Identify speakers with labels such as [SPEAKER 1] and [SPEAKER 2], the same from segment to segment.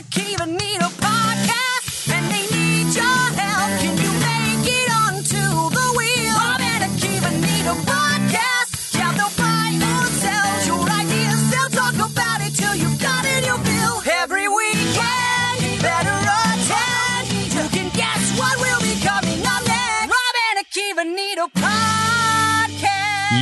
[SPEAKER 1] need a podcast and they need your help. Can you make it onto the wheel? Rob and Akiva need a podcast. Yeah, they'll buy or sell your ideas. They'll talk about it till you've got it, you'll bill. Every weekend, you better attend. You can guess what will be coming up next. Rob and Akiva need a podcast.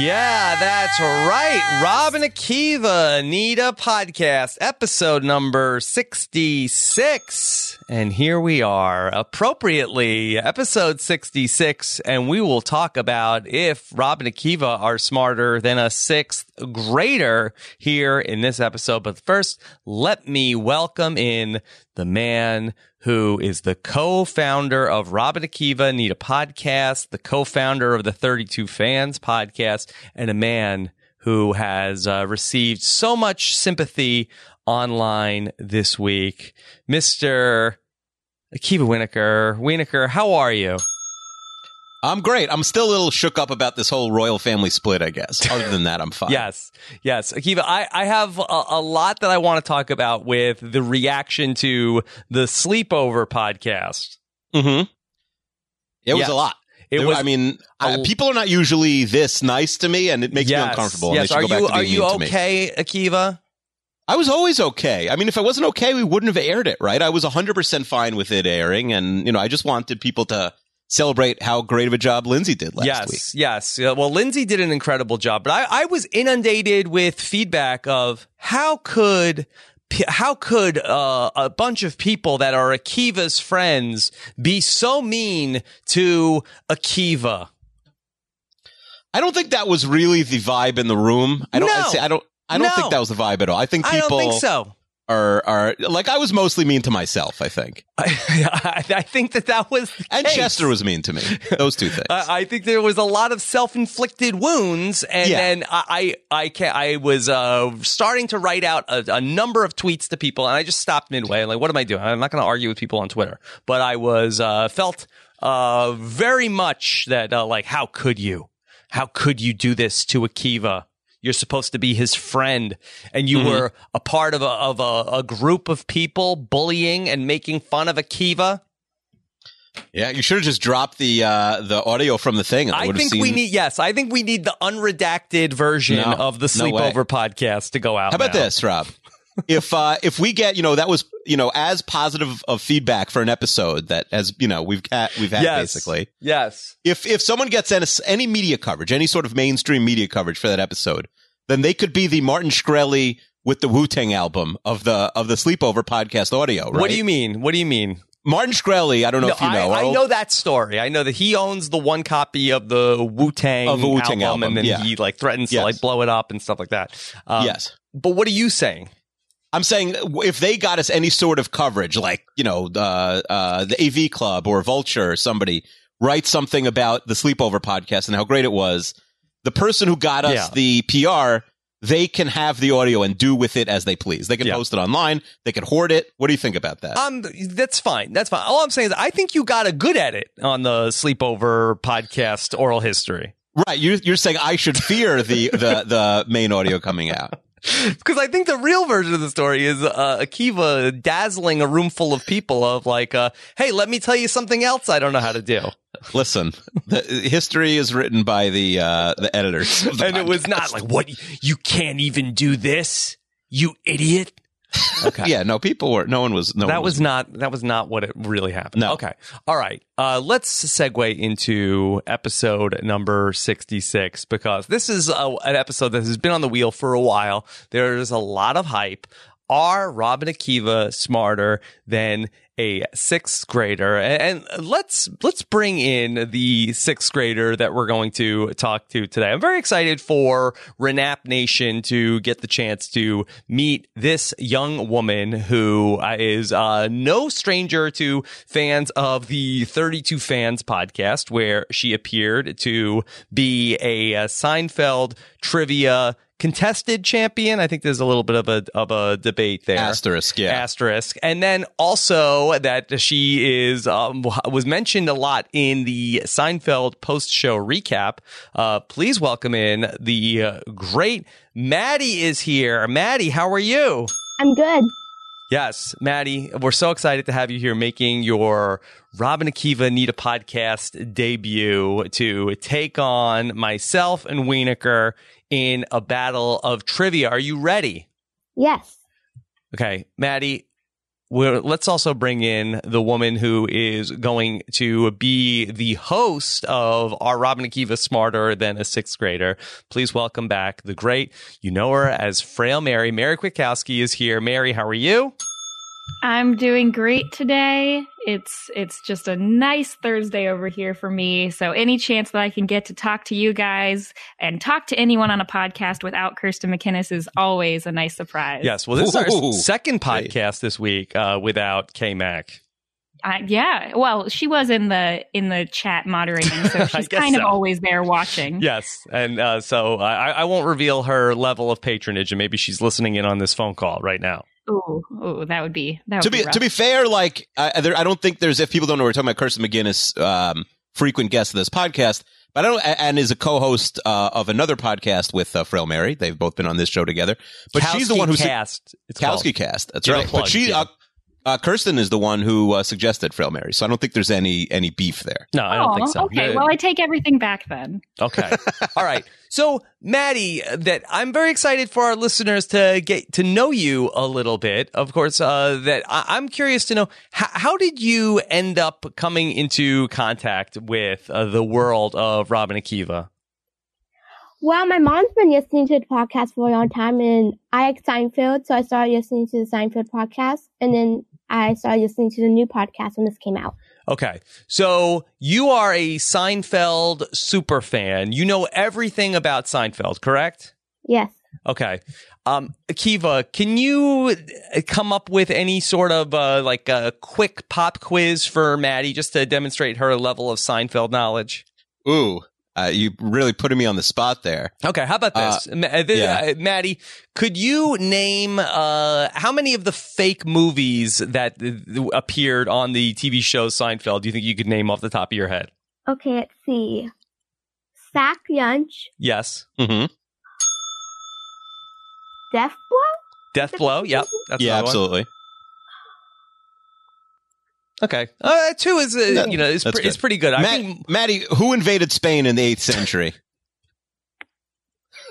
[SPEAKER 2] Yeah, that's right. Robin Akiva, need a podcast, episode number 66. And here we are, appropriately, episode 66. And we will talk about if Robin Akiva are smarter than a sixth grader here in this episode. But first, let me welcome in the man who is the co-founder of Robin Akiva Need a Podcast, the co-founder of the 32 Fans podcast, and a man who has uh, received so much sympathy online this week. Mr. Akiva Winokur. Winokur, how are you?
[SPEAKER 3] I'm great. I'm still a little shook up about this whole royal family split, I guess. Other than that, I'm fine.
[SPEAKER 2] Yes. Yes. Akiva, I, I have a, a lot that I want to talk about with the reaction to the sleepover podcast.
[SPEAKER 3] Mm-hmm. It was
[SPEAKER 2] Yeah.
[SPEAKER 3] a lot.
[SPEAKER 2] It
[SPEAKER 3] There-
[SPEAKER 2] was
[SPEAKER 3] I mean, I-
[SPEAKER 2] a-
[SPEAKER 3] people are not usually this nice to me, and it makes me uncomfortable.
[SPEAKER 2] Yes.
[SPEAKER 3] And
[SPEAKER 2] Are
[SPEAKER 3] they should go
[SPEAKER 2] you
[SPEAKER 3] back to
[SPEAKER 2] are
[SPEAKER 3] being
[SPEAKER 2] you
[SPEAKER 3] mean to me.
[SPEAKER 2] okay, Akiva?
[SPEAKER 3] I was always okay. I mean, if I wasn't okay, we wouldn't have aired it, right? I was 100% fine with it airing, and, you know, I just wanted people to celebrate how great of a job Lindsay did last
[SPEAKER 2] yes.
[SPEAKER 3] week.
[SPEAKER 2] Yes. Yeah, Well, Lindsay did an incredible job, but I, I was inundated with feedback of how could p- how could uh, a bunch of people that are Akiva's friends be so mean to Akiva?
[SPEAKER 3] I don't think that was really the vibe in the room. I don't,
[SPEAKER 2] No.
[SPEAKER 3] I'd say- I don't, I don't
[SPEAKER 2] No.
[SPEAKER 3] think that was the vibe at all. I think
[SPEAKER 2] I
[SPEAKER 3] people
[SPEAKER 2] don't think so.
[SPEAKER 3] are, are, like, I was mostly mean to myself, I think.
[SPEAKER 2] I, I think that that was the
[SPEAKER 3] And
[SPEAKER 2] case.
[SPEAKER 3] Chester was mean to me. Those two things.
[SPEAKER 2] I, I think there was a lot of self-inflicted wounds, and
[SPEAKER 3] Yeah.
[SPEAKER 2] then I I I, ca I was uh, starting to write out a, a number of tweets to people, and I just stopped midway. Like, what am I doing? I'm not going to argue with people on Twitter, but I was uh, felt uh, very much that uh, like, how could you? How could you do this to Akiva? You're supposed to be his friend, and you were a part of a of a, a group of people bullying and making fun of Akiva.
[SPEAKER 3] yeah, you should have just dropped the uh, the audio from the thing. And
[SPEAKER 2] I
[SPEAKER 3] would have
[SPEAKER 2] think
[SPEAKER 3] seen,
[SPEAKER 2] we need yes, I think we need the unredacted version
[SPEAKER 3] No,
[SPEAKER 2] of the
[SPEAKER 3] no way.
[SPEAKER 2] sleepover podcast to go out.
[SPEAKER 3] How about
[SPEAKER 2] now.
[SPEAKER 3] this, Rob? if uh, if we get you know that was you know as positive of feedback for an episode that as you know we've had we've had
[SPEAKER 2] Yes.
[SPEAKER 3] basically.
[SPEAKER 2] Yes.
[SPEAKER 3] If if someone gets any, any media coverage, any sort of mainstream media coverage for that episode, then they could be the Martin Shkreli with the Wu Tang album of the of the Sleepover podcast audio. Right?
[SPEAKER 2] What do you mean? What do you mean?
[SPEAKER 3] Martin Shkreli? I don't know
[SPEAKER 2] No,
[SPEAKER 3] if you
[SPEAKER 2] I,
[SPEAKER 3] know. our
[SPEAKER 2] I
[SPEAKER 3] old-
[SPEAKER 2] know that story. I know that he owns the one copy of the Wu Tang
[SPEAKER 3] Of the Wu-Tang album,
[SPEAKER 2] and then
[SPEAKER 3] yeah.
[SPEAKER 2] he like threatens to
[SPEAKER 3] Yes.
[SPEAKER 2] like blow it up and stuff like that. Um,
[SPEAKER 3] Yes.
[SPEAKER 2] But what are you saying?
[SPEAKER 3] I'm saying if they got us any sort of coverage, like you know, uh, uh, the AV Club or Vulture or somebody write something about the Sleepover podcast and how great it was, the person who got us
[SPEAKER 2] Yeah.
[SPEAKER 3] the PR, they can have the audio and do with it as they please. They can
[SPEAKER 2] Yeah.
[SPEAKER 3] post it online, they can hoard it. What do you think about that?
[SPEAKER 2] Um, that's fine. That's fine. All I'm saying is I think you got a good at it on the sleepover podcast oral history.
[SPEAKER 3] right, you're, you're saying I should fear the, the the main audio coming out.
[SPEAKER 2] Because I think the real version of the story is uh, Akiva dazzling a room full of people of like, uh, hey, let me tell you something else I don't know how to do.
[SPEAKER 3] Listen, the, history is written by the uh, the editors, of the
[SPEAKER 2] And it was not
[SPEAKER 3] podcast.
[SPEAKER 2] like, what? You can't even do this, you idiot. Okay.
[SPEAKER 3] yeah, no, people were, no one was, no
[SPEAKER 2] That
[SPEAKER 3] one was
[SPEAKER 2] was not that was not what it really happened.
[SPEAKER 3] No.
[SPEAKER 2] Okay. All right. Uh, let's segue into episode number sixty six because this is a, an episode that has been on the wheel for a while. There's a lot of hype. Are Robin Akiva smarter than a sixth grader? And, and let's let's bring in the sixth grader that we're going to talk to today. I'm very excited for Renap Nation to get the chance to meet this young woman who uh, is uh, no stranger to fans of the 32 Fans podcast, where she appeared to be a uh, Seinfeld trivia contested champion. I think there's a little bit of a of a debate there
[SPEAKER 3] Asterisk, yeah.
[SPEAKER 2] asterisk and then also that she is um, was mentioned a lot in the seinfeld post-show recap uh, please welcome in the uh, great maddie is here maddie how are you
[SPEAKER 4] I'm good.
[SPEAKER 2] Yes, Maddie, we're so excited to have you here making your Robin Akiva Need a Podcast debut to take on myself and Wienerker in a battle of trivia. Are you ready?
[SPEAKER 4] Yes.
[SPEAKER 2] Okay, Maddie, we're, let's also bring in the woman who is going to be the host of our Robin Akiva Smarter Than a Sixth Grader. Please welcome back the great, you know her as Frail Mary. Mary Kwiatkowski is here. Mary, how are you?
[SPEAKER 5] I'm doing great today. It's it's just a nice Thursday over here for me. So any chance that I can get to talk to you guys and talk to anyone on a podcast without Kirsten McInnes is always a nice surprise.
[SPEAKER 2] Yes. Well, this is our
[SPEAKER 3] Ooh.
[SPEAKER 2] second podcast this week uh, without K Mac.
[SPEAKER 3] Mm-hmm.
[SPEAKER 5] I, yeah. Well, she was in the in the chat moderating,
[SPEAKER 2] I
[SPEAKER 5] so she's
[SPEAKER 2] guess
[SPEAKER 5] kind of
[SPEAKER 2] so.
[SPEAKER 5] always there watching.
[SPEAKER 2] Yes. And uh, so I, I won't reveal her level of patronage, and maybe she's listening in on this phone call right now.
[SPEAKER 5] Ooh, ooh, that would be that would
[SPEAKER 3] to be
[SPEAKER 5] rough.
[SPEAKER 3] to be fair, like I, there, I don't think there's if people don't know we're talking about Kirsten McGinnis, um, frequent guest of this podcast, but I don't, a- and is a co-host uh, of another podcast with uh, Frail Mary. They've both been on this show together, but she's the
[SPEAKER 2] Kowski
[SPEAKER 3] one who su-
[SPEAKER 2] cast. It's called.
[SPEAKER 3] Kowski cast. That's
[SPEAKER 2] Give it a
[SPEAKER 3] right.
[SPEAKER 2] plug,
[SPEAKER 3] but she,
[SPEAKER 2] yeah.
[SPEAKER 3] uh, uh, Kirsten is the one who uh, suggested Frail Mary, so I don't think there's any any beef there.
[SPEAKER 2] No, I don't
[SPEAKER 5] Aw,
[SPEAKER 2] think so.
[SPEAKER 5] Oh, Okay,
[SPEAKER 2] Yeah.
[SPEAKER 5] well, I take everything back then.
[SPEAKER 2] Okay. All right. So, Maddie, that I'm very excited for our listeners to get to know you a little bit. Of course, uh, that I- I'm curious to know how, how did you end up coming into contact with uh, the world of Robin Akiva?
[SPEAKER 4] Well, my mom's been listening to the podcast for a long time, and I like Seinfeld, so I started listening to the Seinfeld podcast, and then I started listening to the new podcast when this came out.
[SPEAKER 2] Okay. So you are a Seinfeld super fan. You know everything about Seinfeld, correct?
[SPEAKER 4] Yes.
[SPEAKER 2] Okay. Um, Akiva, can you uh, come up with any sort of uh, like a quick pop quiz for Maddie just to demonstrate her level of Seinfeld knowledge?
[SPEAKER 3] Ooh, uh, you really putting me on the spot there.
[SPEAKER 2] Okay. How about this? Ma- uh, th-
[SPEAKER 3] yeah.
[SPEAKER 2] uh, Maddie, could you name uh, how many of the fake movies that uh, appeared on the TV show Seinfeld do you think you could name off the top of your head?
[SPEAKER 4] Okay, let's see. Sack Lunch,
[SPEAKER 2] Yes.
[SPEAKER 3] Mm-hmm.
[SPEAKER 4] Death Blow?
[SPEAKER 2] Death Blow. Yep. That's
[SPEAKER 3] Yeah,
[SPEAKER 2] another one.
[SPEAKER 3] absolutely.
[SPEAKER 2] Okay. Uh, two is, uh,
[SPEAKER 3] Yeah,
[SPEAKER 2] you know, is,
[SPEAKER 3] that's
[SPEAKER 2] pre-
[SPEAKER 3] good.
[SPEAKER 2] is pretty good. I
[SPEAKER 3] Matt-
[SPEAKER 2] think
[SPEAKER 3] Maddie, who invaded Spain in the eighth century?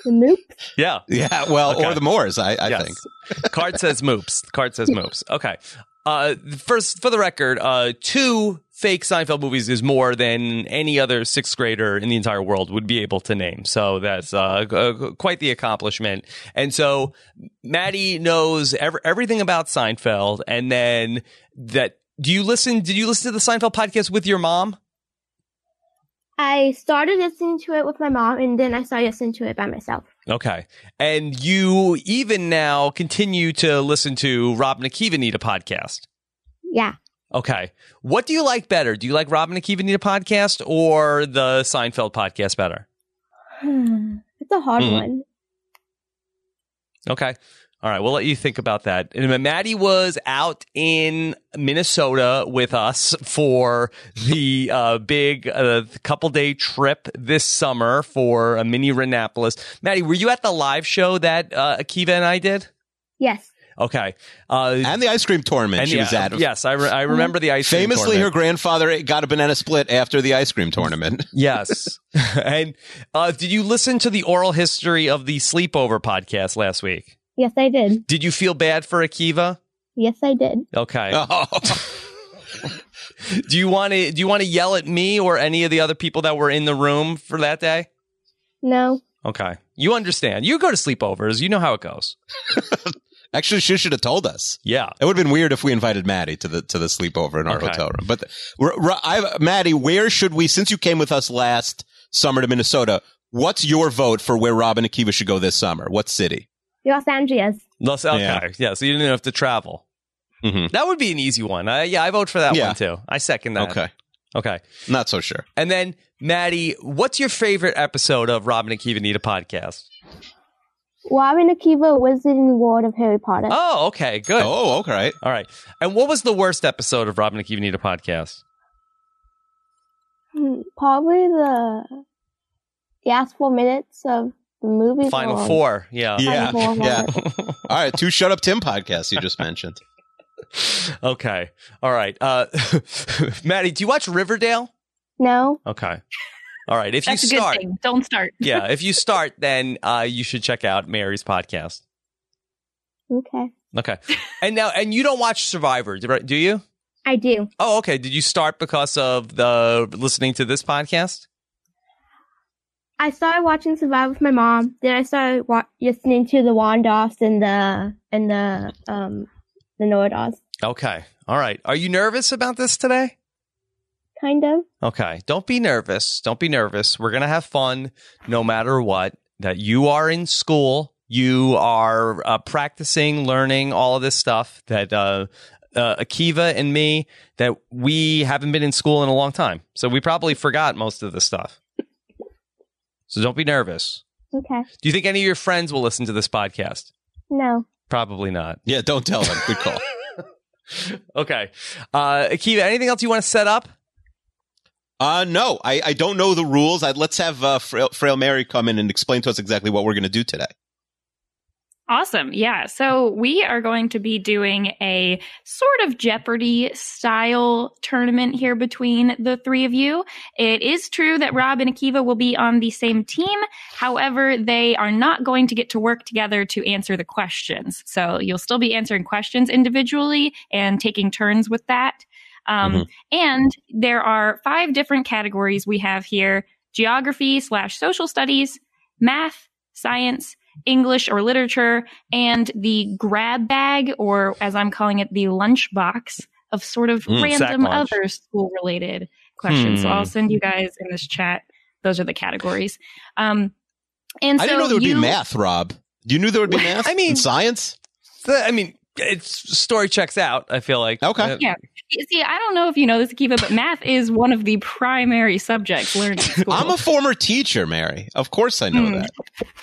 [SPEAKER 4] The Moops?
[SPEAKER 2] Yeah.
[SPEAKER 3] yeah, well,
[SPEAKER 2] Okay.
[SPEAKER 3] or the Moors, I, I
[SPEAKER 2] yes.
[SPEAKER 3] think.
[SPEAKER 2] Card says moops. Card says moops. Okay. Uh, first, for the record, uh, two fake Seinfeld movies is more than any other sixth grader in the entire world would be able to name. So that's uh, g- uh, quite the accomplishment. And so Maddie knows ev- everything about Seinfeld. And then that, do you listen? Did you listen to the Seinfeld podcast with your mom?
[SPEAKER 4] I started listening to it with my mom, and then I started listening to it by myself.
[SPEAKER 2] Okay. And you even now continue to listen to Rob Nikivanita podcast.
[SPEAKER 4] Yeah.
[SPEAKER 2] Okay. What do you like better? Do you like Rob Nikivanita podcast or the Seinfeld podcast better?
[SPEAKER 4] it's a hard
[SPEAKER 2] Mm-hmm.
[SPEAKER 3] Mhm.
[SPEAKER 4] one.
[SPEAKER 2] Okay. All right, we'll let you think about that. And Maddie was out in Minnesota with us for the uh, big uh, couple day trip this summer for a mini Renapolis. Maddie, were you at the live show that uh, Akiva and I did?
[SPEAKER 4] Yes.
[SPEAKER 2] Okay. Uh,
[SPEAKER 3] And the ice cream tournament she
[SPEAKER 2] yeah,
[SPEAKER 3] was at.
[SPEAKER 2] Yes, I, re- I remember the ice cream
[SPEAKER 3] Famously, her
[SPEAKER 2] tournament.
[SPEAKER 3] grandfather got a banana split after the ice cream tournament.
[SPEAKER 2] Yes, and uh, did you listen to the oral history of the sleepover podcast last week?
[SPEAKER 4] Yes, I did.
[SPEAKER 2] Did you feel bad for Akiva?
[SPEAKER 4] Yes, I did.
[SPEAKER 2] Okay.
[SPEAKER 3] Oh.
[SPEAKER 2] Do you want to do you want to yell at me or any of the other people that were in the room for that day?
[SPEAKER 4] No.
[SPEAKER 2] Okay, you understand. You go to sleepovers. You know how it goes.
[SPEAKER 3] Actually, she should have told us.
[SPEAKER 2] Yeah.
[SPEAKER 3] It would have been weird if we invited Maddie to the to the sleepover in our
[SPEAKER 2] Okay.
[SPEAKER 3] hotel room. But we're, we're- I, Maddie, where should we? Since you came with us last summer to Minnesota, what's your vote for where Robin Akiva should go this summer? What city?
[SPEAKER 4] Los Angeles.
[SPEAKER 2] Los, okay. Yeah.
[SPEAKER 3] Yeah.
[SPEAKER 2] So you didn't have to travel.
[SPEAKER 3] Mhm.
[SPEAKER 2] That would be an easy one. I, yeah, I vote for that
[SPEAKER 3] Yeah.
[SPEAKER 2] one too. I second that.
[SPEAKER 3] Okay,
[SPEAKER 2] Okay.
[SPEAKER 3] not so sure.
[SPEAKER 2] And then, Maddie, what's your favorite episode of Robin and Kiva Need a Podcast?
[SPEAKER 4] Robin Akiva, Wizard in the World of Harry Potter.
[SPEAKER 2] Oh, okay, good.
[SPEAKER 3] Oh, okay.
[SPEAKER 2] All right. And what was the worst episode of Robin and Kiva Need a Podcast?
[SPEAKER 4] Hmm, Probably the last four minutes of the movie.
[SPEAKER 2] Final
[SPEAKER 4] or-
[SPEAKER 2] Four. Yeah.
[SPEAKER 4] Final
[SPEAKER 3] Yeah,
[SPEAKER 4] Four,
[SPEAKER 3] yeah.
[SPEAKER 4] whatever.
[SPEAKER 3] All right, two Shut Up Tim podcasts you just mentioned.
[SPEAKER 2] okay. All right. Uh, Maddie, do you watch Riverdale?
[SPEAKER 4] No.
[SPEAKER 2] Okay. All right. If
[SPEAKER 5] That's
[SPEAKER 2] you
[SPEAKER 5] a good
[SPEAKER 2] start,
[SPEAKER 5] thing. Don't start.
[SPEAKER 2] yeah, if you start, then uh, you should check out Mary's podcast.
[SPEAKER 4] Okay.
[SPEAKER 2] Okay. And now, and you don't watch Survivor, do- do you?
[SPEAKER 4] I do.
[SPEAKER 2] Oh, okay. Did you start because of the listening to this podcast?
[SPEAKER 4] I started watching Survivor with my mom. Then I started wa- listening to the Wandoffs and the and the um the Nordoffs.
[SPEAKER 2] Okay. All right. Are you nervous about this today?
[SPEAKER 4] Kind of.
[SPEAKER 2] Okay. Don't be nervous. Don't be nervous. We're going to have fun no matter what. That you are in school, you are uh, practicing, learning all of this stuff that uh, uh, Akiva and me, that we haven't been in school in a long time. So we probably forgot most of this stuff. So don't be nervous.
[SPEAKER 4] Okay.
[SPEAKER 2] Do you think any of your friends will listen to this podcast?
[SPEAKER 4] No.
[SPEAKER 2] Probably not.
[SPEAKER 3] Yeah, don't tell them. Good call.
[SPEAKER 2] Okay. Uh, Akiva, anything else you want to set up?
[SPEAKER 3] Uh, no, I, I don't know the rules. I, let's have uh, Frail, Frail Mary come in and explain to us exactly what we're going to do today.
[SPEAKER 5] Awesome. Yeah. So we are going to be doing a sort of Jeopardy style tournament here between the three of you. It is true that Rob and Akiva will be on the same team. However, they are not going to get to work together to answer the questions. So you'll still be answering questions individually and taking turns with that. Um,
[SPEAKER 2] Mm-hmm.
[SPEAKER 3] Mhm.
[SPEAKER 5] And there are five different categories we have here geography slash social studies, math, science, English or literature, and the grab bag, or as I'm calling it, the lunchbox of sort of
[SPEAKER 3] Mm,
[SPEAKER 2] sack
[SPEAKER 5] random
[SPEAKER 2] lunch.
[SPEAKER 5] other school related questions. So
[SPEAKER 2] Hmm.
[SPEAKER 5] I'll send you guys in this chat. Those are the categories. Um, and
[SPEAKER 3] I
[SPEAKER 5] so
[SPEAKER 3] didn't know there would
[SPEAKER 5] you,
[SPEAKER 3] be math, Rob. You knew there would be math?
[SPEAKER 2] I mean-
[SPEAKER 3] And science?
[SPEAKER 2] The- I mean, it's story checks out, I feel like.
[SPEAKER 3] Okay.
[SPEAKER 2] Uh,
[SPEAKER 5] Yeah. See, I don't know if you know this, Akiva, but math is one of the primary subjects learned in school.
[SPEAKER 3] I'm a former teacher, Mary. Of course I know
[SPEAKER 5] Hmm.
[SPEAKER 3] that.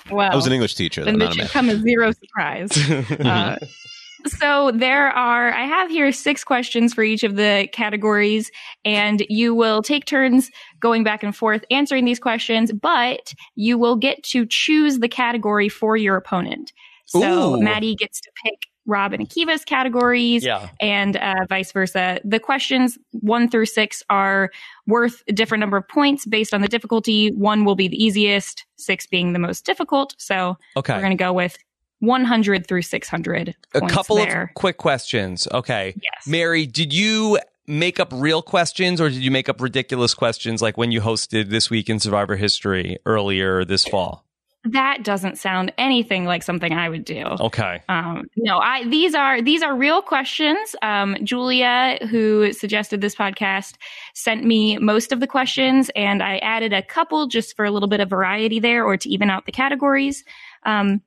[SPEAKER 5] well,
[SPEAKER 3] I was an English teacher, though,
[SPEAKER 5] then
[SPEAKER 3] not
[SPEAKER 5] this
[SPEAKER 3] a
[SPEAKER 5] should
[SPEAKER 3] math.
[SPEAKER 5] come as zero surprise. Uh,
[SPEAKER 2] Mm-hmm.
[SPEAKER 5] so there are i have here six questions for each of the categories and you will take turns going back and forth answering these questions but you will get to choose the category for your opponent so
[SPEAKER 2] Ooh.
[SPEAKER 5] maddie gets to pick rob and akiva's categories
[SPEAKER 2] yeah.
[SPEAKER 5] and uh, vice versa. The questions one through six are worth a different number of points based on the difficulty. One will be the easiest, six being the most difficult. So
[SPEAKER 2] Okay.
[SPEAKER 5] we're going to go with 100 through 600.
[SPEAKER 2] a
[SPEAKER 5] points
[SPEAKER 2] couple
[SPEAKER 5] there.
[SPEAKER 2] of quick questions. Okay.
[SPEAKER 5] Yes.
[SPEAKER 2] Mary, did you make up real questions or did you make up ridiculous questions like when you hosted This Week in Survivor History earlier this fall?
[SPEAKER 5] that doesn't sound anything like something I would do.
[SPEAKER 2] Okay.
[SPEAKER 5] Um, no, I these are these are real questions. Um, Julia, who suggested this podcast, sent me most of the questions, and I added a couple just for a little bit of variety there, or to even out the categories. Um,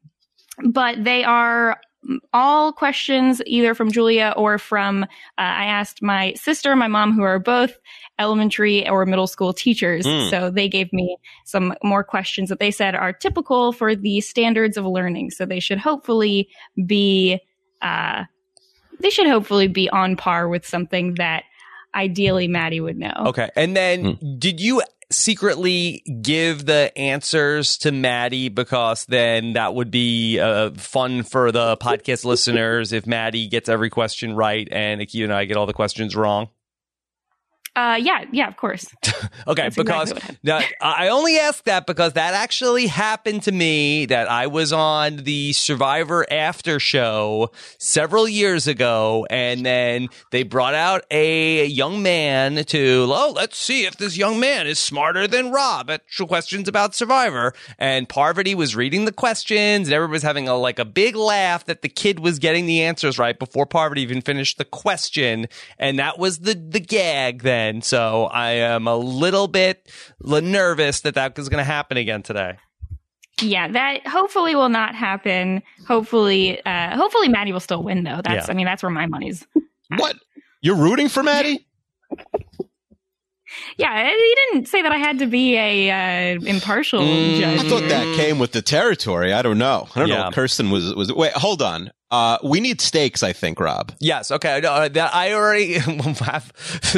[SPEAKER 5] but they are all questions either from Julia or from uh, I asked my sister, and my mom, who are both elementary or middle school teachers,
[SPEAKER 3] Mm.
[SPEAKER 5] so they gave me some more questions that they said are typical for the standards of learning. So they should hopefully be uh, they should hopefully be on par with something that ideally Maddie would know.
[SPEAKER 2] Okay. And then did you secretly give the answers to Maddie because then that would be uh, fun for the podcast listeners if Maddie gets every question right and Akiva and I get all the questions wrong?
[SPEAKER 5] Uh, yeah, yeah, of course.
[SPEAKER 2] Okay,
[SPEAKER 5] That's
[SPEAKER 2] because
[SPEAKER 5] exactly what happened.
[SPEAKER 2] now, I only ask that because that actually happened to me that I was on the Survivor after show several years ago, and then they brought out a young man to, oh, let's see if this young man is smarter than Rob at questions about Survivor. And Parvati was reading the questions, and everybody was having a like a big laugh that the kid was getting the answers right before Parvati even finished the question, and that was the the gag then. So I am a little bit l- nervous that that is going to happen again today.
[SPEAKER 5] Yeah, that hopefully will not happen. Hopefully, uh, hopefully Maddie will still win though.
[SPEAKER 2] Yeah.
[SPEAKER 5] That's I mean that's where my money's.
[SPEAKER 3] Mm-hmm. What? You're rooting for Maddie?
[SPEAKER 5] Yeah, he didn't say that I had to be a uh, impartial
[SPEAKER 2] Mm.
[SPEAKER 5] judge.
[SPEAKER 3] I thought that came with the territory. I don't know. I don't know
[SPEAKER 2] Yeah.
[SPEAKER 3] what Kirsten was. was wait, hold on. Uh, we need stakes, I think, Rob.
[SPEAKER 2] Yes. Okay. No, uh, that I already have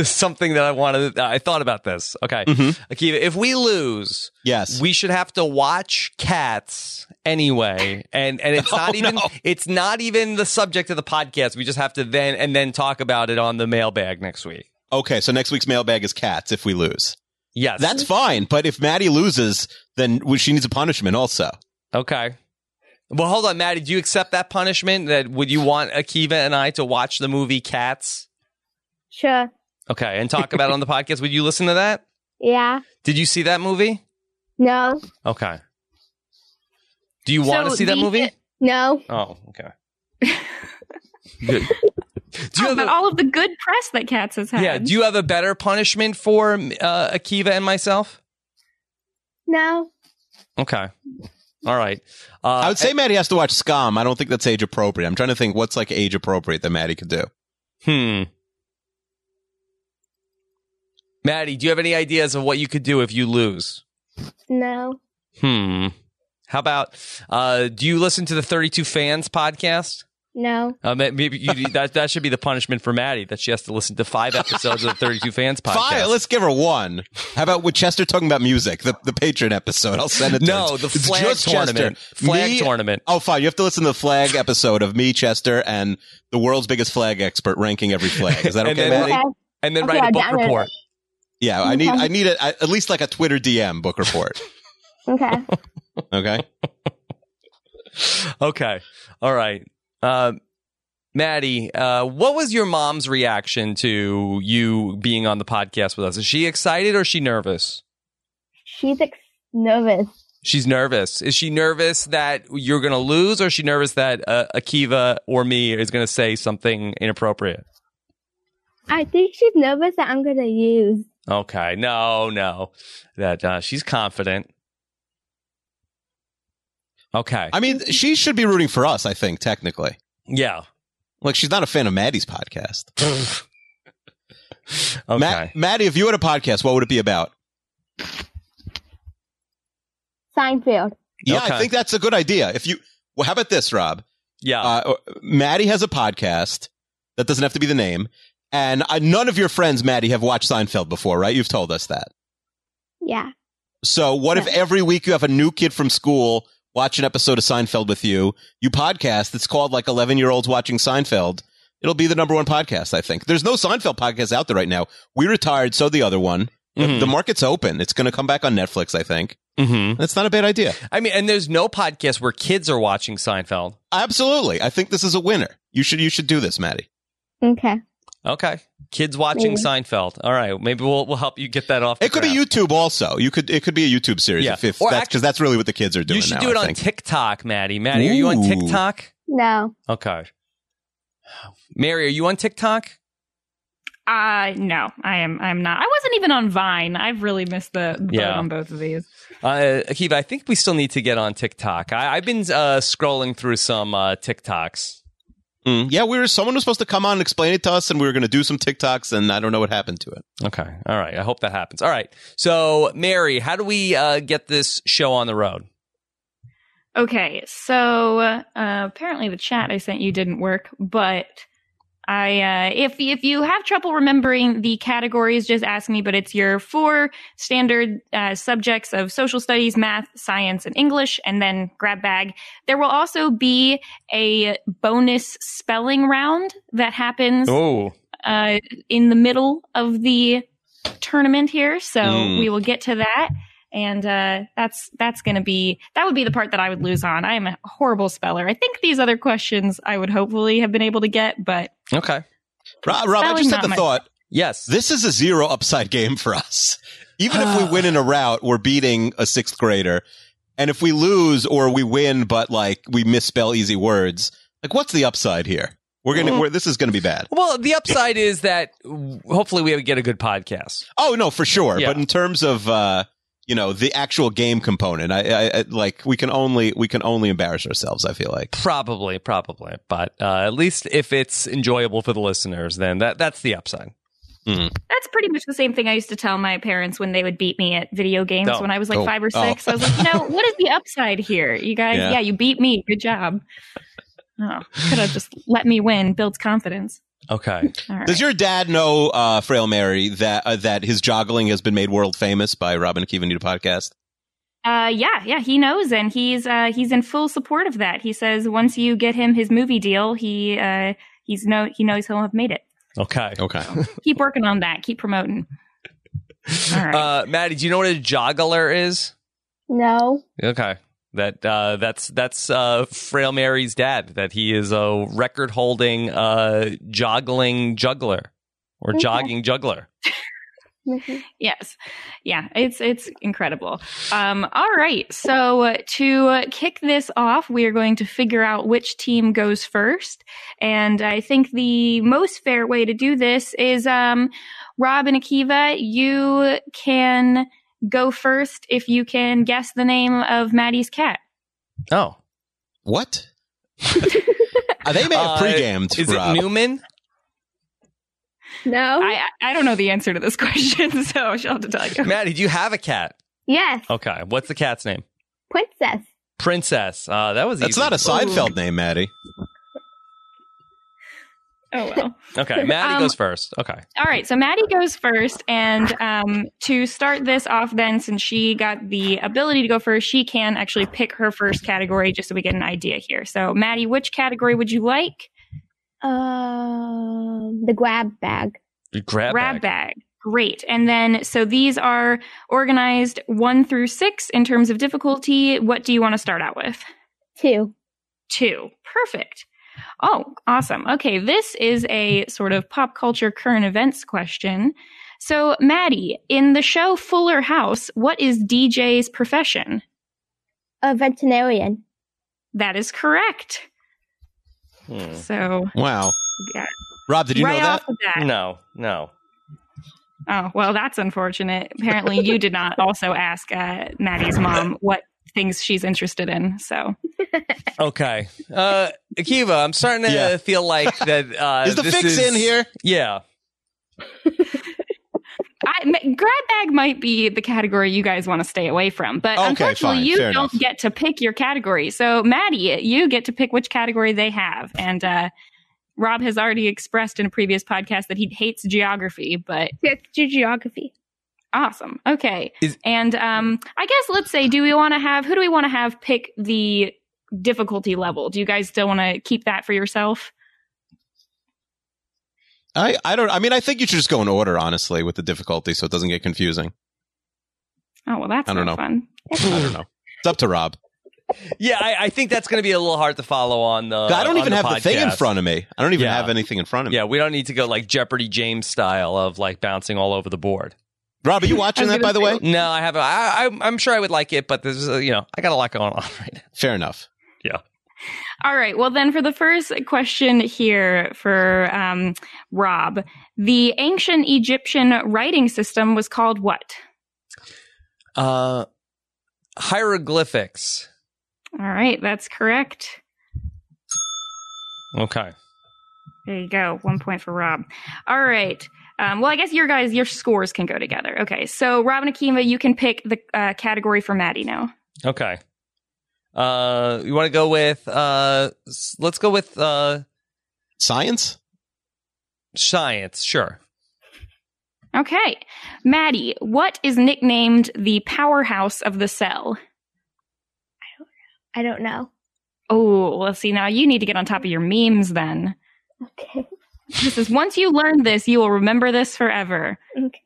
[SPEAKER 2] something that I wanted. I thought about this. Okay,
[SPEAKER 3] Mhm.
[SPEAKER 2] Akiva, if we lose,
[SPEAKER 3] Yes.
[SPEAKER 2] we should have to watch Cats anyway, and and it's not
[SPEAKER 3] Oh,
[SPEAKER 2] even
[SPEAKER 3] no.
[SPEAKER 2] it's not even the subject of the podcast. We just have to then and then talk about it on the mailbag next week.
[SPEAKER 3] Okay, so next week's mailbag is cats if we lose.
[SPEAKER 2] Yes,
[SPEAKER 3] That's fine, but if Maddie loses, then well, she needs a punishment also.
[SPEAKER 2] okay. Well, hold on, Maddie. Do you accept that punishment? That would you want Akiva and I to watch the movie Cats?
[SPEAKER 4] Sure.
[SPEAKER 2] Okay, and talk about it on the podcast. Would you listen to that?
[SPEAKER 4] Yeah.
[SPEAKER 2] Did you see that movie?
[SPEAKER 4] No.
[SPEAKER 2] Okay. Do you want to
[SPEAKER 5] So
[SPEAKER 2] see that
[SPEAKER 5] the-
[SPEAKER 2] movie?
[SPEAKER 4] No.
[SPEAKER 2] Oh, okay. Good. Do you
[SPEAKER 5] Oh,
[SPEAKER 2] have
[SPEAKER 5] but
[SPEAKER 2] a-
[SPEAKER 5] all of the good press that Katz has had.
[SPEAKER 2] yeah, do you have a better punishment for uh, Akiva and myself?
[SPEAKER 4] No.
[SPEAKER 2] Okay. All right. Uh,
[SPEAKER 3] I would say Maddie has to watch Scum. I don't think that's age appropriate. I'm trying to think what's like age appropriate that Maddie could do.
[SPEAKER 2] Hmm. Maddie, do you have any ideas of what you could do if you lose?
[SPEAKER 4] No.
[SPEAKER 2] Hmm. How about uh, do you listen to the 32 Fans podcast?
[SPEAKER 4] No.
[SPEAKER 2] Uh, ma- maybe you, that that should be the punishment for Maddie that she has to listen to five episodes of the 32 Fans podcast.
[SPEAKER 3] Fine, let's give her one. How about with Chester talking about music, the, the patron episode? I'll send it to
[SPEAKER 2] No,
[SPEAKER 3] her.
[SPEAKER 2] the
[SPEAKER 3] It's
[SPEAKER 2] flag
[SPEAKER 3] just Chester.
[SPEAKER 2] tournament. Flag
[SPEAKER 3] Me-
[SPEAKER 2] tournament.
[SPEAKER 3] Oh, fine. You have to listen to the flag episode of me, Chester, and the world's biggest flag expert ranking every flag. Is that
[SPEAKER 2] And
[SPEAKER 3] okay,
[SPEAKER 2] then-
[SPEAKER 3] Maddie?
[SPEAKER 4] Okay.
[SPEAKER 2] And then
[SPEAKER 4] Okay,
[SPEAKER 2] write a
[SPEAKER 4] I
[SPEAKER 2] book
[SPEAKER 4] got it.
[SPEAKER 2] report.
[SPEAKER 3] Yeah, I need
[SPEAKER 4] Okay.
[SPEAKER 3] I need a, at least like a Twitter DM book report.
[SPEAKER 4] Okay.
[SPEAKER 3] Okay.
[SPEAKER 2] Okay. All right. Uh, Maddie, uh, what was your mom's reaction to you being on the podcast with us? Is she excited or is she nervous?
[SPEAKER 4] She's ex- nervous.
[SPEAKER 2] She's nervous. Is she nervous that you're going to lose or is she nervous that uh, Akiva or me is going to say something inappropriate?
[SPEAKER 4] I think she's nervous that I'm gonna use.
[SPEAKER 2] Okay. No, no. That uh, she's confident. Okay.
[SPEAKER 3] I mean, she should be rooting for us, I think, technically.
[SPEAKER 2] yeah.
[SPEAKER 3] Like she's not a fan of Maddie's podcast.
[SPEAKER 2] Okay.
[SPEAKER 3] Ma- Maddie, if you had a podcast, what would it be about?
[SPEAKER 4] Seinfeld.
[SPEAKER 3] Yeah,
[SPEAKER 2] Okay.
[SPEAKER 3] I think that's a good idea. If you well, how about this, Rob?
[SPEAKER 2] yeah.
[SPEAKER 3] Uh, Maddie has a podcast that doesn't have to be the name, and uh, none of your friends, Maddie, have watched Seinfeld before, right? You've told us that.
[SPEAKER 4] Yeah.
[SPEAKER 3] So, what if every week you have a new kid from school watch an episode of Seinfeld with you? You podcast. It's called like eleven year olds watching Seinfeld. It'll be the number one podcast, I think. There's no Seinfeld podcast out there right now. We retired, so the other one. The-
[SPEAKER 2] Mhm.
[SPEAKER 3] The market's open. It's going to come back on Netflix, I think.
[SPEAKER 2] mm-hmm.
[SPEAKER 3] That's not a bad idea.
[SPEAKER 2] I mean, and there's no podcast where kids are watching Seinfeld.
[SPEAKER 3] Absolutely, I think this is a winner. You should you should do this, Maddie.
[SPEAKER 4] Okay.
[SPEAKER 2] Okay, kids watching
[SPEAKER 4] Maybe.
[SPEAKER 2] Seinfeld. All right, maybe we'll we'll help you get that off. the
[SPEAKER 3] It could be
[SPEAKER 2] ground.
[SPEAKER 3] YouTube also. You could it could be a YouTube series
[SPEAKER 2] Yeah.
[SPEAKER 3] if, if
[SPEAKER 2] Or
[SPEAKER 3] that's
[SPEAKER 2] act-
[SPEAKER 3] because that's really what the kids are doing.
[SPEAKER 2] You should
[SPEAKER 3] now,
[SPEAKER 2] do it
[SPEAKER 3] I
[SPEAKER 2] on
[SPEAKER 3] think.
[SPEAKER 2] TikTok, Maddie. Maddie, are you on
[SPEAKER 3] Ooh.
[SPEAKER 2] TikTok?
[SPEAKER 4] No.
[SPEAKER 2] Okay. Mary, are you on TikTok?
[SPEAKER 5] Uh no, I am I'm not. I wasn't even on Vine. I've really missed the the boat
[SPEAKER 2] Yeah.
[SPEAKER 5] on both of these.
[SPEAKER 2] Uh, Akiva, I think we still need to get on TikTok. I, I've been uh, scrolling through some uh, TikToks.
[SPEAKER 3] Mm, yeah, we were someone was supposed to come on and explain it to us, and we were going to do some TikToks, and I don't know what happened to it.
[SPEAKER 2] Okay. All right. I hope that happens. All right. So, Mary, how do we uh, get this show on the road?
[SPEAKER 5] Okay, so uh, apparently the chat I sent you didn't work, but I uh, if if you have trouble remembering the categories, just ask me. But it's your four standard uh, subjects of social studies, math, science, and English, and then grab bag. There will also be a bonus spelling round that happens
[SPEAKER 2] Oh,
[SPEAKER 5] uh, in the middle of the tournament here, so
[SPEAKER 3] Mm.
[SPEAKER 5] we will get to that. And uh, that's that's going to be that would be the part that I would lose on. I am a horrible speller. I think these other questions I would hopefully have been able to get, but
[SPEAKER 2] okay.
[SPEAKER 3] Rob, Rob I
[SPEAKER 5] Spelling
[SPEAKER 3] just had
[SPEAKER 5] not
[SPEAKER 3] the
[SPEAKER 5] my-
[SPEAKER 3] thought:
[SPEAKER 2] Yes.
[SPEAKER 3] this is a zero upside game for us. Even if we win in a route, we're beating a sixth grader, and if we lose or we win, but like we misspell easy words, like what's the upside here? We're gonna we're, this is gonna be bad.
[SPEAKER 2] Well, the upside is that w- hopefully we get a good podcast.
[SPEAKER 3] Oh no, for sure.
[SPEAKER 2] Yeah.
[SPEAKER 3] But in terms of uh, you know the actual game component, I, I, I like we can only we can only embarrass ourselves. I feel like.
[SPEAKER 2] Probably, probably, but uh, at least if it's enjoyable for the listeners, then that that's the upside.
[SPEAKER 5] that's pretty much the same thing I used to tell my parents when they would beat me at video games
[SPEAKER 2] Oh.
[SPEAKER 5] when I was like
[SPEAKER 3] Oh.
[SPEAKER 5] five or
[SPEAKER 3] Oh.
[SPEAKER 5] six. I was like, you know, what is the upside here, you guys?
[SPEAKER 3] Yeah.
[SPEAKER 5] Yeah, you beat me. Good job. Oh, could have just let me win. Builds confidence.
[SPEAKER 2] Okay,
[SPEAKER 5] All right.
[SPEAKER 3] Does your dad know, uh, Frail Mary, that uh, that his joggling has been made world famous by Robin Kivanita podcast?
[SPEAKER 5] Uh, yeah, yeah, he knows, and he's uh, he's in full support of that. He says once you get him his movie deal, he uh, he's no he knows he'll have made it.
[SPEAKER 2] Okay.
[SPEAKER 3] Okay.
[SPEAKER 5] Keep working on that. Keep promoting. All right.
[SPEAKER 2] Uh, Maddie, do you know what a joggler is?
[SPEAKER 4] No.
[SPEAKER 2] Okay. That uh, that's that's uh, Frail Mary's dad. That he is a record holding uh, joggling juggler or
[SPEAKER 4] Okay.
[SPEAKER 2] jogging juggler.
[SPEAKER 4] Mhm.
[SPEAKER 5] yes yeah it's it's incredible um all right so uh, to kick this off we are going to figure out which team goes first and i think the most fair way to do this is um rob and akiva you can go first if you can guess the name of maddie's cat
[SPEAKER 2] Oh,
[SPEAKER 3] What? Uh, they may have
[SPEAKER 2] Uh,
[SPEAKER 3] pre-gamed.
[SPEAKER 2] is
[SPEAKER 3] Rob.
[SPEAKER 2] it Newman?
[SPEAKER 4] No.
[SPEAKER 5] I, I I don't know the answer to this question so she'll have to tell you
[SPEAKER 2] Maddie, do you have a cat?
[SPEAKER 4] yes.
[SPEAKER 2] Okay. What's the cat's name?
[SPEAKER 4] Princess.
[SPEAKER 2] Princess. Uh, that was
[SPEAKER 3] That's
[SPEAKER 2] easy.
[SPEAKER 3] not a Seinfeld name, Maddie.
[SPEAKER 5] oh well
[SPEAKER 2] okay. Maddie
[SPEAKER 5] Um,
[SPEAKER 2] goes first. Okay.
[SPEAKER 5] All right, so Maddie goes first, and um, to start this off, then since she got the ability to go first, she can actually pick her first category just so we get an idea here. So, Maddie, which category would you like?
[SPEAKER 4] Um, the grab bag.
[SPEAKER 2] Grab,
[SPEAKER 5] Grab bag. Great. And then, so these are organized one through six in terms of difficulty. What do you want to start out with?
[SPEAKER 4] Two.
[SPEAKER 5] two. Perfect. Oh, awesome. Okay, this is a sort of pop culture current events question. So, Maddie, in the show Fuller House, what is DJ's profession?
[SPEAKER 4] A veterinarian.
[SPEAKER 5] That is correct.
[SPEAKER 2] Hmm.
[SPEAKER 5] So,
[SPEAKER 3] Wow.
[SPEAKER 5] Yeah.
[SPEAKER 3] Rob, did you
[SPEAKER 5] right
[SPEAKER 3] know that? Hmm.
[SPEAKER 5] off the bat.
[SPEAKER 2] Hmm. No, no.
[SPEAKER 5] Oh, well, that's unfortunate. Apparently, you did not also ask uh, Maddie's mom what things she's interested in. So,
[SPEAKER 2] Okay. Uh, Akiva, I'm starting to
[SPEAKER 3] Yeah.
[SPEAKER 2] feel like that. Uh,
[SPEAKER 3] Is the
[SPEAKER 2] this
[SPEAKER 3] fix in here?
[SPEAKER 2] Yeah.
[SPEAKER 5] I, m- grab bag might be the category you guys want to stay away from, but
[SPEAKER 3] Okay,
[SPEAKER 5] unfortunately,
[SPEAKER 3] fine.
[SPEAKER 5] you
[SPEAKER 3] Fair
[SPEAKER 5] don't
[SPEAKER 3] enough.
[SPEAKER 5] get to pick your category. So, Maddie, you get to pick which category they have. And uh, Rob has already expressed in a previous podcast that he hates geography, but
[SPEAKER 4] It's geography.
[SPEAKER 5] awesome. Okay,
[SPEAKER 2] Is-
[SPEAKER 5] and um, I guess let's say, do we want to have who do we want to have pick the difficulty level? Do you guys still want to keep that for yourself?
[SPEAKER 3] I, I don't. I mean, I think you should just go in order, honestly, with the difficulty, so it doesn't get confusing.
[SPEAKER 5] Oh well, that's
[SPEAKER 3] I don't
[SPEAKER 5] not
[SPEAKER 3] know.
[SPEAKER 5] fun.
[SPEAKER 3] I don't know. It's up to Rob.
[SPEAKER 2] Yeah, I, I think that's going to be a little hard to follow on the.
[SPEAKER 3] I don't
[SPEAKER 2] uh, on
[SPEAKER 3] even have the thing in
[SPEAKER 2] podcast.
[SPEAKER 3] front of me. I don't even
[SPEAKER 2] Yeah.
[SPEAKER 3] have anything in front of me.
[SPEAKER 2] Yeah, we don't need to go like Jeopardy James style of like bouncing all over the board.
[SPEAKER 3] Rob, are you watching
[SPEAKER 5] I was
[SPEAKER 3] that? By the way,
[SPEAKER 5] gonna
[SPEAKER 2] No, I haven't. I, I, I'm sure I would like it, but there's uh, you know I got a lot going on right now.
[SPEAKER 3] fair enough.
[SPEAKER 5] All right. Well, then for the first question here for um, Rob, the ancient Egyptian writing system was called what?
[SPEAKER 2] Uh, hieroglyphics.
[SPEAKER 5] All right. That's correct.
[SPEAKER 2] Okay.
[SPEAKER 5] There you go. One point for Rob. All right. Um, well, I guess your guys, your scores can go together. Okay. So, Rob and Akima, you can pick the uh, category for Maddie now.
[SPEAKER 2] Okay. Uh, you want to go with uh, s- let's go with uh,
[SPEAKER 3] Science.
[SPEAKER 2] science. Sure.
[SPEAKER 5] Okay. Maddie, what is nicknamed the powerhouse of the cell?
[SPEAKER 4] I don't know.
[SPEAKER 5] Oh, well, see, now you need to get on top of your memes then.
[SPEAKER 4] Okay.
[SPEAKER 5] This is once you learn this, you will remember this forever.
[SPEAKER 4] Okay.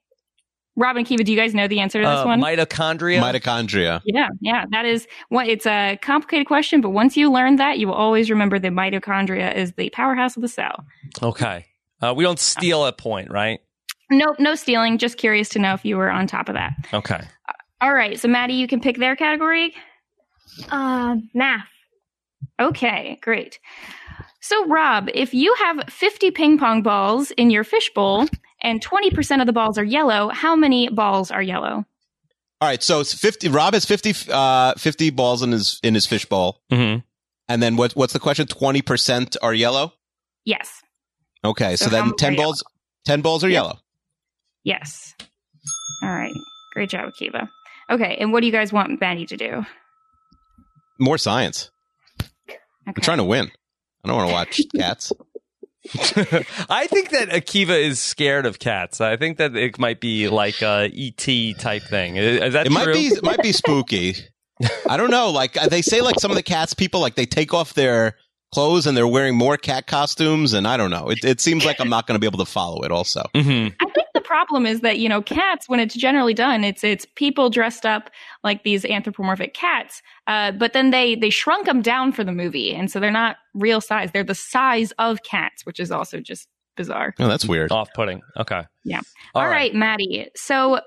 [SPEAKER 5] Rob and Kiva, do you guys know the answer to this
[SPEAKER 2] Uh,
[SPEAKER 5] one?
[SPEAKER 2] mitochondria.
[SPEAKER 3] Mitochondria.
[SPEAKER 5] yeah, yeah. That is what it's a complicated question, but once you learn that, you will always remember that mitochondria is the powerhouse of the cell.
[SPEAKER 2] okay. Uh, we don't steal a point, right?
[SPEAKER 5] Nope, no stealing. Just curious to know if you were on top of that.
[SPEAKER 2] Okay.
[SPEAKER 5] All right, so Maddie, you can pick their category.
[SPEAKER 4] Um, math.
[SPEAKER 5] Okay, great. So, Rob, if you have 50 ping pong balls in your fishbowl and 20% of the balls are yellow, how many balls are yellow?
[SPEAKER 3] All right. So it's fifty. Rob has 50, uh, 50 balls in his in his fishbowl.
[SPEAKER 2] Mm-hmm.
[SPEAKER 3] And then what? What's the question? Twenty percent are yellow.
[SPEAKER 5] Yes,
[SPEAKER 3] Okay. So,
[SPEAKER 5] So how
[SPEAKER 3] then
[SPEAKER 5] many
[SPEAKER 3] ten
[SPEAKER 5] are yellow?
[SPEAKER 3] balls. Ten balls are
[SPEAKER 5] Yeah.
[SPEAKER 3] yellow.
[SPEAKER 5] Yes. All right. Great job, Akiva. Okay, and what do you guys want Maddie to do?
[SPEAKER 3] More science.
[SPEAKER 5] Okay.
[SPEAKER 3] I'm trying to win. I don't want to watch cats.
[SPEAKER 2] I think that Akiva is scared of cats. I think that it might be like a ET type thing. Is is that
[SPEAKER 3] It might
[SPEAKER 2] true?
[SPEAKER 3] be it might be spooky. I don't know. Like uh, they say, like some of the cats people like they take off their clothes and they're wearing more cat costumes, and I don't know. It, it seems like I'm not going to be able to follow it. Also,
[SPEAKER 2] hmm
[SPEAKER 5] I think the problem is that you know cats when it's generally done it's it's people dressed up like these anthropomorphic cats uh, but then they they shrunk them down for the movie and so they're not real size they're the size of cats which is also just bizarre.
[SPEAKER 3] oh, that's weird.
[SPEAKER 2] Off-putting. Okay.
[SPEAKER 5] Yeah.
[SPEAKER 2] All
[SPEAKER 5] All right. Maddie. So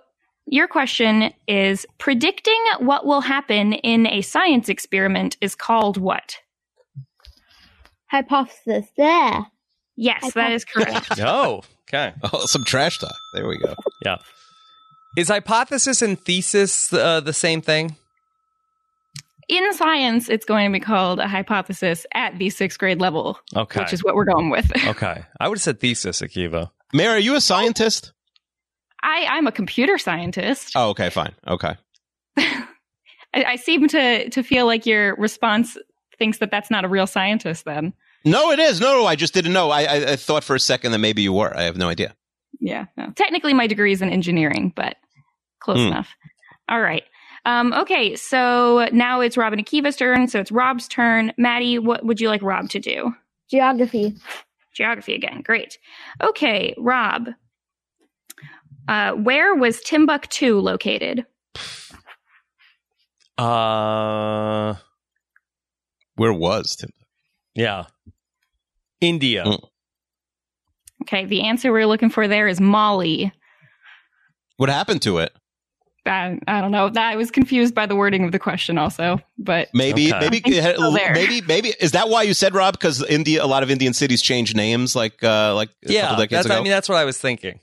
[SPEAKER 5] your question is predicting what will happen in a science experiment is called what?
[SPEAKER 4] Hypothesis. There.
[SPEAKER 5] Yes, that is correct.
[SPEAKER 2] right. Oh, okay.
[SPEAKER 3] Oh, some trash talk. There we go.
[SPEAKER 2] Is hypothesis and thesis uh, the same thing?
[SPEAKER 5] in science, it's going to be called a hypothesis at the sixth grade level,
[SPEAKER 2] Okay.
[SPEAKER 5] which is what we're going with.
[SPEAKER 2] okay. I would have said thesis, Akiva.
[SPEAKER 3] Mary, are you a scientist?
[SPEAKER 5] I, I'm a computer scientist.
[SPEAKER 3] Oh, okay, fine. Okay.
[SPEAKER 5] I, I seem to to feel like your response thinks that that's not a real scientist. Then,
[SPEAKER 3] No, it is. No, no, I just didn't know. I, I, I thought for a second that maybe you were. I have no idea.
[SPEAKER 5] yeah. no. Technically, my degree is in engineering, but close
[SPEAKER 3] Hmm.
[SPEAKER 5] enough. All right. Um, okay, so now it's Robin Akiva's turn. So it's Rob's turn. Maddie, what would you like Rob to do?
[SPEAKER 4] Geography.
[SPEAKER 5] geography again. Great. Okay, Rob. Uh, where was Timbuktu located?
[SPEAKER 2] Uh,
[SPEAKER 3] Where was Tim?
[SPEAKER 2] yeah. India.
[SPEAKER 3] Mm.
[SPEAKER 5] Okay, the answer we're looking for there is Mali.
[SPEAKER 3] What happened to it?
[SPEAKER 5] I, I don't know. That, I was confused by the wording of the question, also. But
[SPEAKER 3] Maybe,
[SPEAKER 2] Okay.
[SPEAKER 3] maybe,
[SPEAKER 5] I think it's still there.
[SPEAKER 3] maybe, maybe. Is that why you said Rob? Because India, a lot of Indian cities changed names, like, uh, like a
[SPEAKER 2] yeah.
[SPEAKER 3] couple decades
[SPEAKER 2] that's-
[SPEAKER 3] ago.
[SPEAKER 2] I mean, that's what I was thinking.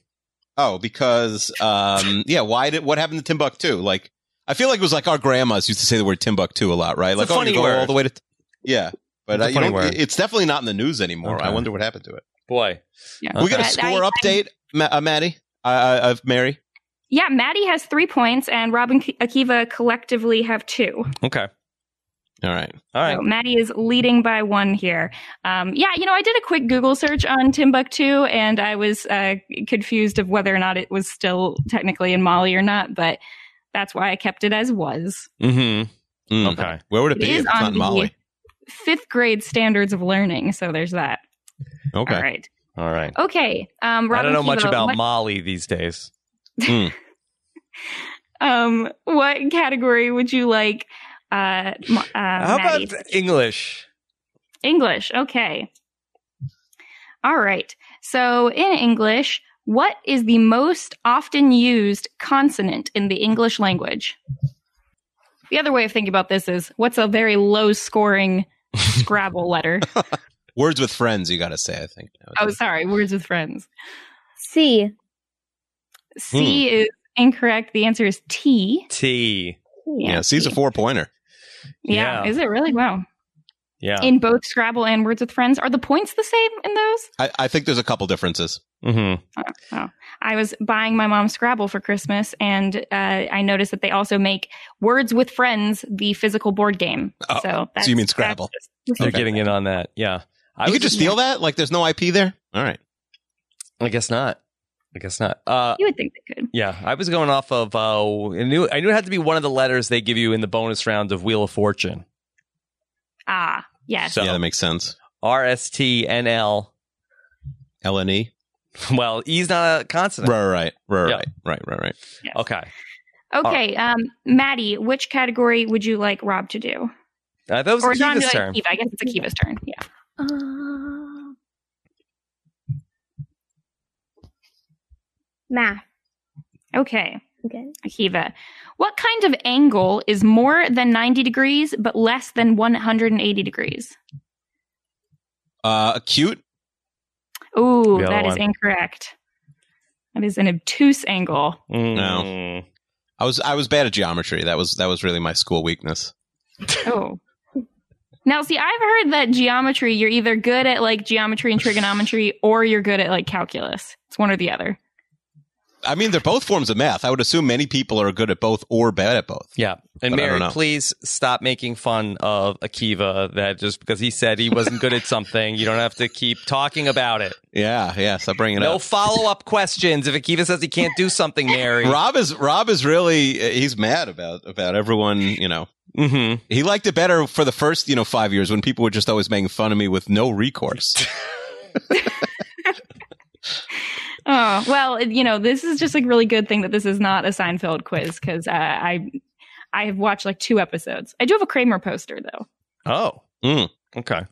[SPEAKER 3] oh, because, um, yeah. Why did what happened to Timbuktu? Like, I feel like it was like our grandmas used to say the word Timbuktu a lot, right?
[SPEAKER 2] It's a
[SPEAKER 3] like, oh,
[SPEAKER 2] funny
[SPEAKER 3] you go all
[SPEAKER 2] word.
[SPEAKER 3] the way to, yeah.
[SPEAKER 2] It's
[SPEAKER 3] But
[SPEAKER 2] a
[SPEAKER 3] uh, you
[SPEAKER 2] funny
[SPEAKER 3] don't-
[SPEAKER 2] word.
[SPEAKER 3] it's definitely not in the news anymore.
[SPEAKER 2] Okay.
[SPEAKER 3] I wonder what happened to it.
[SPEAKER 2] Boy.
[SPEAKER 5] Yeah.
[SPEAKER 3] We got a
[SPEAKER 5] Okay.
[SPEAKER 3] score
[SPEAKER 5] I- I-
[SPEAKER 3] update, Ma- uh, Maddie. Uh, of Mary.
[SPEAKER 5] yeah, Maddie has three points, and Rob and Ki- Akiva collectively have two.
[SPEAKER 2] Okay.
[SPEAKER 3] All right.
[SPEAKER 2] All right.
[SPEAKER 5] So Maddie is leading by one here. Um, yeah, you know, I did a quick Google search on Timbuktu, and I was uh, confused of whether or not it was still technically in Mali or not. But that's why I kept it as was.
[SPEAKER 2] Mm-hmm.
[SPEAKER 3] Mm.
[SPEAKER 2] Okay.
[SPEAKER 3] Where would it
[SPEAKER 5] It
[SPEAKER 3] be?
[SPEAKER 5] is
[SPEAKER 3] if it's not
[SPEAKER 5] on
[SPEAKER 3] in Mali.
[SPEAKER 5] the fifth grade standards of learning, so there's that.
[SPEAKER 3] Okay.
[SPEAKER 5] All right.
[SPEAKER 2] All right.
[SPEAKER 5] Okay. Um,
[SPEAKER 2] I don't
[SPEAKER 5] Robin
[SPEAKER 2] know much
[SPEAKER 5] Kiva,
[SPEAKER 2] about
[SPEAKER 5] what,
[SPEAKER 2] Molly these days.
[SPEAKER 5] um, what category would you like? Uh, Ma- uh,
[SPEAKER 2] How
[SPEAKER 5] Maddie?
[SPEAKER 2] about English?
[SPEAKER 5] English. Okay. All right. So in English, what is the most often used consonant in the English language? The other way of thinking about this is what's a very low scoring Scrabble letter?
[SPEAKER 3] Words with friends, you got to say, I think.
[SPEAKER 5] Oh, sorry. Words with friends.
[SPEAKER 4] C.
[SPEAKER 5] C
[SPEAKER 2] Hmm.
[SPEAKER 5] is incorrect. The answer is T.
[SPEAKER 2] T.
[SPEAKER 3] yeah, C's a four pointer.
[SPEAKER 5] Yeah.
[SPEAKER 2] Yeah.
[SPEAKER 5] Is it really? Wow.
[SPEAKER 2] Yeah.
[SPEAKER 5] In both Scrabble and Words with Friends, are the points the same in those?
[SPEAKER 3] I, I think there's a couple differences.
[SPEAKER 2] Mm-hmm.
[SPEAKER 5] I was buying my mom Scrabble for Christmas, and uh, I noticed that they also make Words with Friends the physical board game.
[SPEAKER 3] Oh,
[SPEAKER 5] so, that's,
[SPEAKER 3] you mean
[SPEAKER 5] that's
[SPEAKER 3] Scrabble.
[SPEAKER 5] just-
[SPEAKER 2] They're
[SPEAKER 3] Okay.
[SPEAKER 2] getting in on that. Yeah. I
[SPEAKER 3] you
[SPEAKER 2] was
[SPEAKER 3] could just steal that? Like there's no IP there? All right.
[SPEAKER 2] I guess not. I guess not. Uh,
[SPEAKER 5] you would think they could.
[SPEAKER 2] yeah, I was going off of. Uh, I knew I knew it had to be one of the letters they give you in the bonus round of Wheel of Fortune.
[SPEAKER 5] Ah, yes.
[SPEAKER 2] So-
[SPEAKER 3] Yeah, that makes sense.
[SPEAKER 2] R S T N L.
[SPEAKER 3] LNE?
[SPEAKER 2] Well, E's not a consonant.
[SPEAKER 3] Right, right, right,
[SPEAKER 2] Yeah.
[SPEAKER 3] right, right, right, right.
[SPEAKER 5] yes.
[SPEAKER 2] Okay,
[SPEAKER 5] Okay, um, Maddie, which category would you like Rob to do?
[SPEAKER 2] uh, that was
[SPEAKER 5] Or John,
[SPEAKER 2] Akiva's
[SPEAKER 5] do you like
[SPEAKER 2] turn.
[SPEAKER 5] Akiva? I guess it's Akiva's turn. Yeah.
[SPEAKER 4] Uh, math.
[SPEAKER 5] Okay,
[SPEAKER 4] Okay.
[SPEAKER 5] Akiva. What kind of angle is more than 90 degrees but less than 180 degrees?
[SPEAKER 3] Uh acute?
[SPEAKER 5] Ooh,
[SPEAKER 2] The other
[SPEAKER 5] that is
[SPEAKER 2] one.
[SPEAKER 5] incorrect. That is an obtuse angle.
[SPEAKER 2] Mm.
[SPEAKER 3] I was I was bad at geometry. That was that was really my school weakness.
[SPEAKER 5] Oh. Now, see, I've heard that geometry, you're either good at like geometry and trigonometry or you're good at like calculus. It's one or the other.
[SPEAKER 3] I mean, they're both forms of math. I would assume many people are good at both or bad at both.
[SPEAKER 2] Yeah, And
[SPEAKER 3] But I don't
[SPEAKER 2] Mary,
[SPEAKER 3] know.
[SPEAKER 2] please stop making fun of Akiva that just because he said he wasn't good at something, you don't have to keep talking about it.
[SPEAKER 3] Yeah, yeah. Stop bringing it
[SPEAKER 2] No
[SPEAKER 3] up.
[SPEAKER 2] follow up questions. If Akiva says he can't do something, Mary.
[SPEAKER 3] Rob is Rob is really he's mad about about everyone. You know,
[SPEAKER 2] Mm-hmm.
[SPEAKER 3] he liked it better for the first you know five years when people were just always making fun of me with no recourse.
[SPEAKER 5] Oh well, it- you know, this is just a really good thing that this is not a Seinfeld quiz because uh, I I have watched like two episodes. I do have a Kramer poster though.
[SPEAKER 2] Oh.
[SPEAKER 3] Mm.
[SPEAKER 2] Okay.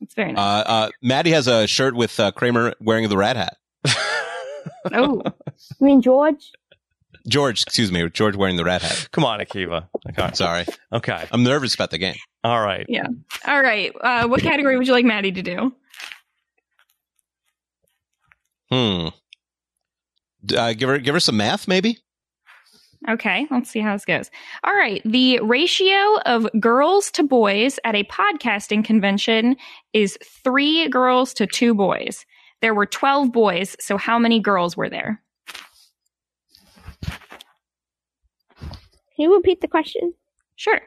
[SPEAKER 5] It's very
[SPEAKER 3] Uh,
[SPEAKER 5] nice.
[SPEAKER 3] uh, Maddie has a shirt with uh, Kramer wearing the rat hat.
[SPEAKER 5] oh,
[SPEAKER 4] I mean, George.
[SPEAKER 3] George, excuse me, George wearing the rat hat.
[SPEAKER 2] Come on, Akiva. Okay.
[SPEAKER 3] Sorry,
[SPEAKER 2] Okay.
[SPEAKER 3] I'm nervous about the game.
[SPEAKER 2] All right.
[SPEAKER 5] all right. Uh, what category would you like Maddie to do?
[SPEAKER 3] Hmm. D- Uh, give her give her some math, maybe.
[SPEAKER 5] Okay, let's see how this goes. All right, the ratio of girls to boys at a podcasting convention is three girls to two boys. There were 12 boys, so how many girls were there?
[SPEAKER 4] Can you repeat the question?
[SPEAKER 5] Sure.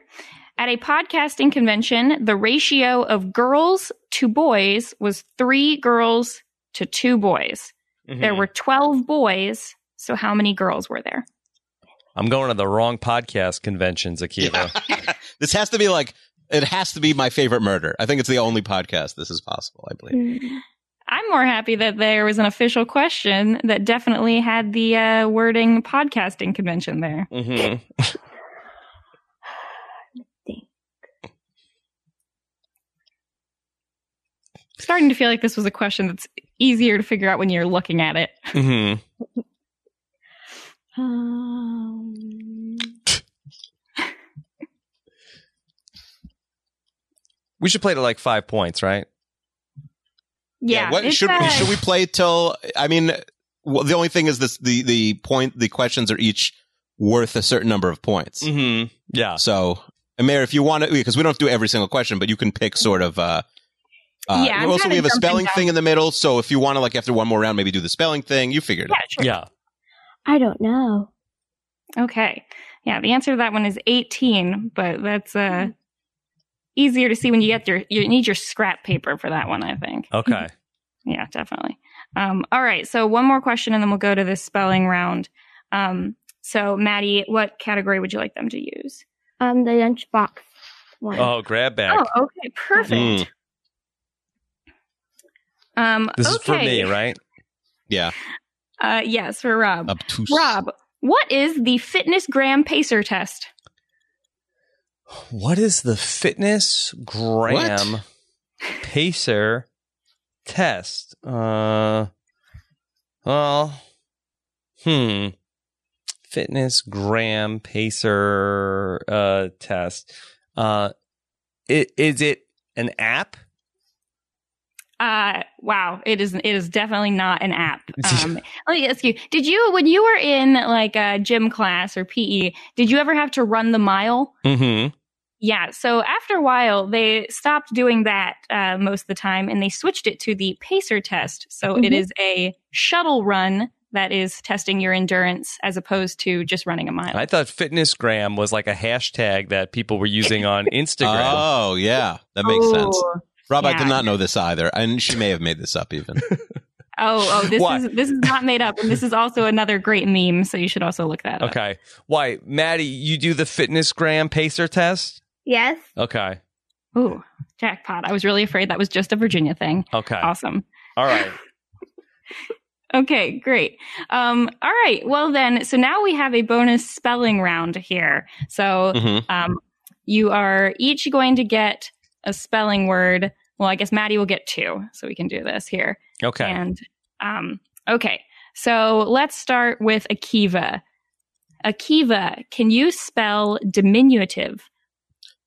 [SPEAKER 5] At a podcasting convention, the ratio of girls to boys was three girls to two boys. There
[SPEAKER 2] Mhm.
[SPEAKER 5] were 12 boys, so how many girls were there?
[SPEAKER 2] I'm going to the wrong podcast conventions, Akiva.
[SPEAKER 3] this has to be like it has to be my favorite murder. I think it's the only podcast this is possible. I believe.
[SPEAKER 4] Mm.
[SPEAKER 5] I'm more happy that there was an official question that definitely had the uh, wording podcasting convention there.
[SPEAKER 2] Mhm.
[SPEAKER 5] Starting to feel like this was a question that's easier to figure out when you're looking at it.
[SPEAKER 2] Mhm.
[SPEAKER 4] Um,
[SPEAKER 2] We should play to like five points, right?
[SPEAKER 5] Yeah.
[SPEAKER 3] what
[SPEAKER 5] it's,
[SPEAKER 3] should
[SPEAKER 5] uh,
[SPEAKER 3] should we play till? I mean, well, the only thing is this: the the point, the questions are each worth a certain number of points.
[SPEAKER 2] Mm-hmm. Yeah.
[SPEAKER 3] So, and Mayor, if you want to, because we don't have to do every single question, but you can pick sort of. uh uh,
[SPEAKER 5] Yeah, I'm
[SPEAKER 3] also, we
[SPEAKER 5] kinda
[SPEAKER 3] have a
[SPEAKER 5] jumping
[SPEAKER 3] spelling
[SPEAKER 5] down.
[SPEAKER 3] thing in the middle, so if you want to, like, after one more round, maybe do the spelling thing. You figured
[SPEAKER 5] Yeah,
[SPEAKER 3] it.
[SPEAKER 5] sure.
[SPEAKER 2] Yeah.
[SPEAKER 4] I don't know.
[SPEAKER 5] Okay. Yeah, the answer to that one is 18, but that's uh easier to see when you get your you need your scrap paper for that one, I think.
[SPEAKER 2] Okay.
[SPEAKER 5] Yeah, definitely. Um all right, so one more question and then we'll go to this spelling round. Um so Maddie, what category would you like them to use?
[SPEAKER 4] Um, the lunchbox one.
[SPEAKER 2] Oh, grab bag.
[SPEAKER 5] Mm-hmm. Oh, okay, perfect.
[SPEAKER 3] Mm,
[SPEAKER 5] Um
[SPEAKER 2] this
[SPEAKER 5] okay.
[SPEAKER 2] is for me, right? Um,
[SPEAKER 3] yeah,
[SPEAKER 5] Uh yes, for Rob.
[SPEAKER 3] obtuse.
[SPEAKER 5] Rob, what is the fitness gram pacer test?
[SPEAKER 2] What is the fitness gram
[SPEAKER 3] What?
[SPEAKER 2] pacer test? Uh, well, hmm. Fitness gram pacer uh, test. Uh, i- is it an app?
[SPEAKER 5] Uh, wow, it is it is definitely not an app. Um, let me ask you: Did you, when you were in like a gym class or PE, did you ever have to run the mile?
[SPEAKER 2] Mm-hmm.
[SPEAKER 5] Yeah. So after a while, they stopped doing that uh, most of the time, and they switched it to the pacer test. So it
[SPEAKER 4] Mhm.
[SPEAKER 5] is a shuttle run that is testing your endurance as opposed to just running a mile.
[SPEAKER 2] I thought fitness gram was like a hashtag that people were using on Instagram.
[SPEAKER 3] Oh, yeah, that makes sense.
[SPEAKER 5] Oh,
[SPEAKER 3] Rob, I did
[SPEAKER 5] yeah.
[SPEAKER 3] not know this either, and she may have made this up even.
[SPEAKER 5] oh, oh, this
[SPEAKER 2] Why?
[SPEAKER 5] is this is not made up, and this is also another great meme. So you should also look that up.
[SPEAKER 2] okay. Why, Maddie? You do the fitness gram pacer test?
[SPEAKER 4] Yes.
[SPEAKER 2] Okay.
[SPEAKER 5] Ooh, jackpot. I was really afraid that was just a Virginia thing.
[SPEAKER 2] Okay.
[SPEAKER 5] Awesome.
[SPEAKER 2] All right.
[SPEAKER 5] Okay, great. Um, all right. Well, then, so now we have a bonus spelling round here. So
[SPEAKER 2] Mm-hmm.
[SPEAKER 3] Mhm.
[SPEAKER 5] um, you are each going to get a spelling word. Well, I guess Maddie will get two, so we can do this here.
[SPEAKER 2] Okay.
[SPEAKER 5] And um, okay, so let's start with Akiva. Akiva, can you spell diminutive?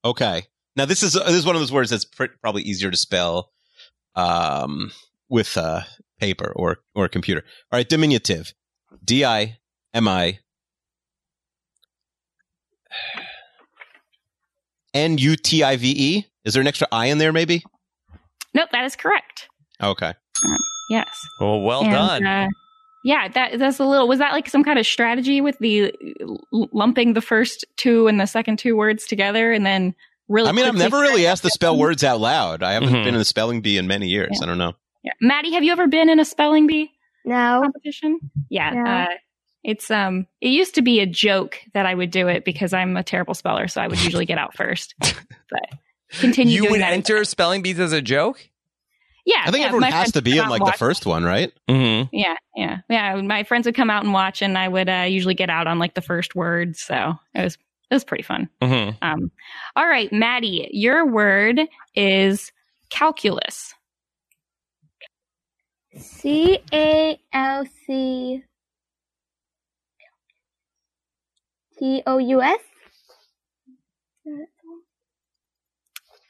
[SPEAKER 3] Okay. Now this is this is one of those words that's pr- probably easier to spell um, with uh, paper or or a computer. All right, diminutive. D i m i n u t i v e. Is there an extra i in there? Maybe.
[SPEAKER 5] Nope, that is correct.
[SPEAKER 3] Okay.
[SPEAKER 5] Yes.
[SPEAKER 2] Well, well
[SPEAKER 5] And,
[SPEAKER 2] done.
[SPEAKER 5] uh, Yeah, that that's a little. Was that like some kind of strategy with the l- lumping the first two and the second two words together, and then really?
[SPEAKER 3] I mean, I've
[SPEAKER 5] quickly-
[SPEAKER 3] never really asked to spell words out loud. I haven't
[SPEAKER 2] Mhm.
[SPEAKER 3] been in the spelling bee in many years. I don't know.
[SPEAKER 5] Yeah. Maddie, have you ever been in a spelling bee?
[SPEAKER 4] No.
[SPEAKER 5] competition. Yeah.
[SPEAKER 4] Yeah.
[SPEAKER 5] Uh, it's um it used to be a joke that I would do it because I'm a terrible speller, so I would usually get out first. But continue
[SPEAKER 2] you
[SPEAKER 5] doing
[SPEAKER 2] would
[SPEAKER 5] that.
[SPEAKER 2] enter spelling bees as a joke.
[SPEAKER 5] yeah.
[SPEAKER 3] I think
[SPEAKER 5] yeah,
[SPEAKER 3] everyone
[SPEAKER 5] my
[SPEAKER 3] has
[SPEAKER 5] friends
[SPEAKER 3] to be
[SPEAKER 5] would
[SPEAKER 3] in
[SPEAKER 5] come
[SPEAKER 3] like
[SPEAKER 5] out and
[SPEAKER 3] the
[SPEAKER 5] watch.
[SPEAKER 3] first one, right?
[SPEAKER 2] Mm-hmm.
[SPEAKER 5] Yeah, yeah. Yeah. My friends would come out and watch and I would uh, usually get out on like the first word, so it was it was pretty fun.
[SPEAKER 2] Mm-hmm.
[SPEAKER 5] Um all right, Maddie, your word is calculus.
[SPEAKER 4] C A L C T O U S.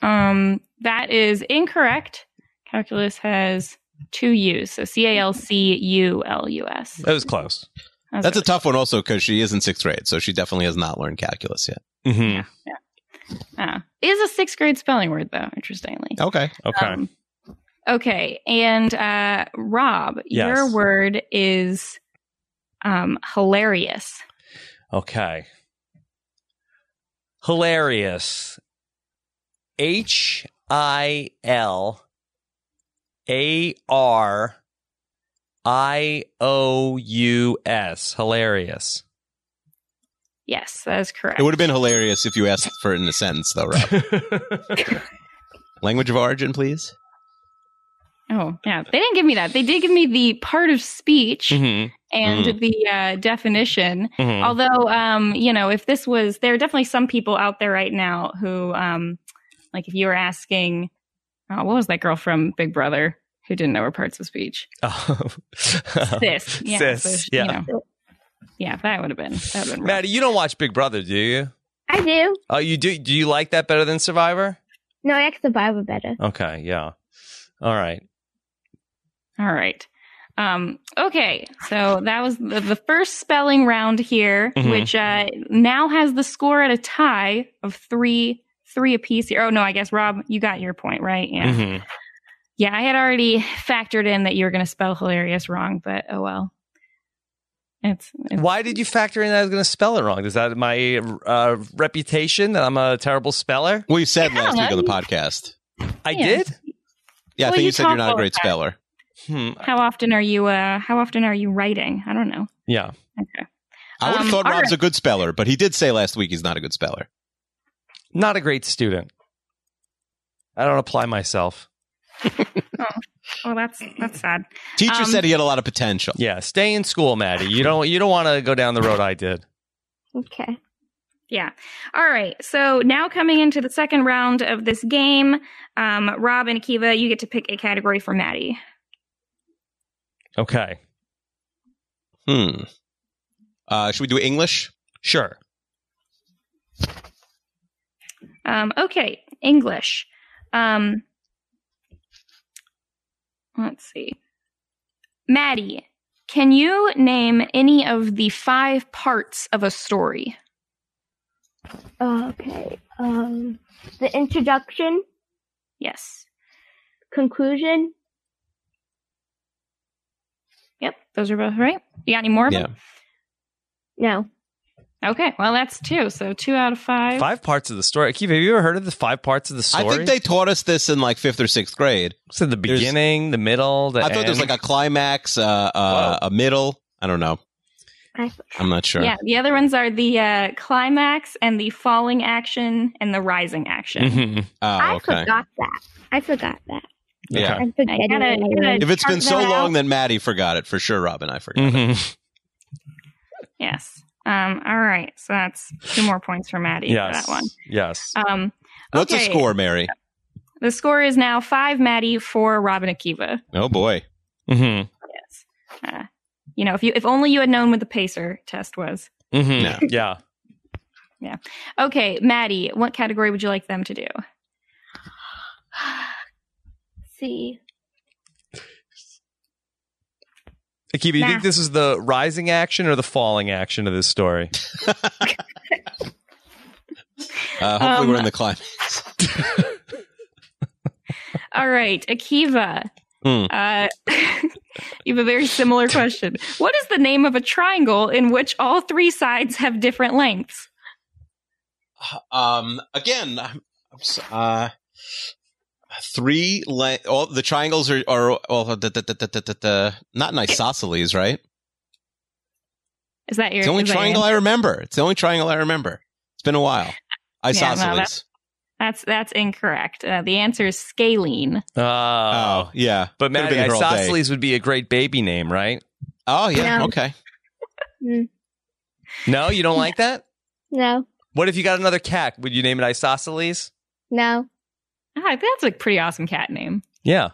[SPEAKER 5] Um that is incorrect. Calculus has two U's, so C A L C U L U S.
[SPEAKER 2] That was close.
[SPEAKER 3] That's a tough one also because she is in sixth grade, so she definitely has not learned calculus yet.
[SPEAKER 2] Mm-hmm.
[SPEAKER 5] Uh, is a sixth grade spelling word though, interestingly.
[SPEAKER 3] Okay.
[SPEAKER 2] Okay.
[SPEAKER 5] Um, okay. And uh, Rob, your
[SPEAKER 2] Yes.
[SPEAKER 5] word is um, hilarious.
[SPEAKER 2] Okay. Hilarious. H I L A R I O U S. Hilarious.
[SPEAKER 5] Yes, that is correct.
[SPEAKER 3] It would have been hilarious if you asked for it in a sentence, though, Rob.
[SPEAKER 2] Mm-hmm,
[SPEAKER 3] Language of origin, please.
[SPEAKER 5] oh, yeah. They didn't give me that. They did give me the part of speech
[SPEAKER 3] Mm-hmm.
[SPEAKER 2] Mhm,
[SPEAKER 5] and the uh, definition.
[SPEAKER 2] mhm.
[SPEAKER 5] Although, um, you know, if this was, there are definitely some people out there right now who, um, like, if you were asking, oh, what was that girl from Big Brother who didn't know her parts of speech?
[SPEAKER 2] Oh.
[SPEAKER 5] sis. Yeah,
[SPEAKER 2] Uh-huh. Sis,
[SPEAKER 5] so she-
[SPEAKER 2] yeah.
[SPEAKER 5] you know. yeah, that would have been that would have been rough.
[SPEAKER 2] Maddie, you don't watch Big Brother, do you?
[SPEAKER 4] I do.
[SPEAKER 2] Oh, you do. Do you like that better than Survivor?
[SPEAKER 4] No, I like Survivor better.
[SPEAKER 2] Okay, yeah. All right.
[SPEAKER 5] All right. Um, okay, so that was the, the first spelling round here,
[SPEAKER 2] Mhm.
[SPEAKER 5] which uh, now has the score at a tie of three, three apiece here. Oh no, I guess Rob, you got your point right. Yeah,
[SPEAKER 2] Mhm.
[SPEAKER 5] yeah, I had already factored in that you were going to spell hilarious wrong, but oh well. It's, it's
[SPEAKER 2] Why did you factor in that I was going to spell it wrong? Is that my uh, reputation that I'm a terrible speller?
[SPEAKER 3] Well, you said
[SPEAKER 5] Yeah, I
[SPEAKER 3] last
[SPEAKER 5] don't
[SPEAKER 3] week on
[SPEAKER 5] know.
[SPEAKER 3] the podcast.
[SPEAKER 2] I
[SPEAKER 5] Yeah.
[SPEAKER 2] did.
[SPEAKER 3] Yeah, I
[SPEAKER 5] Well,
[SPEAKER 3] think
[SPEAKER 5] you
[SPEAKER 3] you said you're
[SPEAKER 5] talk
[SPEAKER 3] not a
[SPEAKER 5] all the
[SPEAKER 3] great
[SPEAKER 5] time.
[SPEAKER 3] speller.
[SPEAKER 2] Hmm.
[SPEAKER 5] how often are you? Uh, how often are you writing? I don't know.
[SPEAKER 2] Yeah.
[SPEAKER 5] Okay.
[SPEAKER 3] I would have
[SPEAKER 5] Um,
[SPEAKER 3] thought
[SPEAKER 5] all
[SPEAKER 3] Rob's
[SPEAKER 5] right.
[SPEAKER 3] a good speller, but he did say last week he's not a good speller.
[SPEAKER 2] Not a great student. I don't apply myself.
[SPEAKER 5] Well, that's that's sad.
[SPEAKER 3] Teacher
[SPEAKER 5] Um,
[SPEAKER 3] said he had a lot of potential.
[SPEAKER 2] Yeah, stay in school, Maddie. You don't you don't want to go down the road I did.
[SPEAKER 4] Okay.
[SPEAKER 5] Yeah. All right. So now coming into the second round of this game, um, Rob and Akiva, you get to pick a category for Maddie.
[SPEAKER 2] Okay.
[SPEAKER 3] Hmm. Uh, should we do English?
[SPEAKER 2] Sure.
[SPEAKER 5] Um, okay, English. Um, let's see. Maddie, can you name any of the five parts of a story?
[SPEAKER 4] Okay. Um, the introduction,
[SPEAKER 5] Yes.
[SPEAKER 4] conclusion.
[SPEAKER 5] Yep. Those are both right. You got any more? Of
[SPEAKER 3] Yeah.
[SPEAKER 5] them?
[SPEAKER 4] No.
[SPEAKER 5] Okay. Well, that's two. So two out of five.
[SPEAKER 2] Five parts of the story. Akiva, have you ever heard of the five parts of the story?
[SPEAKER 3] I think they taught us this in like fifth or sixth grade.
[SPEAKER 2] it's in the
[SPEAKER 3] there's-
[SPEAKER 2] beginning, the middle, the
[SPEAKER 3] I thought there was
[SPEAKER 2] end.
[SPEAKER 3] like a climax, uh, uh, a middle. I don't know.
[SPEAKER 4] I,
[SPEAKER 3] I'm not sure.
[SPEAKER 5] Yeah, the other ones are the uh, climax and the falling action and the rising action.
[SPEAKER 2] Mhm.
[SPEAKER 3] Oh,
[SPEAKER 4] I
[SPEAKER 3] okay. Oh.
[SPEAKER 4] forgot that. I forgot that.
[SPEAKER 2] Okay.
[SPEAKER 3] Yeah.
[SPEAKER 4] I'm forgetting.
[SPEAKER 5] gotta- I
[SPEAKER 4] my
[SPEAKER 5] gotta-
[SPEAKER 4] words.
[SPEAKER 3] If it's been
[SPEAKER 5] Cut
[SPEAKER 3] so
[SPEAKER 5] that out. Mm.
[SPEAKER 3] long that Maddie forgot it, for sure, Robin, I forgot.
[SPEAKER 2] Mhm.
[SPEAKER 5] Yes. Um, all right. So that's two more points for Maddie
[SPEAKER 2] Yes.
[SPEAKER 5] for that one.
[SPEAKER 2] Yes.
[SPEAKER 5] Um,
[SPEAKER 3] What's the
[SPEAKER 5] okay.
[SPEAKER 3] score, Mary?
[SPEAKER 5] The score is now five Maddie, four Robin Akiva.
[SPEAKER 3] Oh, boy.
[SPEAKER 2] Mhm.
[SPEAKER 5] Yes. Uh, you know, if you if only you had known what the pacer test was.
[SPEAKER 2] Mhm.
[SPEAKER 3] No.
[SPEAKER 2] Yeah.
[SPEAKER 5] Okay, Maddie, what category would you like them to do?
[SPEAKER 4] see.
[SPEAKER 2] Akiva, you
[SPEAKER 5] Nah.
[SPEAKER 2] think this is the rising action or the falling action of this story?
[SPEAKER 3] Uh, hopefully,
[SPEAKER 5] Um,
[SPEAKER 3] we're in the climax.
[SPEAKER 5] All right, Akiva.
[SPEAKER 3] Hmm.
[SPEAKER 5] Uh, You have a very similar question. What is the name of a triangle in which all three sides have different lengths?
[SPEAKER 3] Um, again, I'm, I'm s- uh, three le- all the triangles are are all da, da, da, da, da, da, da, not an isosceles, right?
[SPEAKER 5] Is that your
[SPEAKER 3] It's the only
[SPEAKER 5] is that your
[SPEAKER 3] triangle
[SPEAKER 5] answer?
[SPEAKER 3] I remember. It's the only triangle I remember. It's been a while.
[SPEAKER 5] no,
[SPEAKER 3] Isosceles.
[SPEAKER 5] that- That's that's incorrect. Uh, the answer is scalene.
[SPEAKER 2] Uh,
[SPEAKER 3] oh yeah.
[SPEAKER 2] But
[SPEAKER 3] Could've
[SPEAKER 2] Maddie,
[SPEAKER 3] been here all day.
[SPEAKER 2] isosceles would be a great baby name, right?
[SPEAKER 3] Oh yeah.
[SPEAKER 4] Yeah.
[SPEAKER 3] Okay.
[SPEAKER 2] No, you don't like that?
[SPEAKER 4] No,
[SPEAKER 2] What if you got another cat? Would you name it Isosceles?
[SPEAKER 4] no.
[SPEAKER 5] Ah, that's a pretty awesome cat name.
[SPEAKER 2] Yeah.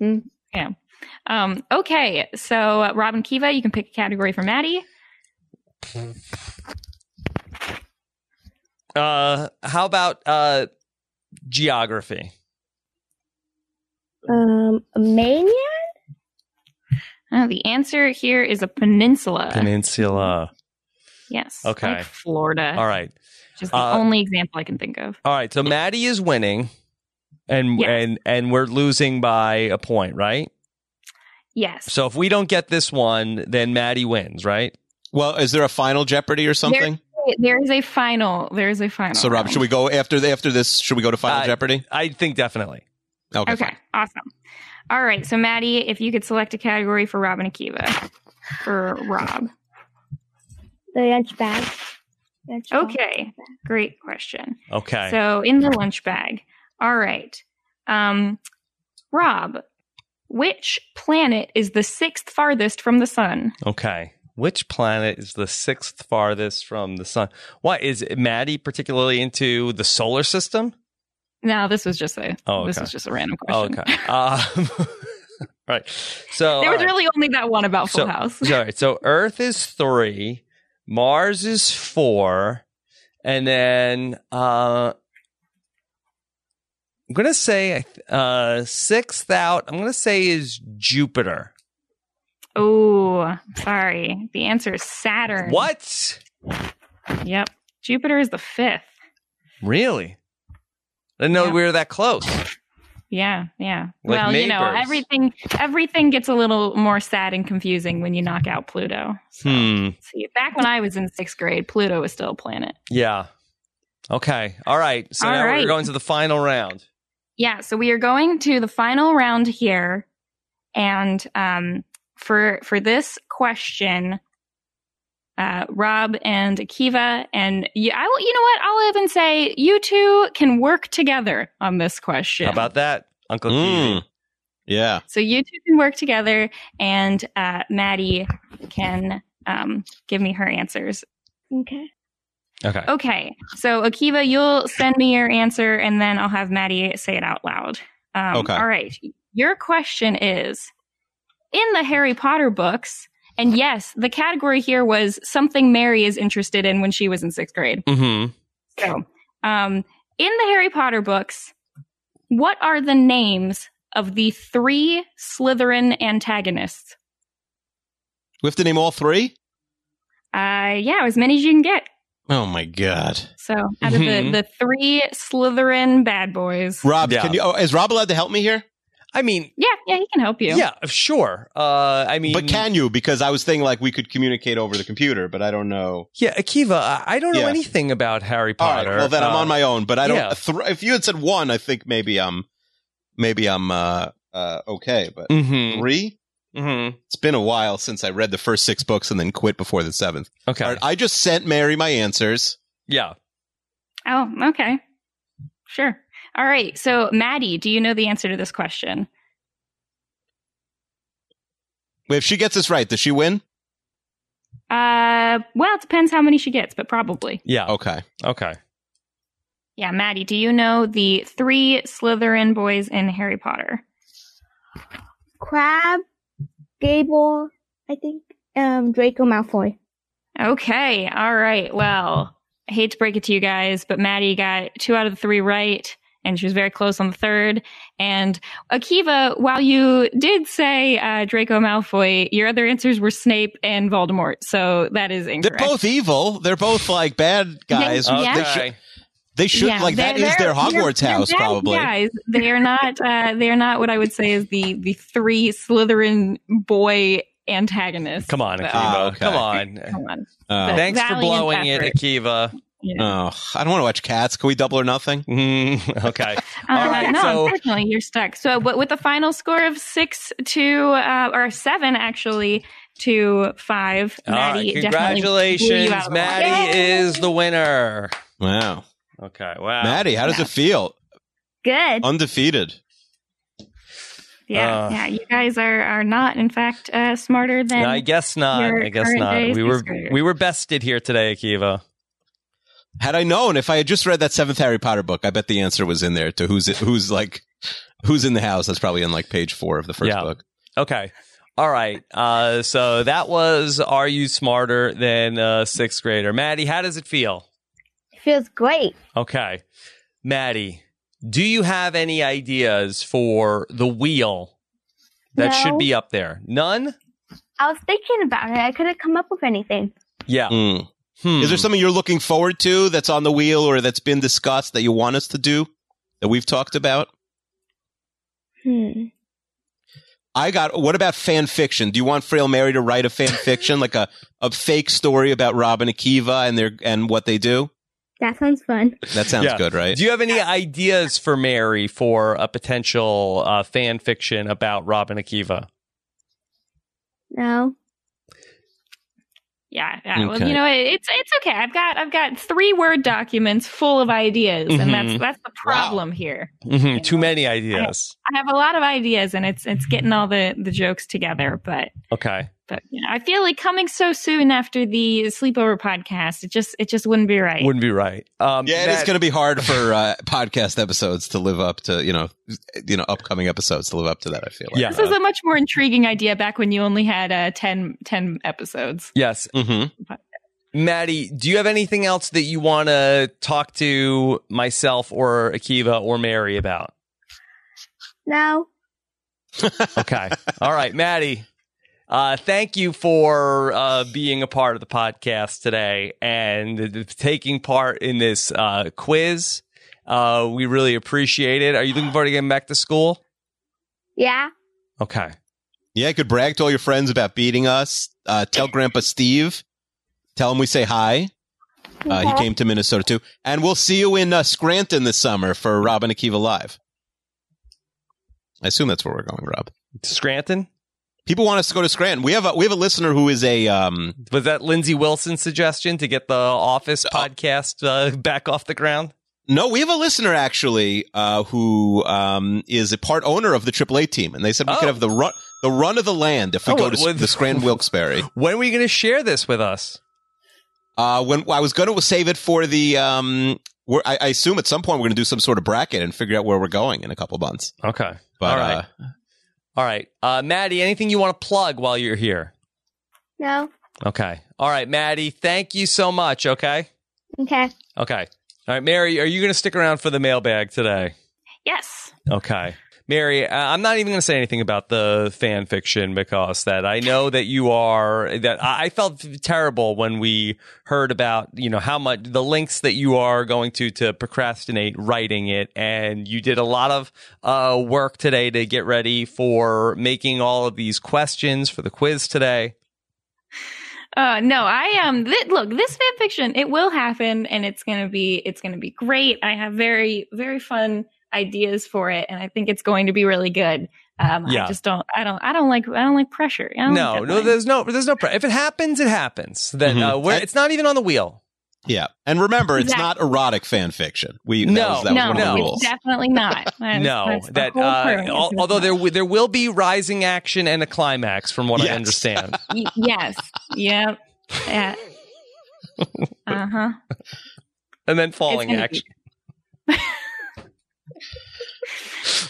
[SPEAKER 5] Um, okay, so uh, Robin Kiva, you can pick a category for Maddie.
[SPEAKER 2] Uh, how about uh, geography?
[SPEAKER 4] Um, mania.
[SPEAKER 5] Uh, the answer here is a peninsula.
[SPEAKER 2] Peninsula.
[SPEAKER 5] yes.
[SPEAKER 2] Okay.
[SPEAKER 5] Like Florida.
[SPEAKER 2] All right.
[SPEAKER 5] Which is the
[SPEAKER 2] Uh,
[SPEAKER 5] only example I can think of.
[SPEAKER 2] All right. So Maddie is winning, and
[SPEAKER 5] Yes.
[SPEAKER 2] and and we're losing by a point, right?
[SPEAKER 5] Yes.
[SPEAKER 2] So if we don't get this one, then Maddie wins, right?
[SPEAKER 3] Well, is there a final Jeopardy or something?
[SPEAKER 5] there is a final. There is a final.
[SPEAKER 3] so, Rob,
[SPEAKER 5] round.
[SPEAKER 3] should we go after the, after this? Should we go to Final
[SPEAKER 2] Uh,
[SPEAKER 3] Jeopardy?
[SPEAKER 2] I think definitely.
[SPEAKER 3] Okay.
[SPEAKER 5] Okay, awesome. All right, so Maddie, if you could select a category for Robin Akiva for Rob.
[SPEAKER 4] The lunch bag. Lunch bag.
[SPEAKER 5] Okay, great question.
[SPEAKER 2] Okay.
[SPEAKER 5] So in the lunch bag. All right, um, Rob, which planet is the sixth farthest from the sun?
[SPEAKER 2] okay. Which planet is the sixth farthest from the sun? Why is Maddie particularly into the solar system?
[SPEAKER 5] No, this was just a
[SPEAKER 2] Oh,
[SPEAKER 5] this
[SPEAKER 2] okay.
[SPEAKER 5] was just a random
[SPEAKER 2] Oh,
[SPEAKER 5] question.
[SPEAKER 2] okay. Um, all right. So
[SPEAKER 5] There was
[SPEAKER 2] all right.
[SPEAKER 5] really only that one about
[SPEAKER 2] So-
[SPEAKER 5] Full House.
[SPEAKER 2] All right. So Earth is three, Mars is four, and then uh, I'm gonna say uh, sixth out. I'm gonna say is Jupiter.
[SPEAKER 5] Oh, sorry. The answer is Saturn.
[SPEAKER 2] What?
[SPEAKER 5] Yep. Jupiter is the fifth.
[SPEAKER 2] Really? I didn't know
[SPEAKER 5] Yeah.
[SPEAKER 2] we were that close.
[SPEAKER 5] Yeah, yeah.
[SPEAKER 2] Like
[SPEAKER 5] well, you know,
[SPEAKER 2] neighbors.
[SPEAKER 5] everything everything gets a little more sad and confusing when you knock out Pluto. So,
[SPEAKER 2] Hmm.
[SPEAKER 5] See, back when I was in sixth grade, Pluto was still a planet.
[SPEAKER 2] Yeah. Okay. All right. So
[SPEAKER 5] All
[SPEAKER 2] now
[SPEAKER 5] right.
[SPEAKER 2] we're going to the final round.
[SPEAKER 5] Yeah, so we are going to the final round here, and um, for for this question, uh, Rob and Akiva and you, I will. You know what? I'll even say you two can work together on this question.
[SPEAKER 2] How about that, Uncle
[SPEAKER 3] Mm.
[SPEAKER 2] Keevy?
[SPEAKER 3] Yeah.
[SPEAKER 5] So you two can work together, and uh, Maddie can um, give me her answers.
[SPEAKER 4] Okay.
[SPEAKER 2] Okay.
[SPEAKER 5] Okay, so Akiva, you'll send me your answer, and then I'll have Maddie say it out loud. Um,
[SPEAKER 3] Okay.
[SPEAKER 5] All right. Your question is in the Harry Potter books, and yes, the category here was something Mary is interested in when she was in sixth grade.
[SPEAKER 2] Mm-hmm.
[SPEAKER 5] So, um, in the Harry Potter books, what are the names of the three Slytherin antagonists?
[SPEAKER 3] We have to name all three.
[SPEAKER 5] Uh, yeah, as many as you can get.
[SPEAKER 3] Oh my god,
[SPEAKER 5] So, out of the,
[SPEAKER 2] Mhm.
[SPEAKER 5] the three Slytherin bad boys.
[SPEAKER 3] Rob!
[SPEAKER 2] Yeah.
[SPEAKER 3] Can you? Oh, is Rob allowed to help me here?
[SPEAKER 2] I mean,
[SPEAKER 5] Yeah, yeah, he can help you.
[SPEAKER 2] yeah, sure. Uh, I mean,
[SPEAKER 3] But can you? Because I was thinking like we could communicate over the computer, but I don't know.
[SPEAKER 2] Yeah, Akiva, I, I don't know
[SPEAKER 3] Yeah.
[SPEAKER 2] anything about Harry
[SPEAKER 3] All right.
[SPEAKER 2] Potter.
[SPEAKER 3] Well, then I'm
[SPEAKER 2] Uh,
[SPEAKER 3] on my own. But I don't.
[SPEAKER 2] yeah.
[SPEAKER 3] thr- if you had said one, I think maybe I'm, maybe I'm uh, uh, okay. But
[SPEAKER 2] Mhm.
[SPEAKER 3] three.
[SPEAKER 2] Mhm.
[SPEAKER 3] It's been a while since I read the first six books and then quit before the seventh.
[SPEAKER 2] Okay.
[SPEAKER 3] All right, I just sent Mary my answers.
[SPEAKER 2] Yeah.
[SPEAKER 5] Oh, okay. Sure. All right. So, Maddie, do you know the answer to this question?
[SPEAKER 3] Wait, If she gets this right, does she win?
[SPEAKER 5] Uh, well, it depends how many she gets, but probably.
[SPEAKER 2] Yeah.
[SPEAKER 3] Okay.
[SPEAKER 2] Okay.
[SPEAKER 5] Yeah, Maddie, do you know the three Slytherin boys in Harry Potter?
[SPEAKER 4] Crab, Gable, I think. Um, Draco Malfoy.
[SPEAKER 5] Okay. All right. Well, I hate to break it to you guys, but Maddie got two out of the three right, and she was very close on the third. And Akiva, while you did say uh, Draco Malfoy, your other answers were Snape and Voldemort. So that is
[SPEAKER 3] They're
[SPEAKER 5] incorrect.
[SPEAKER 3] both evil. They're both like bad guys.
[SPEAKER 5] Yeah.
[SPEAKER 2] Okay.
[SPEAKER 3] They should- They should like that
[SPEAKER 5] they're-
[SPEAKER 3] is their
[SPEAKER 5] they're-
[SPEAKER 3] Hogwarts
[SPEAKER 5] they're
[SPEAKER 3] house,
[SPEAKER 5] bad
[SPEAKER 3] probably.
[SPEAKER 5] Guys, they are not. Uh, they are not what I would say is the the three Slytherin boy antagonists.
[SPEAKER 2] Come on, Akiva.
[SPEAKER 3] Ah, okay.
[SPEAKER 2] Come on.
[SPEAKER 5] Come on.
[SPEAKER 3] Oh.
[SPEAKER 5] That-
[SPEAKER 2] Thanks for
[SPEAKER 5] Valiant
[SPEAKER 2] blowing it,
[SPEAKER 5] effort.
[SPEAKER 2] Akiva.
[SPEAKER 3] Oh,
[SPEAKER 5] Yeah.
[SPEAKER 3] I don't want to watch cats. Can we double or nothing?
[SPEAKER 2] Mm, okay. All
[SPEAKER 5] uh,
[SPEAKER 2] right,
[SPEAKER 5] no,
[SPEAKER 2] so-
[SPEAKER 5] unfortunately, you're stuck. So, but with a final score of six to uh, or seven, actually to five.
[SPEAKER 2] All right.
[SPEAKER 5] Maddie definitely blew you out of
[SPEAKER 2] Congratulations.
[SPEAKER 5] the water.
[SPEAKER 2] Maddie
[SPEAKER 4] Yay.
[SPEAKER 2] is the winner.
[SPEAKER 3] Wow.
[SPEAKER 2] Okay. Wow.
[SPEAKER 3] Maddie, how does it feel?
[SPEAKER 4] Good.
[SPEAKER 3] Undefeated.
[SPEAKER 5] Yeah,
[SPEAKER 2] Uh.
[SPEAKER 5] yeah. You guys are are not, in fact, uh, smarter than.
[SPEAKER 2] No, I guess not.
[SPEAKER 5] your
[SPEAKER 2] I guess
[SPEAKER 5] current
[SPEAKER 2] not.
[SPEAKER 5] day
[SPEAKER 2] We were
[SPEAKER 5] sister.
[SPEAKER 2] we were bested here today, Akiva.
[SPEAKER 3] Had I known, if I had just read that seventh Harry Potter book, I bet the answer was in there to who's who's like who's in the house. That's probably in like page four of the first
[SPEAKER 2] Yeah.
[SPEAKER 3] book.
[SPEAKER 2] Okay. All right. Uh, so that was Are You Smarter Than a Sixth Grader? Maddie, how does it feel?
[SPEAKER 4] Feels great.
[SPEAKER 2] Okay. Maddie, do you have any ideas for the wheel that
[SPEAKER 4] No.
[SPEAKER 2] should be up there? None?
[SPEAKER 4] I was thinking about it. I couldn't come up with anything.
[SPEAKER 2] Yeah.
[SPEAKER 3] Mm.
[SPEAKER 2] Hmm.
[SPEAKER 3] Is there something you're looking forward to that's on the wheel or that's been discussed that you want us to do that we've talked about?
[SPEAKER 4] Hmm.
[SPEAKER 3] I got. What about fan fiction? Do you want Frail Mary to write a fan fiction, like a, a fake story about Robin Akiva and their and what they do?
[SPEAKER 4] That sounds fun.
[SPEAKER 3] That sounds
[SPEAKER 2] Yeah.
[SPEAKER 3] good, right?
[SPEAKER 2] do you have any ideas for Mary for a potential uh, fan fiction about Robin Akiva?
[SPEAKER 4] No.
[SPEAKER 5] Yeah, yeah. Well,
[SPEAKER 3] Okay.
[SPEAKER 5] you know, it- it's it's okay. I've got I've got three word documents full of ideas, and that's
[SPEAKER 2] Mhm.
[SPEAKER 5] that's the problem here.
[SPEAKER 2] hmm Too many ideas.
[SPEAKER 5] I have a lot of ideas, and it's it's getting all the the jokes together. But
[SPEAKER 2] Okay.
[SPEAKER 5] but you know, I feel like coming so soon after the sleepover podcast, it just it just wouldn't be right.
[SPEAKER 2] Wouldn't be right. Um,
[SPEAKER 3] Yeah,
[SPEAKER 2] Matt-
[SPEAKER 3] it's going to be hard for uh, podcast episodes to live up to you know, you know, upcoming episodes to live up to that. I feel like.
[SPEAKER 2] Yeah.
[SPEAKER 5] this is a much more intriguing idea back when you only had uh, 10, 10 episodes.
[SPEAKER 2] Yes.
[SPEAKER 3] Mhm.
[SPEAKER 2] Maddie, do you have anything else that you want to talk to myself or Akiva or Mary about?
[SPEAKER 4] No.
[SPEAKER 2] Okay. All right, Maddie. Uh, thank you for uh, being a part of the podcast today and taking part in this uh, quiz. Uh, we really appreciate it. Are you looking forward to getting back to school?
[SPEAKER 4] Yeah.
[SPEAKER 2] Okay.
[SPEAKER 3] Yeah, you could brag to all your friends about beating us. Uh, tell Grandpa Steve. Tell him we say hi. Uh, he
[SPEAKER 4] Okay.
[SPEAKER 3] came to Minnesota too, and we'll see you in uh, Scranton this summer for Robin Akiva Live. I assume that's where we're going, Rob.
[SPEAKER 2] Scranton?
[SPEAKER 3] People want us to go to Scranton. We have a we have a listener who is a um
[SPEAKER 2] Was that Lindsay Wilson's suggestion to get the office
[SPEAKER 3] Oh.
[SPEAKER 2] podcast uh, back off the ground?
[SPEAKER 3] no, we have a listener actually uh who um is a part owner of the AAA team, and they said we
[SPEAKER 2] Oh.
[SPEAKER 3] could have the run the run of the land if we
[SPEAKER 2] Oh,
[SPEAKER 3] go
[SPEAKER 2] what-
[SPEAKER 3] to s-
[SPEAKER 2] what-
[SPEAKER 3] the Scranton Wilkes-Barre.
[SPEAKER 2] When are we going to share this with us?
[SPEAKER 3] Uh, when I was going to save it for the um, we're, I, I assume at some point we're going to do some sort of bracket and figure out where we're going in a couple months.
[SPEAKER 2] Okay.
[SPEAKER 3] But
[SPEAKER 2] All right.
[SPEAKER 3] uh,
[SPEAKER 2] All right. Uh, Maddie, anything you want to plug while you're here?
[SPEAKER 4] No.
[SPEAKER 2] Okay. All right, Maddie, thank you so much. Okay.
[SPEAKER 4] Okay.
[SPEAKER 2] Okay. All right, Mary, are you going to stick around for the mailbag today?
[SPEAKER 5] Yes.
[SPEAKER 2] Okay. Mary, uh, I'm not even going to say anything about the fan fiction because that I know that you are that I I felt terrible when we heard about, you know, how much the links that you are going to to procrastinate writing it and you did a lot of uh, work today to get ready for making all of these questions for the quiz today.
[SPEAKER 5] Uh, no, I Um, th- look, this fan fiction, it will happen, and it's gonna be it's gonna be great. I have very very fun ideas for it, and I think it's going to be really good. Um,
[SPEAKER 2] Yeah.
[SPEAKER 5] I just don't I don't I don't like I don't like pressure. I don't like
[SPEAKER 2] No, no,
[SPEAKER 5] deadlines.
[SPEAKER 2] there's no, there's no. Pre- if it happens, it happens. Then
[SPEAKER 3] Mhm.
[SPEAKER 2] uh, we're,
[SPEAKER 3] I-
[SPEAKER 2] it's not even on the wheel.
[SPEAKER 3] yeah, and remember, it's
[SPEAKER 5] Exactly.
[SPEAKER 3] not erotic fan fiction. We that
[SPEAKER 2] No,
[SPEAKER 3] was, that was
[SPEAKER 5] no,
[SPEAKER 3] one of
[SPEAKER 2] no.
[SPEAKER 3] the
[SPEAKER 5] it's
[SPEAKER 3] rules.
[SPEAKER 5] definitely not. That's-
[SPEAKER 2] no,
[SPEAKER 5] that's the
[SPEAKER 2] that
[SPEAKER 5] whole
[SPEAKER 2] uh,
[SPEAKER 5] premise.
[SPEAKER 2] al- although there w- there will be rising action and a climax, from what I
[SPEAKER 3] Yes.
[SPEAKER 2] understand.
[SPEAKER 5] Y- yes, yep, yeah. uh huh.
[SPEAKER 2] and then falling
[SPEAKER 5] It's gonna
[SPEAKER 2] action.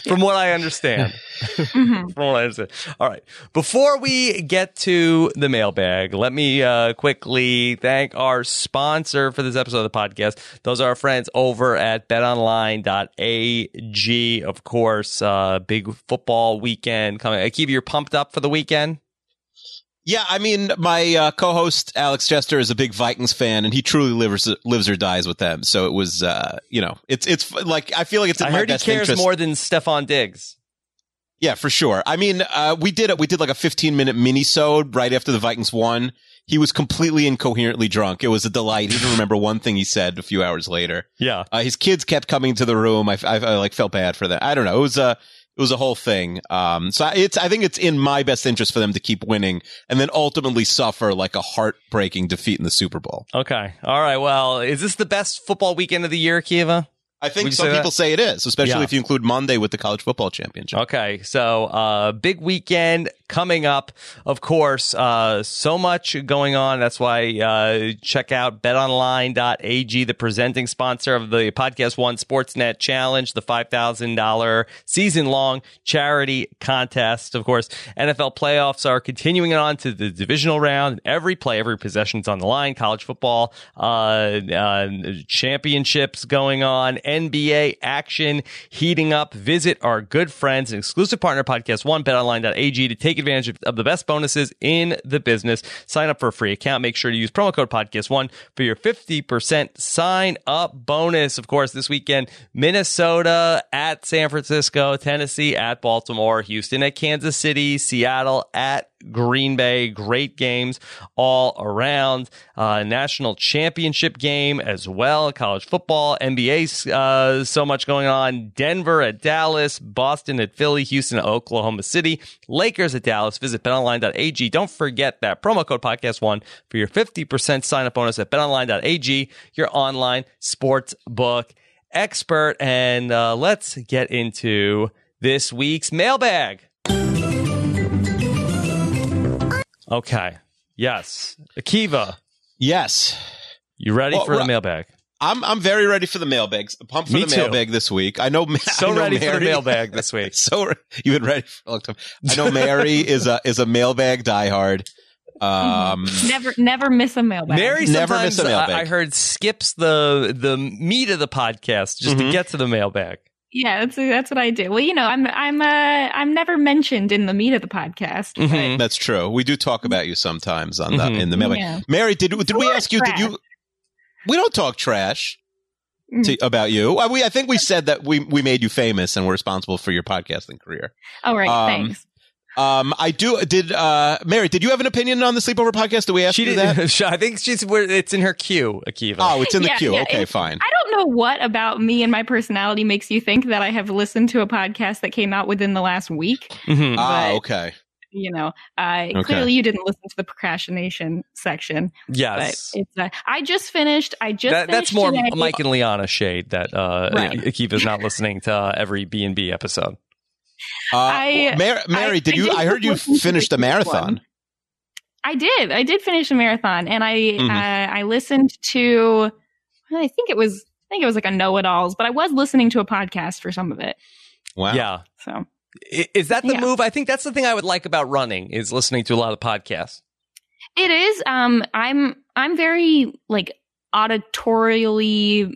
[SPEAKER 2] from what I understand.
[SPEAKER 5] hmm
[SPEAKER 2] From what I understand. All right. Before we get to the mailbag, let me uh, quickly thank our sponsor for this episode of the podcast. Those are our friends over at betonline.ag. Of course, uh, big football weekend coming. Akiva, you're pumped up for the weekend?
[SPEAKER 3] Yeah, I mean, my uh, co-host Alex Chester is a big Vikings fan, and he truly lives lives or dies with them. So it was, uh, you know, it's it's like I feel like it's in
[SPEAKER 2] I
[SPEAKER 3] my
[SPEAKER 2] heard he
[SPEAKER 3] best
[SPEAKER 2] cares
[SPEAKER 3] interest.
[SPEAKER 2] more than Stefan Diggs.
[SPEAKER 3] Yeah, for sure. I mean, uh, we did it. We did like a 15 minute mini sode right after the Vikings won. He was completely incoherently drunk. It was a delight. He didn't remember one thing he said a few hours later.
[SPEAKER 2] Yeah.
[SPEAKER 3] Uh, his kids kept coming to the room. I, I, I like felt bad for that. I don't know. It was a it was a whole thing. Um, so I- it's I think it's in my best interest for them to keep winning and then ultimately suffer like a heartbreaking defeat in the Super Bowl.
[SPEAKER 2] Okay. All right. Well, is this the best football weekend of the year, Kiva?
[SPEAKER 3] I
[SPEAKER 2] Would
[SPEAKER 3] think
[SPEAKER 2] you
[SPEAKER 3] some
[SPEAKER 2] say that?
[SPEAKER 3] people say it is, especially
[SPEAKER 2] Yeah.
[SPEAKER 3] if you include Monday with the college football championship.
[SPEAKER 2] Okay, so uh, big weekend coming up. Of course, uh, so much going on. That's why uh, check out betonline.ag, the presenting sponsor of the Podcast One Sportsnet Challenge, the $5,000 season long charity contest. Of course, NFL playoffs are continuing on to the divisional round. Every play, every possession's on the line. College football uh, uh, championships going on, NBA action heating up. Visit our good friends and exclusive partner podcast, one betonline.ag, to take advantage of, of the best bonuses in the business. Sign up for a free account. Make sure to use promo code podcast one for your 50% sign up bonus. Of course, this weekend, Minnesota at San Francisco, Tennessee at Baltimore, Houston at Kansas City, Seattle at Green Bay. Great games all around. Uh, national championship game as well. College football, NBA, uh, so much going on. Denver at Dallas, Boston at Philly, Houston at Oklahoma City, Lakers at Dallas. Visit betonline.ag. Don't forget that promo code podcast one for your 50% sign up bonus at betonline.ag, your online sports book expert. And uh, let's get into this week's mailbag. Okay. Yes. Akiva,
[SPEAKER 3] Yes.
[SPEAKER 2] you ready
[SPEAKER 3] Well,
[SPEAKER 2] for the
[SPEAKER 3] right-
[SPEAKER 2] mailbag?
[SPEAKER 3] I'm I'm very ready for the mailbags. Pump for
[SPEAKER 2] Me
[SPEAKER 3] the
[SPEAKER 2] too.
[SPEAKER 3] mailbag this week. I know.
[SPEAKER 2] So
[SPEAKER 3] I know
[SPEAKER 2] ready for the
[SPEAKER 3] Mary-
[SPEAKER 2] mailbag this week.
[SPEAKER 3] so re- you've been ready for a long time. I know Mary is a is a mailbag diehard. Um,
[SPEAKER 5] Never, never miss a mailbag.
[SPEAKER 2] Mary
[SPEAKER 3] Never
[SPEAKER 2] sometimes uh,
[SPEAKER 3] miss a mailbag.
[SPEAKER 2] I, I heard skips the the meat of the podcast just to
[SPEAKER 3] Mhm.
[SPEAKER 2] get to the mailbag.
[SPEAKER 5] Yeah, that's that's what I do. Well, you know, I'm I'm uh I'm never mentioned in the meat of the podcast. but-
[SPEAKER 2] Mhm.
[SPEAKER 3] that's true. We do talk about you sometimes on the
[SPEAKER 2] Mhm.
[SPEAKER 3] in the mailbag.
[SPEAKER 5] Yeah.
[SPEAKER 3] Mary, did did we
[SPEAKER 5] We're
[SPEAKER 3] ask you? Did you?
[SPEAKER 5] trash.
[SPEAKER 3] We don't talk trash
[SPEAKER 5] Mm.
[SPEAKER 3] to, about you. I, we I think we said that we we made you famous and we're responsible for your podcasting career.
[SPEAKER 5] All right,
[SPEAKER 3] Um,
[SPEAKER 5] thanks.
[SPEAKER 3] Um, I do. Did uh, Mary? Did you have an opinion on the sleepover podcast? Did we ask
[SPEAKER 2] She
[SPEAKER 3] you that?
[SPEAKER 2] didn't. I think she's. where- It's in her queue, Akiva.
[SPEAKER 3] Oh, it's in the
[SPEAKER 5] Yeah,
[SPEAKER 3] queue.
[SPEAKER 5] yeah,
[SPEAKER 3] okay,
[SPEAKER 5] it-
[SPEAKER 3] fine.
[SPEAKER 5] I don't know what about me and my personality makes you think that I have listened to a podcast that came out within the last week.
[SPEAKER 2] Mhm.
[SPEAKER 3] Ah,
[SPEAKER 5] but-
[SPEAKER 3] okay.
[SPEAKER 5] You know, uh,
[SPEAKER 3] Okay.
[SPEAKER 5] clearly you didn't listen to the procrastination section.
[SPEAKER 2] Yes.
[SPEAKER 5] But it's uh, I just finished. I just
[SPEAKER 2] That, that's
[SPEAKER 5] finished
[SPEAKER 2] more
[SPEAKER 5] today.
[SPEAKER 2] Mike and Liana shade that uh,
[SPEAKER 5] Right.
[SPEAKER 2] Akiva's not listening to uh, every B and B episode.
[SPEAKER 3] Uh,
[SPEAKER 5] I-
[SPEAKER 3] Mary, Mary
[SPEAKER 5] I-
[SPEAKER 3] did
[SPEAKER 5] I
[SPEAKER 3] you?
[SPEAKER 5] did
[SPEAKER 3] I heard you
[SPEAKER 5] listen to the
[SPEAKER 3] finished a
[SPEAKER 5] first
[SPEAKER 3] marathon.
[SPEAKER 5] one. I did. I did finish a marathon, and I
[SPEAKER 3] Mhm.
[SPEAKER 5] uh, I listened to. I think it was. I think it was like a know-it-alls, but I was listening to a podcast for some of it.
[SPEAKER 3] Wow.
[SPEAKER 2] Yeah.
[SPEAKER 5] So
[SPEAKER 2] I- Is that the
[SPEAKER 5] Yeah.
[SPEAKER 2] move? I think that's the thing I would like about running is listening to a lot of podcasts.
[SPEAKER 5] it is. Um, I'm I'm very like auditorially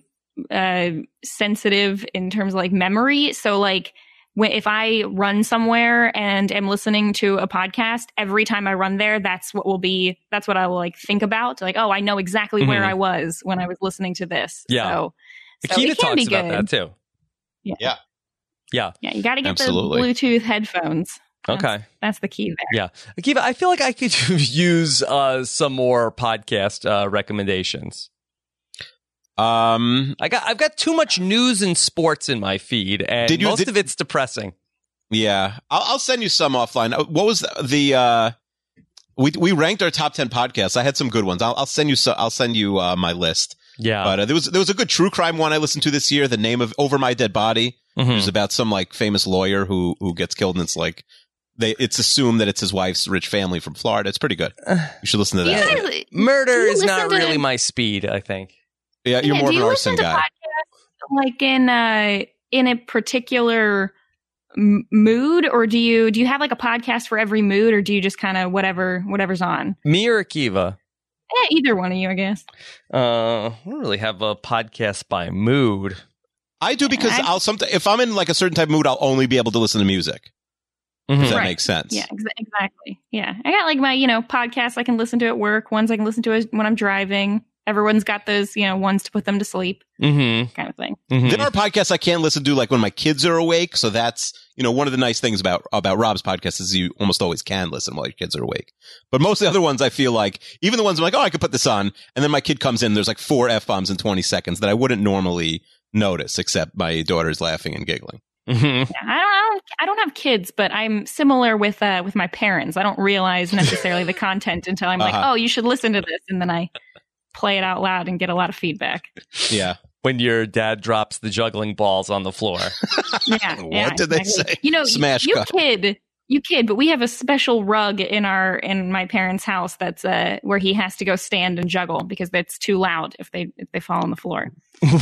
[SPEAKER 5] uh, sensitive in terms of like memory. So like. When, if I run somewhere and am listening to a podcast, every time I run there, that's what will be, that's what I will like think about. Like, oh, I know exactly where
[SPEAKER 2] Mhm.
[SPEAKER 5] I was when I was listening to this.
[SPEAKER 2] Yeah.
[SPEAKER 5] So, so
[SPEAKER 2] Akiva
[SPEAKER 5] it can
[SPEAKER 2] talks
[SPEAKER 5] be
[SPEAKER 2] about
[SPEAKER 5] good.
[SPEAKER 2] that too.
[SPEAKER 5] Yeah, you got to get
[SPEAKER 3] Absolutely.
[SPEAKER 5] the Bluetooth headphones. That's-
[SPEAKER 2] Okay.
[SPEAKER 5] That's the key there.
[SPEAKER 2] Yeah. Akiva, I feel like I could use uh, some more podcast uh, recommendations.
[SPEAKER 3] Um.
[SPEAKER 2] I got I've got too much news and sports in my feed and
[SPEAKER 3] Did you-
[SPEAKER 2] most
[SPEAKER 3] did-
[SPEAKER 2] of it's depressing.
[SPEAKER 3] Yeah. I'll, I'll send you some offline. Uh, What was the? the uh, we we ranked our top ten podcasts. I had some good ones. I'll, I'll send you. So, I'll send you uh, my list.
[SPEAKER 2] Yeah.
[SPEAKER 3] But uh, there was there was a good true crime one I listened to this year. The name of Over My Dead Body.
[SPEAKER 2] Mm-hmm. Hmm.
[SPEAKER 3] It was about some like famous lawyer who who gets killed, and it's like they it's assumed that it's his wife's rich family from Florida. It's pretty good. You should listen to
[SPEAKER 5] Uh, Do you
[SPEAKER 3] that.
[SPEAKER 5] guys-
[SPEAKER 2] Murder
[SPEAKER 5] Do you
[SPEAKER 2] is not
[SPEAKER 5] listen to-
[SPEAKER 2] really my speed, I think.
[SPEAKER 3] Yeah, you're
[SPEAKER 5] yeah,
[SPEAKER 3] more
[SPEAKER 5] do
[SPEAKER 3] of an
[SPEAKER 5] you listen
[SPEAKER 3] arson
[SPEAKER 5] to
[SPEAKER 3] guy.
[SPEAKER 5] podcasts like in a in a particular m- mood, or do you do you have like a podcast for every mood, or do you just kind of whatever whatever's on?
[SPEAKER 2] Me or Akiva?
[SPEAKER 5] Yeah, either one of you, I guess.
[SPEAKER 2] Uh, we don't really have a podcast by mood.
[SPEAKER 3] I do because
[SPEAKER 5] I-
[SPEAKER 3] I'll sometimes if I'm in like a certain type of mood, I'll only be able to listen to music.
[SPEAKER 2] Hmm.
[SPEAKER 3] If that
[SPEAKER 5] Right.
[SPEAKER 3] makes sense.
[SPEAKER 5] Yeah, exa- exactly. Yeah. I got like my, you know, podcasts I can listen to at work, ones I can listen to as- when I'm driving. Everyone's got those, you know, ones to put them to sleep
[SPEAKER 2] Mm-hmm.
[SPEAKER 5] kind of thing.
[SPEAKER 3] There are podcasts I can't listen to like when my kids are awake. So that's you know one of the nice things about about Rob's podcast is you almost always can listen while your kids are awake. But most of the other ones I feel like even the ones I'm like oh I could put this on and then my kid comes in there's like four f bombs in 20 seconds that I wouldn't normally notice except my daughter's laughing and giggling.
[SPEAKER 2] Mm-hmm.
[SPEAKER 5] Yeah. I don't I don't I don't have kids, but I'm similar with uh with my parents. I don't realize necessarily the content until I'm like,
[SPEAKER 3] Uh-huh.
[SPEAKER 5] "Oh, you should listen to this." And then I play it out loud and get a lot of feedback.
[SPEAKER 3] Yeah,
[SPEAKER 2] When your dad drops the juggling balls on the floor.
[SPEAKER 5] Yeah.
[SPEAKER 3] What
[SPEAKER 5] yeah,
[SPEAKER 3] did they say?
[SPEAKER 5] You know,
[SPEAKER 3] Smash
[SPEAKER 5] you
[SPEAKER 3] cut.
[SPEAKER 5] kid, you kid, but we have a special rug in our in my parents' house that's uh where he has to go stand and juggle because that's too loud if they if they fall on the floor.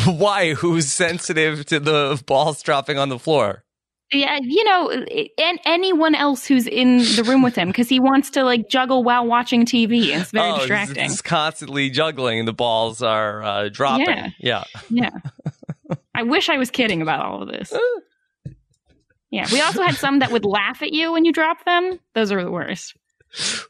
[SPEAKER 2] Why? Who's sensitive to the balls dropping on the floor?
[SPEAKER 5] Yeah, you know, and anyone else who's in the room with him because he wants to like juggle while watching TV. It's very
[SPEAKER 2] oh,
[SPEAKER 5] distracting.
[SPEAKER 2] It's constantly juggling and the balls are uh, dropping.
[SPEAKER 5] Yeah.
[SPEAKER 2] yeah.
[SPEAKER 5] I wish I was kidding about all of this. Yeah, we also had some that would laugh at you when you drop them. Those are the worst.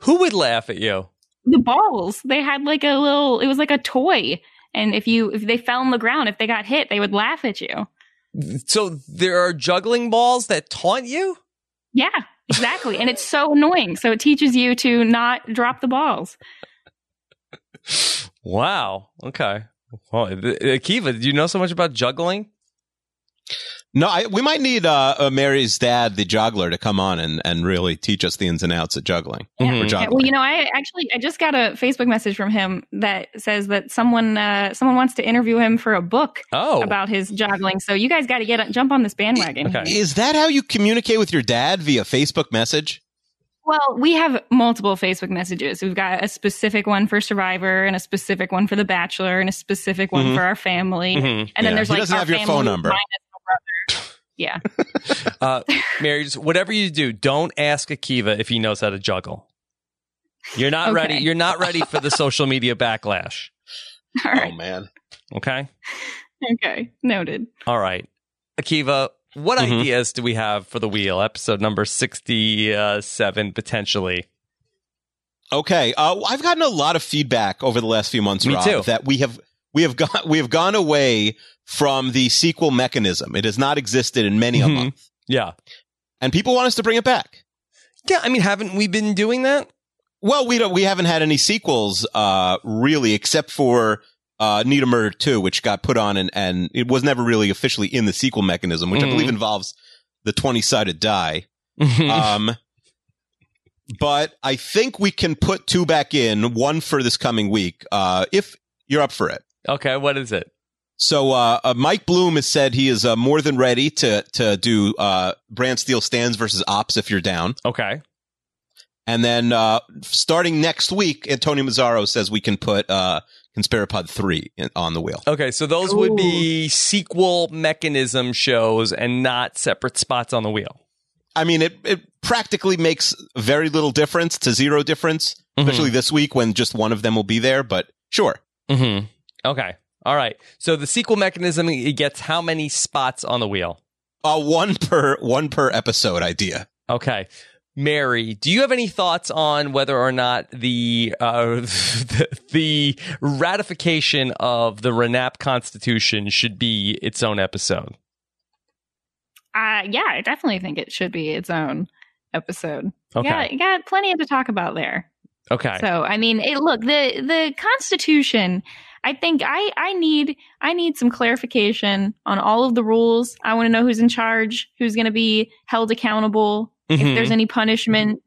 [SPEAKER 2] Who would laugh at you?
[SPEAKER 5] the balls they had like a little it was like a toy and if you if they fell on the ground if they got hit they would laugh at you
[SPEAKER 2] So there are juggling balls that taunt you?
[SPEAKER 5] yeah exactly and it's so annoying so it teaches you to not drop the balls
[SPEAKER 2] Wow. Okay. Well, th- Akiva, do you know so much about juggling?
[SPEAKER 3] no I, we might need uh, uh, Mary's dad the juggler to come on and and really teach us the ins and outs of juggling.
[SPEAKER 2] Mhm.
[SPEAKER 3] Or
[SPEAKER 5] Yeah,
[SPEAKER 3] juggling.
[SPEAKER 5] well you know i actually i just got a facebook message from him that says that someone uh someone wants to interview him for a book
[SPEAKER 2] Oh.
[SPEAKER 5] about his juggling so you guys got to get jump on this bandwagon
[SPEAKER 2] Okay.
[SPEAKER 3] Is that how you communicate with your dad via Facebook message?
[SPEAKER 5] Well, we have multiple Facebook messages. We've got a specific one for Survivor and a specific one for The Bachelor and a specific one
[SPEAKER 2] Mm-hmm.
[SPEAKER 3] Mhm.
[SPEAKER 5] for our family.
[SPEAKER 2] Mhm.
[SPEAKER 5] And then
[SPEAKER 3] Yeah.
[SPEAKER 5] there's
[SPEAKER 3] He
[SPEAKER 5] like
[SPEAKER 3] doesn't
[SPEAKER 5] our
[SPEAKER 3] have your
[SPEAKER 5] family
[SPEAKER 3] phone number.
[SPEAKER 5] minus my brother. Yeah.
[SPEAKER 2] Uh, Mary, just whatever you do, don't ask Akiva if he knows how to juggle. You're not
[SPEAKER 5] Okay.
[SPEAKER 2] ready. You're not ready for the social media backlash.
[SPEAKER 5] All right.
[SPEAKER 3] Oh man.
[SPEAKER 2] Okay.
[SPEAKER 3] Oh.
[SPEAKER 5] Okay. Noted.
[SPEAKER 2] All right. Akiva, what
[SPEAKER 3] Mhm.
[SPEAKER 2] ideas do we have for the wheel? Episode number 67, potentially.
[SPEAKER 3] Okay, uh, I've gotten a lot of feedback over the last few months,
[SPEAKER 2] Me
[SPEAKER 3] Rob,
[SPEAKER 2] too.
[SPEAKER 3] that we have we have got we have gone away from the sequel mechanism. It has not existed in many of them,
[SPEAKER 2] Mhm. Yeah.
[SPEAKER 3] and people want us to bring it back.
[SPEAKER 2] Yeah. I mean, haven't we been doing that?
[SPEAKER 3] Well, we don't. We haven't had any sequels, uh, really, except for uh, Need a Murder Two, which got put on and and it was never really officially in the sequel mechanism, which
[SPEAKER 2] Mhm.
[SPEAKER 3] I believe involves the twenty sided die.
[SPEAKER 2] Mhm.
[SPEAKER 3] um, but I think we can put two back in, one for this coming week, uh, if you're up for it.
[SPEAKER 2] okay. What is it?
[SPEAKER 3] So uh, uh, Mike Bloom has said he is uh, more than ready to to do uh, Brand Steel stands versus Ops if you're down.
[SPEAKER 2] Okay.
[SPEAKER 3] And then uh, starting next week, Antonio Mazzaro says we can put uh, Conspirapod three in, on the wheel.
[SPEAKER 2] Okay. So those would be sequel mechanism shows and not separate spots on the wheel.
[SPEAKER 3] I mean, it it practically makes very little difference to zero difference,
[SPEAKER 2] Mhm.
[SPEAKER 3] especially this week when just one of them will be there. But sure,
[SPEAKER 2] Mm-hmm. Okay. All right. So the sequel mechanism it gets how many spots on the wheel?
[SPEAKER 3] uh, one per one per episode idea.
[SPEAKER 2] Okay. Mary, do you have any thoughts on whether or not the uh, the, the ratification of the Renap Constitution should be its own episode?
[SPEAKER 5] Uh, yeah, I definitely think it should be its own episode.
[SPEAKER 2] Okay.
[SPEAKER 5] Yeah, you got plenty to talk about there.
[SPEAKER 2] Okay.
[SPEAKER 5] So I mean, it, look the the Constitution. I think I I need I need some clarification on all of the rules. I want to know who's in charge, who's going to be held accountable, if
[SPEAKER 2] Mhm.
[SPEAKER 3] Mm-hmm.
[SPEAKER 5] there's any punishment.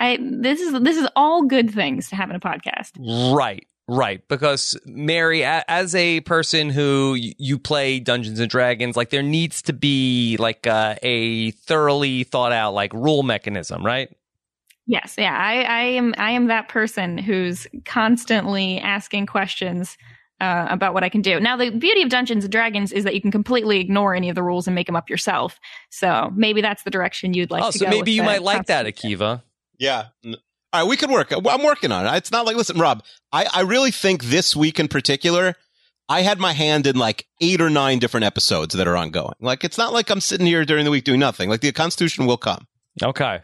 [SPEAKER 5] I this is this is all good things to have in a podcast.
[SPEAKER 2] Right, right. Because Mary, a- as a person who y- you play Dungeons and Dragons, like there needs to be like uh, a thoroughly thought out like rule mechanism, right?
[SPEAKER 5] Yes, yeah, I, I am. I am that person who's constantly asking questions uh, about what I can do. Now, the beauty of Dungeons and Dragons is that you can completely ignore any of the rules and make them up yourself. So maybe that's the direction you'd like
[SPEAKER 2] oh,
[SPEAKER 5] to
[SPEAKER 2] so
[SPEAKER 5] go.
[SPEAKER 2] maybe
[SPEAKER 5] with
[SPEAKER 2] you
[SPEAKER 5] the
[SPEAKER 2] might like that,
[SPEAKER 5] concept.
[SPEAKER 2] Akiva.
[SPEAKER 3] Yeah. N- All right, we could work. I'm working on it. It's not like listen, Rob. I I really think this week in particular, I had my hand in like eight or nine different episodes that are ongoing. Like it's not like I'm sitting here during the week doing nothing. Like the Constitution will come.
[SPEAKER 2] Okay.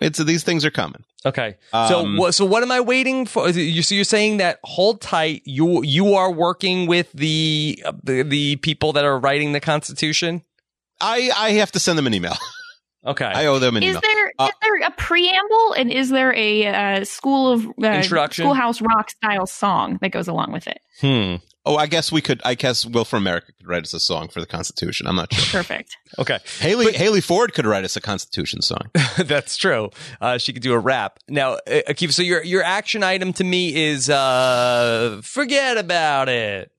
[SPEAKER 3] It's these things are coming.
[SPEAKER 2] Okay. So
[SPEAKER 3] Um,
[SPEAKER 2] what? So what am I waiting for? Is it- You, so you're saying that hold tight. You you are working with the uh, the, the people that are writing the Constitution.
[SPEAKER 3] I I have to send them an email.
[SPEAKER 2] Okay.
[SPEAKER 3] I owe them an
[SPEAKER 5] Is
[SPEAKER 3] email.
[SPEAKER 5] there
[SPEAKER 3] Uh,
[SPEAKER 5] is there a preamble and is there a uh, school of uh,
[SPEAKER 2] Introduction?
[SPEAKER 5] schoolhouse rock style song that goes along with it?
[SPEAKER 2] hmm.
[SPEAKER 3] oh, I guess we could. I guess Will from America could write us a song for the Constitution. I'm not sure.
[SPEAKER 5] Perfect.
[SPEAKER 2] Okay.
[SPEAKER 3] Haley Haley Ford could write us a Constitution song.
[SPEAKER 2] That's true. Uh, she could do a rap now, uh, Akiva. So your your action item to me is uh, forget about it.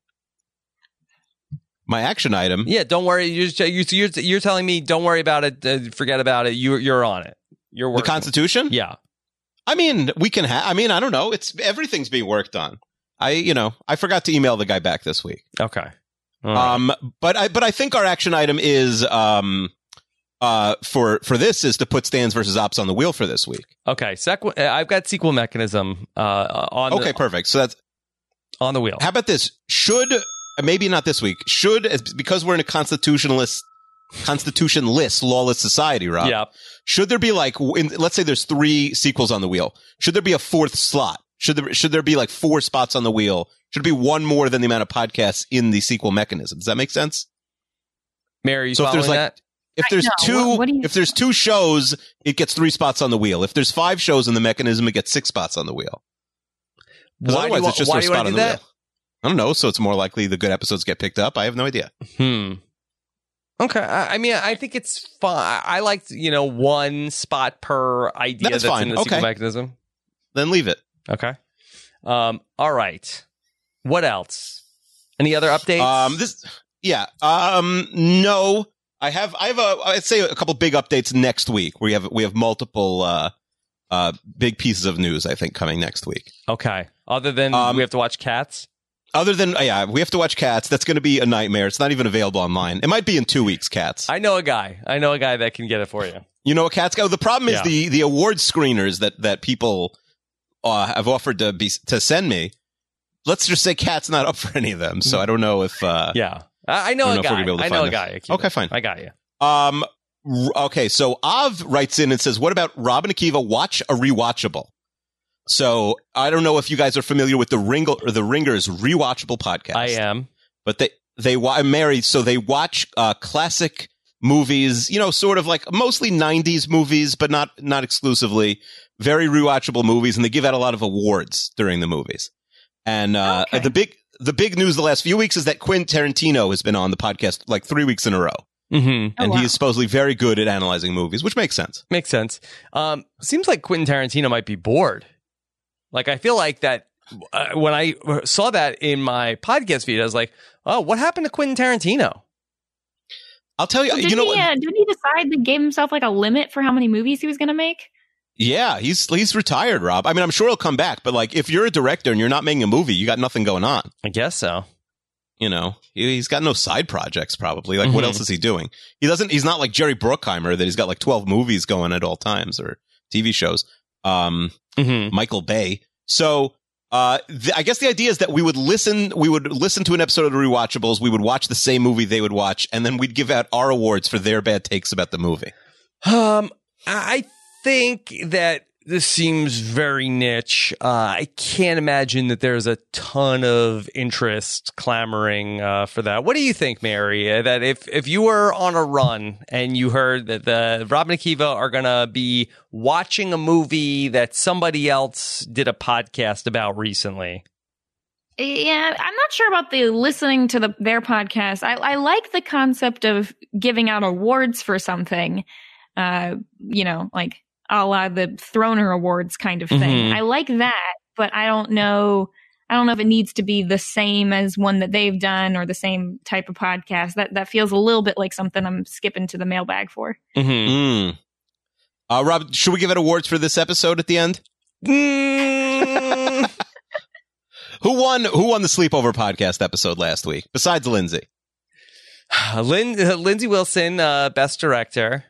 [SPEAKER 3] My action item.
[SPEAKER 2] Yeah, don't worry. You're just- you're you're, you're telling me don't worry about it. Uh, forget about it. You you're on it. You're
[SPEAKER 3] The
[SPEAKER 2] working.
[SPEAKER 3] Constitution?
[SPEAKER 2] yeah.
[SPEAKER 3] I mean, we can have, I mean, I don't know. It's everything's being worked on. I, you know, I forgot to email the guy back this week.
[SPEAKER 2] Okay. All right.
[SPEAKER 3] Um, but I, but I think our action item is, um, uh, for, for this is to put stands versus ops on the wheel for this week.
[SPEAKER 2] okay. Sequ- uh, I've got sequel mechanism uh, on
[SPEAKER 3] Okay,
[SPEAKER 2] the,
[SPEAKER 3] perfect. So that's,
[SPEAKER 2] on the wheel.
[SPEAKER 3] how about this? Should, maybe not this week, should, as- because we're in a constitutionalist, constitutionless, lawless society, Rob.
[SPEAKER 2] Yeah.
[SPEAKER 3] Should there be like, in, let's say there's three sequels on the wheel. Should there be a fourth slot? Should there, should there be like four spots on the wheel? Should it be one more than the amount of podcasts in the sequel mechanism? Does that make sense?
[SPEAKER 2] Mary, you
[SPEAKER 3] So if
[SPEAKER 2] following
[SPEAKER 3] there's like-
[SPEAKER 2] that?
[SPEAKER 3] If
[SPEAKER 5] I
[SPEAKER 3] there's
[SPEAKER 5] know.
[SPEAKER 3] two,
[SPEAKER 5] What- what do you-
[SPEAKER 3] if there's two shows, it gets three spots on the wheel. If there's five shows in the mechanism, it gets six spots on the wheel.
[SPEAKER 2] Why do
[SPEAKER 3] 'Cause
[SPEAKER 2] you
[SPEAKER 3] otherwise
[SPEAKER 2] wa-
[SPEAKER 3] it's just
[SPEAKER 2] why
[SPEAKER 3] a
[SPEAKER 2] do you wanna
[SPEAKER 3] spot
[SPEAKER 2] do
[SPEAKER 3] on the
[SPEAKER 2] that?
[SPEAKER 3] wheel. I don't know. So it's more likely the good episodes get picked up. I have no idea.
[SPEAKER 2] Hmm.
[SPEAKER 3] Hmm.
[SPEAKER 2] Okay. I, I mean, I think it's fine. I liked, you know, one spot per idea
[SPEAKER 3] That's
[SPEAKER 2] that's,
[SPEAKER 3] fine.
[SPEAKER 2] in the sequel
[SPEAKER 3] Okay.
[SPEAKER 2] mechanism.
[SPEAKER 3] Then leave it.
[SPEAKER 2] Okay. Um. All right. What else? Any other updates?
[SPEAKER 3] Um, this, yeah. Um, no, I have, I have a, I'd say a couple big updates next week. We have, we have multiple, uh, uh, big pieces of news, I think, coming next week.
[SPEAKER 2] okay. Other than
[SPEAKER 3] Um,
[SPEAKER 2] we have to watch cats.
[SPEAKER 3] Other than, yeah, we have to watch Cats. That's going to be a nightmare. It's not even available online. It might be in two weeks, Cats.
[SPEAKER 2] I know a guy. I know a guy that can get it for you.
[SPEAKER 3] you know what Cats go? The problem is
[SPEAKER 2] Yeah.
[SPEAKER 3] the, the award screeners that, that people, uh, have offered to be, to send me. Let's just say Cats not up for any of them.
[SPEAKER 2] Hmm.
[SPEAKER 3] So I don't know if, uh,
[SPEAKER 2] Yeah. I, I know a
[SPEAKER 3] I don't know if we're
[SPEAKER 2] guy.
[SPEAKER 3] gonna be able to
[SPEAKER 2] I know
[SPEAKER 3] find
[SPEAKER 2] a
[SPEAKER 3] it.
[SPEAKER 2] guy. Akiva.
[SPEAKER 3] okay, fine.
[SPEAKER 2] I got you.
[SPEAKER 3] Um. r- Okay, so Av writes in and says, "What about Rob and Akiva? Watch a rewatchable." So I don't know if you guys are familiar with the Ringle or the Ringers rewatchable podcast.
[SPEAKER 2] I uh, am.
[SPEAKER 3] but they they wa- married, so they watch uh, classic movies. You know, sort of like mostly '90s movies, but not not exclusively. Very rewatchable movies, and they give out a lot of awards during the movies. And uh,
[SPEAKER 5] Okay.
[SPEAKER 3] the big the big news the last few weeks is that Quentin Tarantino has been on the podcast like three weeks in a row
[SPEAKER 2] hmm
[SPEAKER 5] Oh,
[SPEAKER 3] and
[SPEAKER 5] wow.
[SPEAKER 3] he is supposedly very good at analyzing movies, which makes sense.
[SPEAKER 2] Makes sense. Um, seems like Quentin Tarantino might be bored. Like I feel like that uh, when I saw that in my podcast feed, I was like, "Oh, what happened to Quentin Tarantino?"
[SPEAKER 3] I'll tell you,
[SPEAKER 5] Well,
[SPEAKER 3] you
[SPEAKER 5] didn't
[SPEAKER 3] know, what?
[SPEAKER 5] he? Uh, didn't he decide to give himself like a limit for how many movies he was going to make?
[SPEAKER 3] yeah, he's he's retired, Rob. I mean, I'm sure he'll come back, but like, if you're a director and you're not making a movie, you got nothing going on.
[SPEAKER 2] I guess so.
[SPEAKER 3] You know, he, he's got no side projects probably. Like,
[SPEAKER 5] Mm-hmm.
[SPEAKER 3] what
[SPEAKER 2] Mhm.
[SPEAKER 3] else is he doing? He doesn't. He's not like Jerry Bruckheimer that he's got like 12 movies going at all times or TV shows. Um,
[SPEAKER 2] hmm
[SPEAKER 3] Michael Bay. So uh, th- I guess the idea is that we would listen, we would listen to an episode of the Rewatchables, we would watch the same movie they would watch, and then we'd give out our awards for their bad takes about the movie.
[SPEAKER 2] Um, I think that this seems very niche. Uh, I can't imagine that there's a ton of interest clamoring uh, for that. What do you think, Mary? Uh, That if if you were on a run and you heard that the Rob and Akiva are gonna be watching a movie that somebody else did a podcast about recently,
[SPEAKER 5] Yeah, I'm not sure about the listening to the their podcast. I, I like the concept of giving out awards for something, uh, you know, like a la the Throner Awards kind of thing.
[SPEAKER 2] Mhm.
[SPEAKER 5] I like that, but I don't know. I don't know if it needs to be the same as one that they've done or the same type of podcast. That that feels a little bit like something I'm skipping to the mailbag for.
[SPEAKER 2] mm-hmm.
[SPEAKER 3] Mm. Uh, Rob, should we give out awards for this episode at the end?
[SPEAKER 2] Mm.
[SPEAKER 3] Who won? Who won the sleepover podcast episode last week? Besides Lindsay,
[SPEAKER 2] Lin- Lindsay Wilson, uh, best director.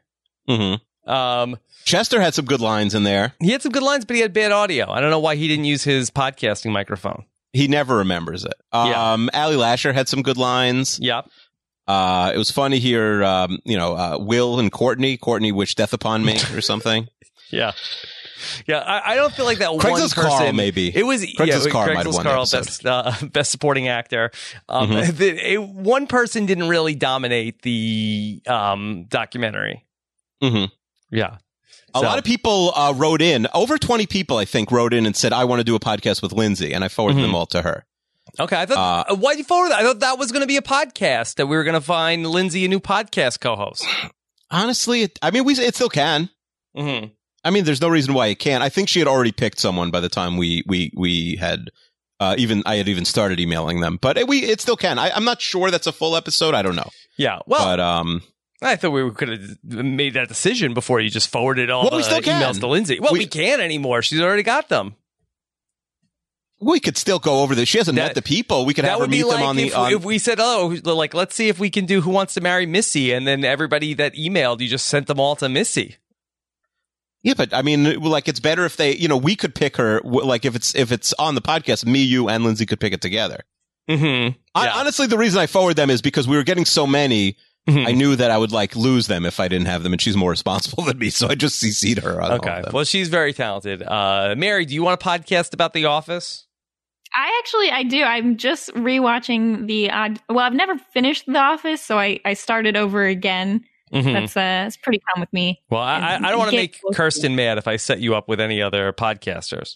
[SPEAKER 3] mm-hmm.
[SPEAKER 2] Um,
[SPEAKER 3] Chester had some good lines in there.
[SPEAKER 2] He had some good lines, but he had bad audio. I don't know why he didn't use his podcasting microphone.
[SPEAKER 3] He never remembers it.
[SPEAKER 2] Yeah.
[SPEAKER 3] Um, Ali Lasher had some good lines.
[SPEAKER 2] Yep.
[SPEAKER 3] Uh, it was fun to hear, um, you know, uh, Will and Courtney. Courtney wish death upon me or something.
[SPEAKER 2] Yeah. Yeah, I, I don't feel like that one
[SPEAKER 3] Craigslist
[SPEAKER 2] person.
[SPEAKER 3] Carl, maybe.
[SPEAKER 2] It was yeah,
[SPEAKER 3] Craigslist
[SPEAKER 2] it-
[SPEAKER 3] Carl might have
[SPEAKER 2] Craigslist
[SPEAKER 3] won that
[SPEAKER 2] Carl,
[SPEAKER 3] episode.
[SPEAKER 2] best uh, best supporting actor. Um,
[SPEAKER 3] Mhm.
[SPEAKER 2] the- it- one person didn't really dominate the um, documentary.
[SPEAKER 3] hmm
[SPEAKER 2] Yeah,
[SPEAKER 3] A
[SPEAKER 2] So-
[SPEAKER 3] lot of people uh, wrote in. Over 20 people, I think, wrote in and said, I want to do a podcast with Lindsay. And I forwarded
[SPEAKER 2] Mhm.
[SPEAKER 3] them all to her.
[SPEAKER 2] Okay, I thought
[SPEAKER 3] uh,
[SPEAKER 2] why you forward that? I thought that was going to be a podcast that we were going to find Lindsay a new podcast co-host.
[SPEAKER 3] Honestly, it, I mean, we it still can.
[SPEAKER 2] Mm-hmm.
[SPEAKER 3] I mean, there's no reason why it can't. I think she had already picked someone by the time we we we had uh, even I had even started emailing them, but it, we it still can. I, I'm not sure that's a full episode. I don't know,
[SPEAKER 2] Yeah, well,
[SPEAKER 3] but um,
[SPEAKER 2] I thought we could have made that decision before you just forwarded all
[SPEAKER 3] Well,
[SPEAKER 2] the
[SPEAKER 3] we still can.
[SPEAKER 2] emails to Lindsay. Well, we,
[SPEAKER 3] We-
[SPEAKER 2] can't anymore. She's already got them.
[SPEAKER 3] we could still go over this. She hasn't
[SPEAKER 2] That-
[SPEAKER 3] met the people. We could
[SPEAKER 2] that
[SPEAKER 3] have her
[SPEAKER 2] would be
[SPEAKER 3] meet
[SPEAKER 2] like
[SPEAKER 3] them on the
[SPEAKER 2] if,
[SPEAKER 3] on-
[SPEAKER 2] if we said, "Oh, like let's see if we can do Who Wants to Marry Missy," and then everybody that emailed you just sent them all to Missy.
[SPEAKER 3] yeah, but I mean, like it's better if they you know we could pick her w- like if it's if it's on the podcast, me, you, and Lindsay could pick it together.
[SPEAKER 2] Mm-hmm.
[SPEAKER 3] I,
[SPEAKER 2] Yeah.
[SPEAKER 3] honestly, the reason I forward them is because we were getting so many.
[SPEAKER 2] Mm-hmm.
[SPEAKER 3] I knew that I would like lose them if I didn't have them, and she's more responsible than me, so I just cc'd her. On all of
[SPEAKER 2] Okay.
[SPEAKER 3] them.
[SPEAKER 2] Well, she's very talented. Uh, Mary, do you want a podcast about The Office?
[SPEAKER 5] I actually I do. I'm just rewatching the odd. Well, I've never finished The Office, so I I started over again.
[SPEAKER 2] Mm-hmm.
[SPEAKER 5] That's uh, it's pretty common with me.
[SPEAKER 2] Well, I, I I don't want to
[SPEAKER 5] Get
[SPEAKER 2] make
[SPEAKER 5] close to
[SPEAKER 2] Kirsten mad if I set you up with any other podcasters.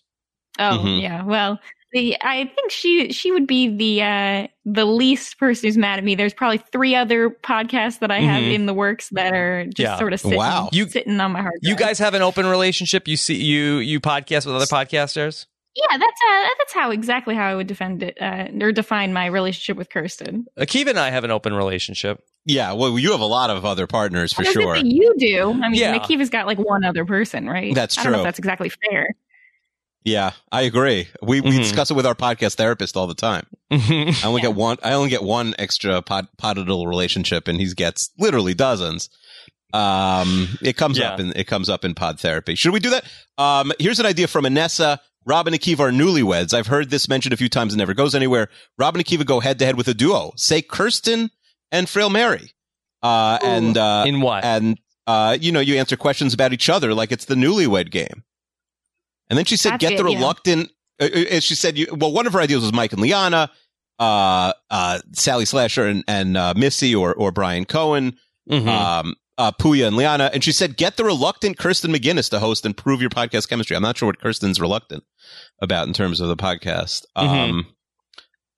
[SPEAKER 5] Oh
[SPEAKER 3] Mhm.
[SPEAKER 5] yeah, well, the I think she she would be the uh the least person who's mad at me. There's probably three other podcasts that I have
[SPEAKER 2] Mhm.
[SPEAKER 5] in the works that are just
[SPEAKER 2] Yeah.
[SPEAKER 5] sort of sitting,
[SPEAKER 3] Wow.
[SPEAKER 2] You-
[SPEAKER 5] sitting on my heart.
[SPEAKER 2] You
[SPEAKER 5] drive.
[SPEAKER 2] guys have an open relationship. You see, you you podcast with other podcasters.
[SPEAKER 5] yeah, that's uh, that's how exactly how I would defend it uh, or define my relationship with Kirsten.
[SPEAKER 2] Akiva and I have an open relationship.
[SPEAKER 3] Yeah, well, you have a lot of other partners for
[SPEAKER 5] I was gonna
[SPEAKER 3] sure.
[SPEAKER 5] say you do. I mean,
[SPEAKER 2] Yeah.
[SPEAKER 5] Akiva's got like one other person, right?
[SPEAKER 3] That's
[SPEAKER 5] I don't know
[SPEAKER 3] true.
[SPEAKER 5] if that's exactly fair.
[SPEAKER 3] Yeah, I agree. We we
[SPEAKER 2] Mhm.
[SPEAKER 3] discuss it with our podcast therapist all the time.
[SPEAKER 2] Mhm.
[SPEAKER 3] I only get one. I only get one extra pod, podital relationship, and he gets literally dozens. Um, it comes
[SPEAKER 2] Yeah.
[SPEAKER 3] up in it comes up in pod therapy. Should we do that? Um, here's an idea from Anessa. Rob and Akiva are newlyweds. I've heard this mentioned a few times and never goes anywhere. Rob and Akiva go head to head with a duo. Say Kirsten and Frail Mary. Uh, and uh,
[SPEAKER 2] In what?
[SPEAKER 3] and uh, you know you answer questions about each other like it's the newlywed game and then she said
[SPEAKER 5] That's
[SPEAKER 3] get the
[SPEAKER 5] it, yeah.
[SPEAKER 3] reluctant uh, uh, she said you, well one of her ideas was mike and liana uh, uh, sally slasher and, and uh, missy or, or brian cohen
[SPEAKER 2] Mhm.
[SPEAKER 3] um, uh, puya and liana and she said get the reluctant kirsten mcginnis to host and prove your podcast chemistry i'm not sure what kirsten's reluctant about in terms of the podcast um,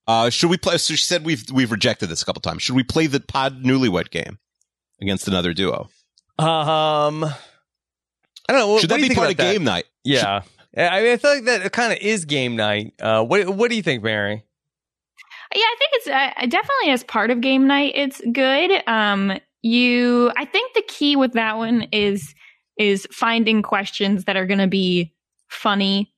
[SPEAKER 3] uh, should we play so she said we've we've rejected this a couple times should we play the pod newlywed game against another duo
[SPEAKER 2] um, I don't know. What,
[SPEAKER 3] should
[SPEAKER 2] what
[SPEAKER 3] that
[SPEAKER 2] do you
[SPEAKER 3] be
[SPEAKER 2] think
[SPEAKER 3] part
[SPEAKER 2] about
[SPEAKER 3] of
[SPEAKER 2] that?
[SPEAKER 3] game night?
[SPEAKER 2] Yeah. I mean, I feel like that kind of is game night. Uh, what What do you think, Mary?
[SPEAKER 5] Yeah, I think it's uh, definitely as part of game night. It's good. Um, you, I think the key with that one is is finding questions that are going to be funny.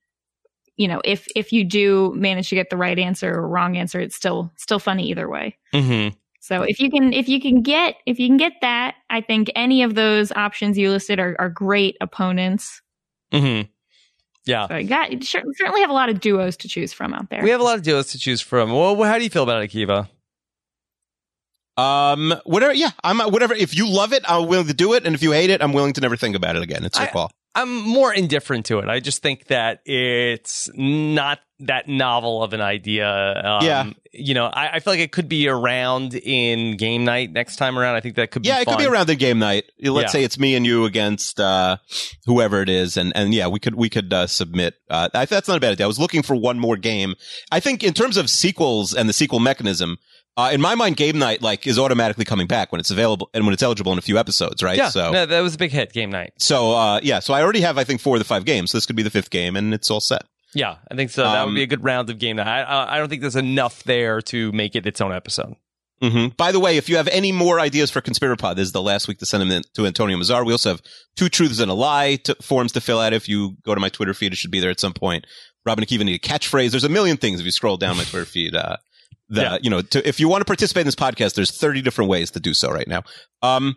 [SPEAKER 5] You know, if if you do manage to get the right answer or wrong answer, it's still still funny either way.
[SPEAKER 2] Mm-hmm.
[SPEAKER 5] So if you can if you can get if you can get that, I think any of those options you listed are, are great opponents.
[SPEAKER 2] Mm-hmm. Yeah.
[SPEAKER 5] So you got you cer- certainly have a lot of duos to choose from out there.
[SPEAKER 2] We have a lot of duos to choose from. Well, how do you feel about it, Akiva?
[SPEAKER 3] Um, whatever. Yeah, I'm uh, whatever. If you love it, I'm willing to do it, and if you hate it, I'm willing to never think about it again. It's your
[SPEAKER 2] I-
[SPEAKER 3] call.
[SPEAKER 2] I'm more indifferent to it. I just think that it's not that novel of an idea. Um,
[SPEAKER 3] Yeah.
[SPEAKER 2] You know, I, I feel like it could be around in game night next time around. I think that could be
[SPEAKER 3] Yeah, it could be
[SPEAKER 2] fun.
[SPEAKER 3] around the game night. Let's
[SPEAKER 2] Yeah.
[SPEAKER 3] say it's me and you against uh, whoever it is, and and yeah, we could we could uh, submit. Uh, I, that's not a bad idea. I was looking for one more game. I think in terms of sequels and the sequel mechanism. Uh, in my mind, game night like is automatically coming back when it's available and when it's eligible in a few episodes, right?
[SPEAKER 2] Yeah.
[SPEAKER 3] So,
[SPEAKER 2] No, that was a big hit, game night.
[SPEAKER 3] so uh, yeah. So I already have, I think, four of the five games. So this could be the fifth game, and it's all set.
[SPEAKER 2] Yeah, I think so. That would
[SPEAKER 3] Um,
[SPEAKER 2] be a good round of game night. I, I, I don't think there's enough there to make it its own episode.
[SPEAKER 3] hmm By the way, if you have any more ideas for Conspirapod, this is the last week to send them in to Antonio Mazzar. We also have two truths and a lie to, forms to fill out. If you go to my Twitter feed, it should be there at some point. Robin Akiva need a catchphrase. There's a million things if you scroll down my Twitter feed. Uh, the,
[SPEAKER 2] Yeah.
[SPEAKER 3] you know, to, if you want to participate in this podcast, there's 30 different ways to do so right now. Um,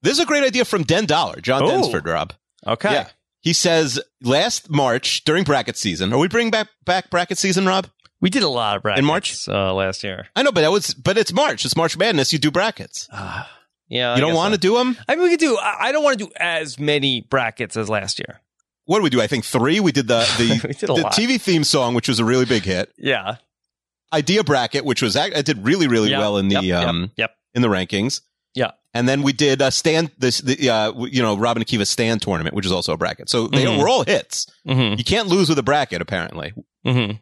[SPEAKER 3] this is a great idea from Den Dollar, John
[SPEAKER 2] Oh.
[SPEAKER 3] Densford, Rob.
[SPEAKER 2] Okay.
[SPEAKER 3] Yeah. He says last March during bracket season, are we bringing back, back bracket season, Rob?
[SPEAKER 2] We did a lot of brackets
[SPEAKER 3] March?
[SPEAKER 2] uh, last year.
[SPEAKER 3] I know, but that was, but it's March. It's March Madness. You do brackets.
[SPEAKER 2] Ah, yeah,
[SPEAKER 3] you don't want to
[SPEAKER 2] to.
[SPEAKER 3] do them?
[SPEAKER 2] I mean, we could do. I, I don't want to do as many brackets as last year.
[SPEAKER 3] What did we do? I think three. We did the the,
[SPEAKER 2] we did a
[SPEAKER 3] the
[SPEAKER 2] lot.
[SPEAKER 3] TV theme song, which was a really big hit.
[SPEAKER 2] yeah,
[SPEAKER 3] Idea bracket, which was act- I did really really
[SPEAKER 2] Yeah,
[SPEAKER 3] well in the
[SPEAKER 2] yep, yep,
[SPEAKER 3] um
[SPEAKER 2] yep.
[SPEAKER 3] in the rankings.
[SPEAKER 2] Yeah.
[SPEAKER 3] and then we did uh, stand this the uh, w- you know Robin Akiva stand tournament, which is also a bracket. So they
[SPEAKER 2] Mhm.
[SPEAKER 3] were all hits.
[SPEAKER 2] mm-hmm.
[SPEAKER 3] You can't lose with a bracket apparently.
[SPEAKER 2] Mm-hmm.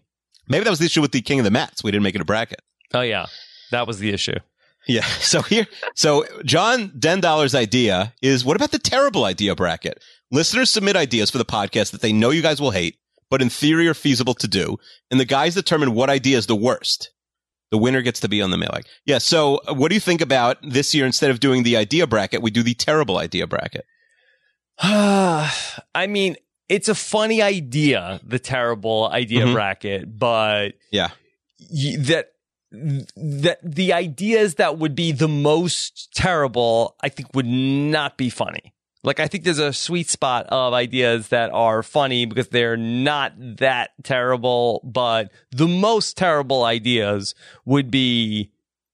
[SPEAKER 3] Maybe that was the issue with the King of the Mets. We didn't make it a bracket.
[SPEAKER 2] Oh yeah, that was the issue.
[SPEAKER 3] Yeah. So here, so John Dendollar's idea is what about the terrible idea bracket? Listeners submit ideas for the podcast that they know you guys will hate, but in theory are feasible to do. And the guys determine what idea is the worst. The winner gets to be on the mailbag. Yeah. So uh, what do you think about this year? Instead of doing the idea bracket, we do the terrible idea bracket.
[SPEAKER 2] I mean, it's a funny idea, the terrible idea
[SPEAKER 3] Mhm.
[SPEAKER 2] bracket, but
[SPEAKER 3] Yeah.
[SPEAKER 2] y- that that the ideas that would be the most terrible, I think, would not be funny. Like I think there's a sweet spot of ideas that are funny because they're not that terrible, but the most terrible ideas would be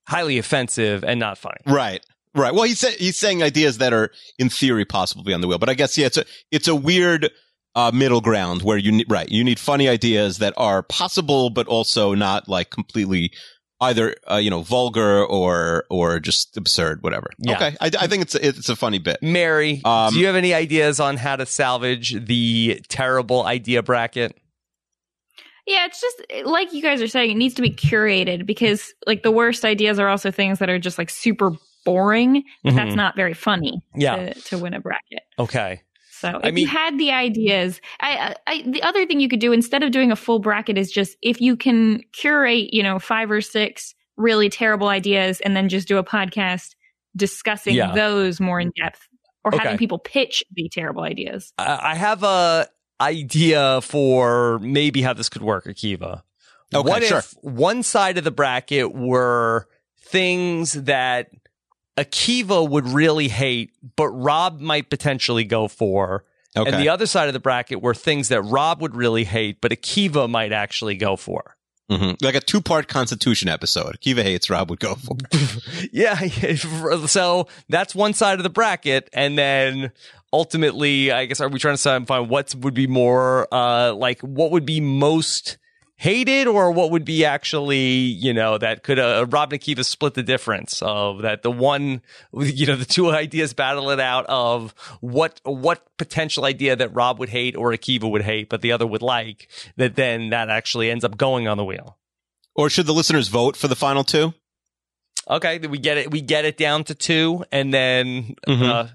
[SPEAKER 2] highly offensive and not funny.
[SPEAKER 3] Right. Right. Well, he's, sa- he's saying ideas that are in theory possible to be on the wheel, but I guess, yeah, it's a, it's a weird, uh, middle ground where you need, right. You need funny ideas that are possible, but also not like completely either, uh, you know, vulgar or, or just absurd, whatever.
[SPEAKER 2] Yeah.
[SPEAKER 3] Okay. I, I think it's, a, it's a funny bit.
[SPEAKER 2] Mary,
[SPEAKER 3] Um,
[SPEAKER 2] do you have any ideas on how to salvage the terrible idea bracket?
[SPEAKER 5] Yeah, it's just eh, like you guys are saying, it needs to be curated because like the worst ideas are also things that are just like super boring. But
[SPEAKER 2] Mhm.
[SPEAKER 3] Mm-hmm.
[SPEAKER 5] That's not very funny
[SPEAKER 2] Yeah.
[SPEAKER 5] to, to win a bracket.
[SPEAKER 2] Okay.
[SPEAKER 5] So if
[SPEAKER 2] I mean-
[SPEAKER 5] you had the ideas, I, I, I the other thing you could do instead of doing a full bracket is just if you can curate, you know, five or six really terrible ideas and then just do a podcast discussing
[SPEAKER 2] Yeah.
[SPEAKER 5] those more in depth or
[SPEAKER 2] Okay.
[SPEAKER 5] having people pitch the terrible ideas.
[SPEAKER 2] I I have a idea for maybe how this could work, Akiva.
[SPEAKER 3] Okay,
[SPEAKER 2] what
[SPEAKER 3] sure.
[SPEAKER 2] if one side of the bracket were things that Akiva would really hate, but Rob might potentially go for,
[SPEAKER 3] Okay.
[SPEAKER 2] and the other side of the bracket were things that Rob would really hate, but Akiva might actually go for.
[SPEAKER 3] Mhm. Like a two part constitution episode. Kiva hates Rob would go for.
[SPEAKER 2] yeah. So that's one side of the bracket. And then ultimately, I guess, are we trying to find what would be more, uh, like what would be most hated or what would be actually, you know, that could, uh, Rob and Akiva split the difference of that the one, you know, the two ideas battle it out of what, what potential idea that Rob would hate or Akiva would hate, but the other would like that then that actually ends up going on the wheel.
[SPEAKER 3] or should the listeners vote for the final two?
[SPEAKER 2] Okay, then we get it. We get it down to two, and then
[SPEAKER 3] Mhm.
[SPEAKER 2] uh,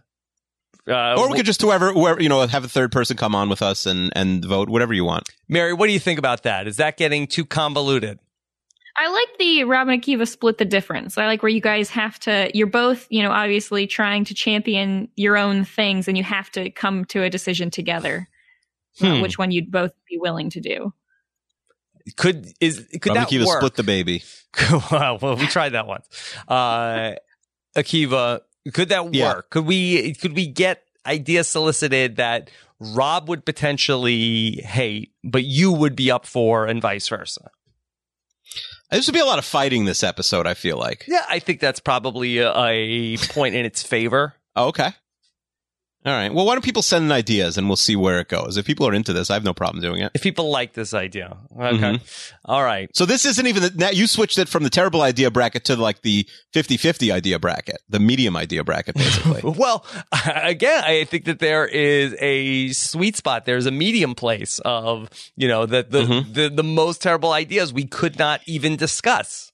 [SPEAKER 2] uh,
[SPEAKER 3] Or we could just whoever, whoever, you know, have a third person come on with us and, and vote whatever you want.
[SPEAKER 2] Mary, what do you think about that? Is that getting too convoluted?
[SPEAKER 5] I like the Robin and Akiva split the difference. I like where you guys have to, you're both, you know, obviously trying to champion your own things and you have to come to a decision together,
[SPEAKER 2] Hmm.
[SPEAKER 5] uh, which one you'd both be willing to do.
[SPEAKER 2] Could is could
[SPEAKER 3] Rob
[SPEAKER 2] that
[SPEAKER 3] Akiva
[SPEAKER 2] work?
[SPEAKER 3] split the baby.
[SPEAKER 2] well, well, we tried that once. Uh, Akiva, could that
[SPEAKER 3] Yeah.
[SPEAKER 2] work? Could we could we get ideas solicited that Rob would potentially hate, but you would be up for, and vice versa?
[SPEAKER 3] This would be a lot of fighting this episode, I feel like.
[SPEAKER 2] Yeah, I think that's probably a, a point in its favor.
[SPEAKER 3] Oh, okay. All right. Well, why don't people send in ideas and we'll see where it goes? If people are into this, I have no problem doing it.
[SPEAKER 2] If people like this idea, okay,
[SPEAKER 3] Mhm.
[SPEAKER 2] All right.
[SPEAKER 3] So this isn't even the, now you switched it from the terrible idea bracket to like the 50-50 idea bracket, the medium idea bracket basically.
[SPEAKER 2] Well, again, I think that there is a sweet spot. There's a medium place of you know that the
[SPEAKER 3] Mhm.
[SPEAKER 2] the, the most terrible ideas we could not even discuss.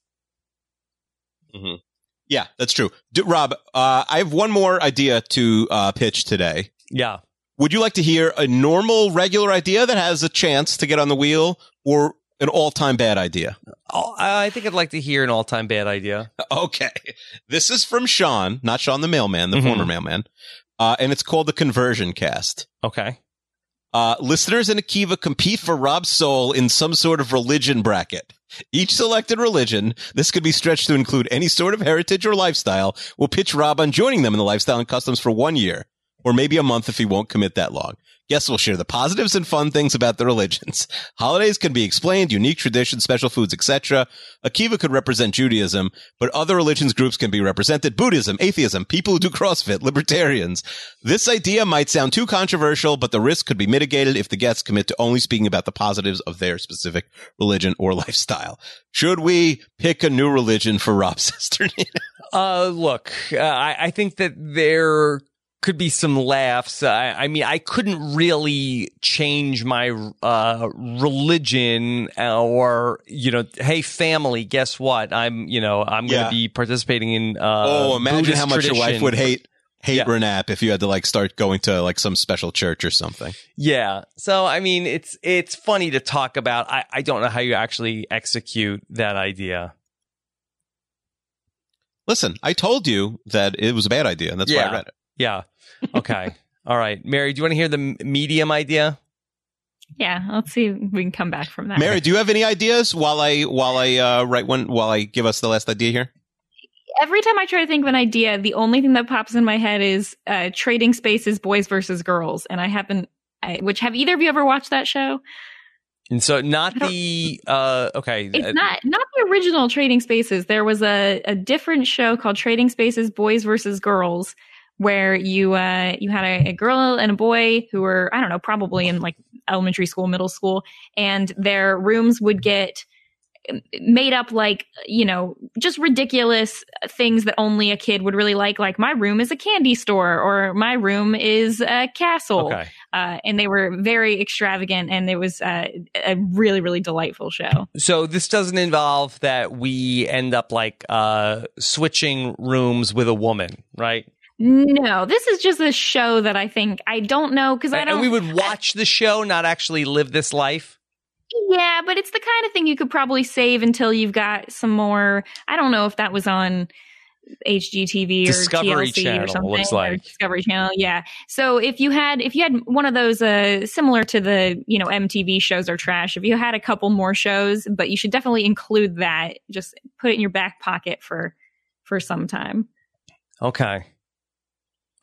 [SPEAKER 3] yeah, that's true. Do, Rob, uh, I have one more idea to uh, pitch today.
[SPEAKER 2] Yeah.
[SPEAKER 3] Would you like to hear a normal regular idea that has a chance to get on the wheel or an all-time bad idea?
[SPEAKER 2] Oh, I I think I'd like to hear an all-time bad idea.
[SPEAKER 3] Okay. This is from Sean, not Sean the mailman, the
[SPEAKER 2] Mhm.
[SPEAKER 3] former mailman. Uh, and it's called the conversion cast.
[SPEAKER 2] Okay.
[SPEAKER 3] Uh, listeners in Akiva compete for Rob's soul in some sort of religion bracket. Each selected religion, this could be stretched to include any sort of heritage or lifestyle, will pitch Rob on joining them in the lifestyle and customs for one year, or maybe a month if he won't commit that long. Yes, we'll share the positives and fun things about the religions. Holidays can be explained, unique traditions, special foods, etc. Akiva could represent Judaism, but other religions groups can be represented. Buddhism, atheism, people who do CrossFit, libertarians. This idea might sound too controversial, but the risk could be mitigated if the guests commit to only speaking about the positives of their specific religion or lifestyle. Should we pick a new religion for Rob Cisternino?
[SPEAKER 2] Uh, look, uh, I, I think that there could be some laughs. I, I mean, I couldn't really change my uh, religion or, you know, hey, family, guess what? I'm, you know, I'm going
[SPEAKER 3] Yeah.
[SPEAKER 2] to be participating in. Uh,
[SPEAKER 3] oh, imagine
[SPEAKER 2] Buddhist
[SPEAKER 3] how much your wife
[SPEAKER 2] tradition.
[SPEAKER 3] would hate hate
[SPEAKER 2] Yeah.
[SPEAKER 3] Renap if you had to like start going to like some special church or something.
[SPEAKER 2] Yeah. So I mean, it's it's funny to talk about. I I don't know how you actually execute that idea.
[SPEAKER 3] Listen, I told you that it was a bad idea, and that's why
[SPEAKER 2] Yeah.
[SPEAKER 3] I read it.
[SPEAKER 2] Yeah. Okay. All right, Mary. Do you want to hear the m- medium idea?
[SPEAKER 5] Yeah, let's see if we can come back from that.
[SPEAKER 3] Mary, do you have any ideas while I while I uh, write one while I give us the last idea here?
[SPEAKER 5] Every time I try to think of an idea, the only thing that pops in my head is uh, Trading Spaces Boys versus Girls. And I haven't, I, which have either of you ever watched that show?
[SPEAKER 2] And so not
[SPEAKER 5] I don't-
[SPEAKER 2] the uh okay.
[SPEAKER 5] It's not not the original Trading Spaces. There was a, a different show called Trading Spaces Boys versus Girls, where you uh, you had a, a girl and a boy who were I don't know probably in like elementary school, middle school, and their rooms would get made up like you know just ridiculous things that only a kid would really like like my room is a candy store or my room is a castle
[SPEAKER 2] okay.
[SPEAKER 5] uh, and they were very extravagant and it was uh, a really really delightful show
[SPEAKER 2] So this doesn't involve that we end up like uh switching rooms with a woman, right?
[SPEAKER 5] No, this is just a show that I think I don't know because I
[SPEAKER 2] And, and we
[SPEAKER 5] don't.
[SPEAKER 2] would watch the show, not actually live this life.
[SPEAKER 5] yeah, but it's the kind of thing you could probably save until you've got some more. I don't know if that was on HGTV or
[SPEAKER 2] Discovery
[SPEAKER 5] TLC
[SPEAKER 2] Channel,
[SPEAKER 5] or something.
[SPEAKER 2] looks
[SPEAKER 5] or
[SPEAKER 2] like.
[SPEAKER 5] Discovery Channel. Yeah. So if you had if you had one of those uh, similar to the you know MTV shows are trash. If you had a couple more shows, but you should definitely include that. Just put it in your back pocket for for some time.
[SPEAKER 2] Okay.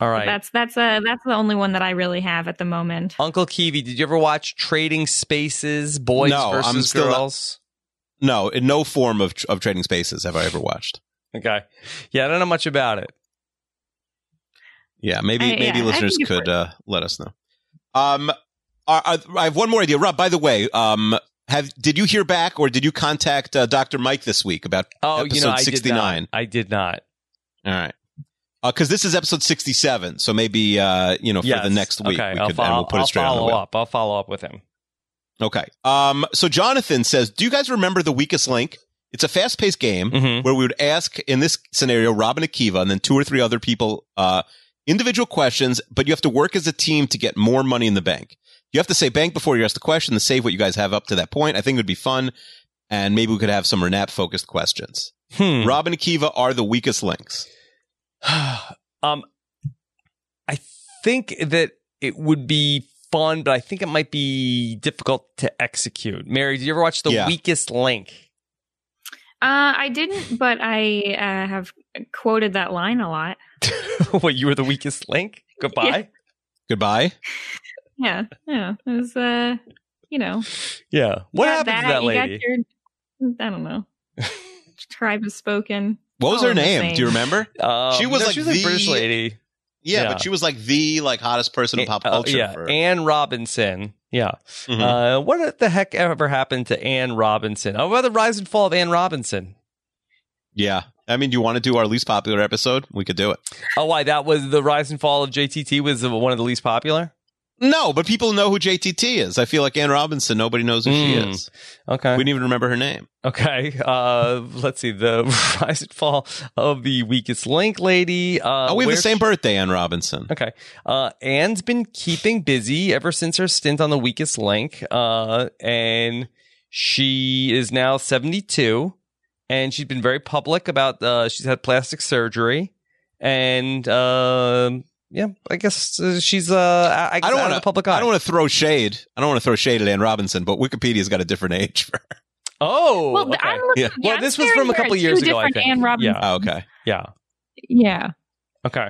[SPEAKER 2] All right.
[SPEAKER 5] That's that's uh that's the only one that I really have at the moment.
[SPEAKER 2] Uncle Kiwi, did you ever watch Trading Spaces, Boys
[SPEAKER 3] No,
[SPEAKER 2] versus
[SPEAKER 3] I'm still not-
[SPEAKER 2] Girls?
[SPEAKER 3] No, in no form of of trading spaces have I ever watched.
[SPEAKER 2] okay. Yeah, I don't know much about it.
[SPEAKER 3] Yeah, maybe
[SPEAKER 5] I-
[SPEAKER 3] maybe
[SPEAKER 5] yeah, I
[SPEAKER 3] listeners
[SPEAKER 5] think it's
[SPEAKER 3] could uh, let us know. Um, are, are, I have one more idea, Rob. By the way, um, have did you hear back or did you contact uh, Doctor Mike this week about?
[SPEAKER 2] Oh, you know,
[SPEAKER 3] Episode
[SPEAKER 2] I
[SPEAKER 3] 69.
[SPEAKER 2] did not. I did not.
[SPEAKER 3] All right. Because uh, this is episode sixty-seven, so maybe uh, you know for
[SPEAKER 2] Yes.
[SPEAKER 3] the next week
[SPEAKER 2] okay,
[SPEAKER 3] we
[SPEAKER 2] I'll
[SPEAKER 3] could,
[SPEAKER 2] follow,
[SPEAKER 3] and we'll put
[SPEAKER 2] I'll
[SPEAKER 3] it straight on the
[SPEAKER 2] follow
[SPEAKER 3] web.
[SPEAKER 2] up. I'll follow up with him.
[SPEAKER 3] Okay. Um, so Jonathan says, "Do you guys remember the weakest link? It's a fast-paced game
[SPEAKER 2] Mhm.
[SPEAKER 3] where we would ask, in this scenario, Robin Akiva, and then two or three other people, uh, individual questions, but you have to work as a team to get more money in the bank. You have to say bank before you ask the question and save what you guys have up to that point. I think it would be fun, and maybe we could have some Renap-focused questions.
[SPEAKER 2] Hmm.
[SPEAKER 3] Robin Akiva are the weakest links.
[SPEAKER 2] um, I think that it would be fun, but I think it might be difficult to execute. Mary, did you ever watch The
[SPEAKER 3] Yeah.
[SPEAKER 2] Weakest Link?
[SPEAKER 5] Uh, I didn't, but I uh, have quoted that line a lot.
[SPEAKER 2] what, you were the weakest link? Goodbye.
[SPEAKER 3] Goodbye.
[SPEAKER 5] Yeah, yeah. It was, uh, you know,
[SPEAKER 2] Yeah. What
[SPEAKER 5] you got
[SPEAKER 2] happened to that
[SPEAKER 5] you got
[SPEAKER 2] lady?
[SPEAKER 5] your- I don't know. Tribe has spoken.
[SPEAKER 3] What was
[SPEAKER 5] All
[SPEAKER 3] her
[SPEAKER 5] in Oh, the
[SPEAKER 3] name?
[SPEAKER 5] same.
[SPEAKER 3] Do you remember?
[SPEAKER 2] Um,
[SPEAKER 3] She was
[SPEAKER 2] no,
[SPEAKER 3] like
[SPEAKER 2] she was a
[SPEAKER 3] the-
[SPEAKER 2] British lady.
[SPEAKER 3] Yeah,
[SPEAKER 2] Yeah.
[SPEAKER 3] but she was like the like hottest person in pop
[SPEAKER 2] Uh,
[SPEAKER 3] culture.
[SPEAKER 2] yeah,
[SPEAKER 3] for-
[SPEAKER 2] Anne Robinson. Yeah.
[SPEAKER 3] Mhm.
[SPEAKER 2] Uh, what the heck ever happened to Anne Robinson? Oh, about the rise and fall of Anne Robinson.
[SPEAKER 3] Yeah. I mean, you want to do our least popular episode? We could do it.
[SPEAKER 2] Oh, why that was the rise and fall of JTT was the- one of the least popular.
[SPEAKER 3] No, but people know who JTT is. I feel like Ann Robinson, nobody knows who she
[SPEAKER 2] Mm.
[SPEAKER 3] is.
[SPEAKER 2] Okay.
[SPEAKER 3] We didn't even remember her name.
[SPEAKER 2] okay. Uh, let's see. The rise and fall of the weakest link lady. Uh,
[SPEAKER 3] oh, we have the
[SPEAKER 2] where-
[SPEAKER 3] same birthday, Ann Robinson.
[SPEAKER 2] Okay. Uh, Anne's been keeping busy ever since her stint on the weakest link. Uh, and she is now 72. And she's been very public about uh, she's had plastic surgery. And um yeah, I guess uh, she's uh, I, I guess
[SPEAKER 3] I don't
[SPEAKER 2] out of
[SPEAKER 3] want
[SPEAKER 2] the
[SPEAKER 3] to.
[SPEAKER 2] public eye.
[SPEAKER 3] I don't want to throw shade. I don't want to throw shade at Ann Robinson, but Wikipedia's got a different age for her.
[SPEAKER 2] oh,
[SPEAKER 5] well,
[SPEAKER 2] okay.
[SPEAKER 5] I'm looking.
[SPEAKER 3] Yeah.
[SPEAKER 5] Yeah.
[SPEAKER 2] Well,
[SPEAKER 5] I'm
[SPEAKER 2] this was
[SPEAKER 5] staring
[SPEAKER 2] from a
[SPEAKER 5] here at
[SPEAKER 2] couple
[SPEAKER 5] two
[SPEAKER 3] Ah,
[SPEAKER 2] years ago, I
[SPEAKER 5] different
[SPEAKER 2] think.
[SPEAKER 5] Anne Robinson.
[SPEAKER 2] Yeah.
[SPEAKER 3] okay.
[SPEAKER 2] yeah.
[SPEAKER 5] Yeah.
[SPEAKER 2] Okay.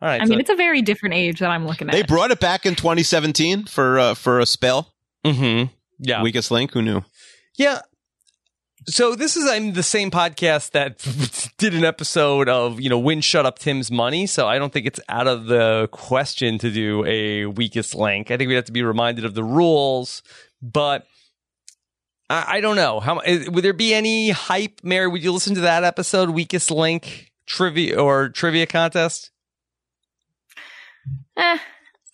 [SPEAKER 2] All right.
[SPEAKER 5] I
[SPEAKER 2] so-
[SPEAKER 5] mean, it's a very different age that I'm looking at.
[SPEAKER 3] They brought it back in 2017 for uh, for a spell.
[SPEAKER 2] Mhm. Yeah.
[SPEAKER 3] Weakest link. Who knew?
[SPEAKER 2] Yeah. So this is I'm the same podcast that did an episode of you know win shut up Tim's money. So I don't think it's out of the question to do a weakest link. I think we have to be reminded of the rules, but I, I don't know how is, would there be any hype, Mary? Would you listen to that episode weakest link trivia or trivia contest?
[SPEAKER 5] Eh,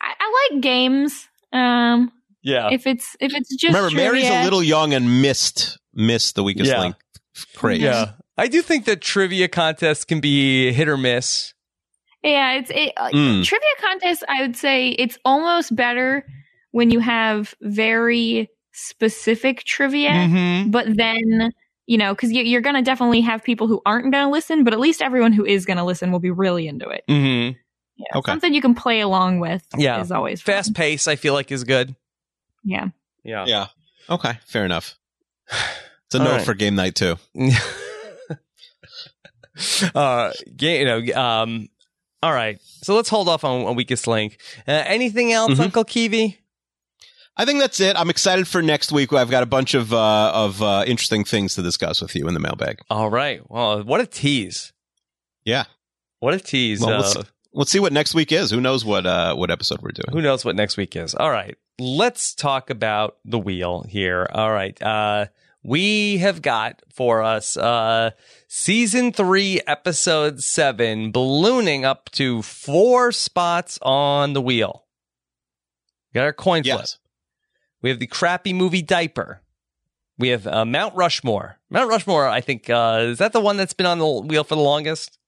[SPEAKER 5] I, I like games. Um,
[SPEAKER 2] Yeah,
[SPEAKER 5] if it's if it's just
[SPEAKER 3] Remember, Mary's a
[SPEAKER 5] trivia-
[SPEAKER 3] little young and missed missed the weakest
[SPEAKER 2] Yeah.
[SPEAKER 3] link craze.
[SPEAKER 2] yeah. I do think that trivia contests can be hit or miss.
[SPEAKER 5] Yeah, it's it, uh,
[SPEAKER 3] Mm.
[SPEAKER 5] trivia contest. I would say it's almost better when you have very specific trivia,
[SPEAKER 2] Mm-hmm.
[SPEAKER 5] but then you know because you, you're going to definitely have people who aren't going to listen, but at least everyone who is going to listen will be really into it.
[SPEAKER 2] Mm-hmm.
[SPEAKER 5] Yeah,
[SPEAKER 3] Okay.
[SPEAKER 5] something you can play along with.
[SPEAKER 2] Yeah.
[SPEAKER 5] is always fun.
[SPEAKER 2] fast pace i feel like is good
[SPEAKER 5] Yeah.
[SPEAKER 2] yeah
[SPEAKER 3] Yeah. Okay. Fair enough. It's a
[SPEAKER 2] All
[SPEAKER 3] no
[SPEAKER 2] right.
[SPEAKER 3] for game night too.
[SPEAKER 2] uh ga- you know um all right so let's hold off on, on weakest link uh, anything else
[SPEAKER 3] Mhm.
[SPEAKER 2] uncle kiwi
[SPEAKER 3] I think that's it. I'm excited for next week. I've got a bunch of uh, of uh, interesting things to discuss with you in the mailbag.
[SPEAKER 2] all right well what a tease
[SPEAKER 3] Yeah.
[SPEAKER 2] what a tease
[SPEAKER 3] Well,
[SPEAKER 2] uh,
[SPEAKER 3] let's- Let's see what next week is. Who knows what uh, what episode we're doing?
[SPEAKER 2] who knows what next week is all right let's talk about the wheel here all right uh we have got for us uh season 3 episode 7 ballooning up to four spots on the wheel we got our coin flip
[SPEAKER 3] Yes.
[SPEAKER 2] we have the crappy movie diaper we have uh, mount rushmore mount rushmore i think uh is that the one that's been on the wheel for the longest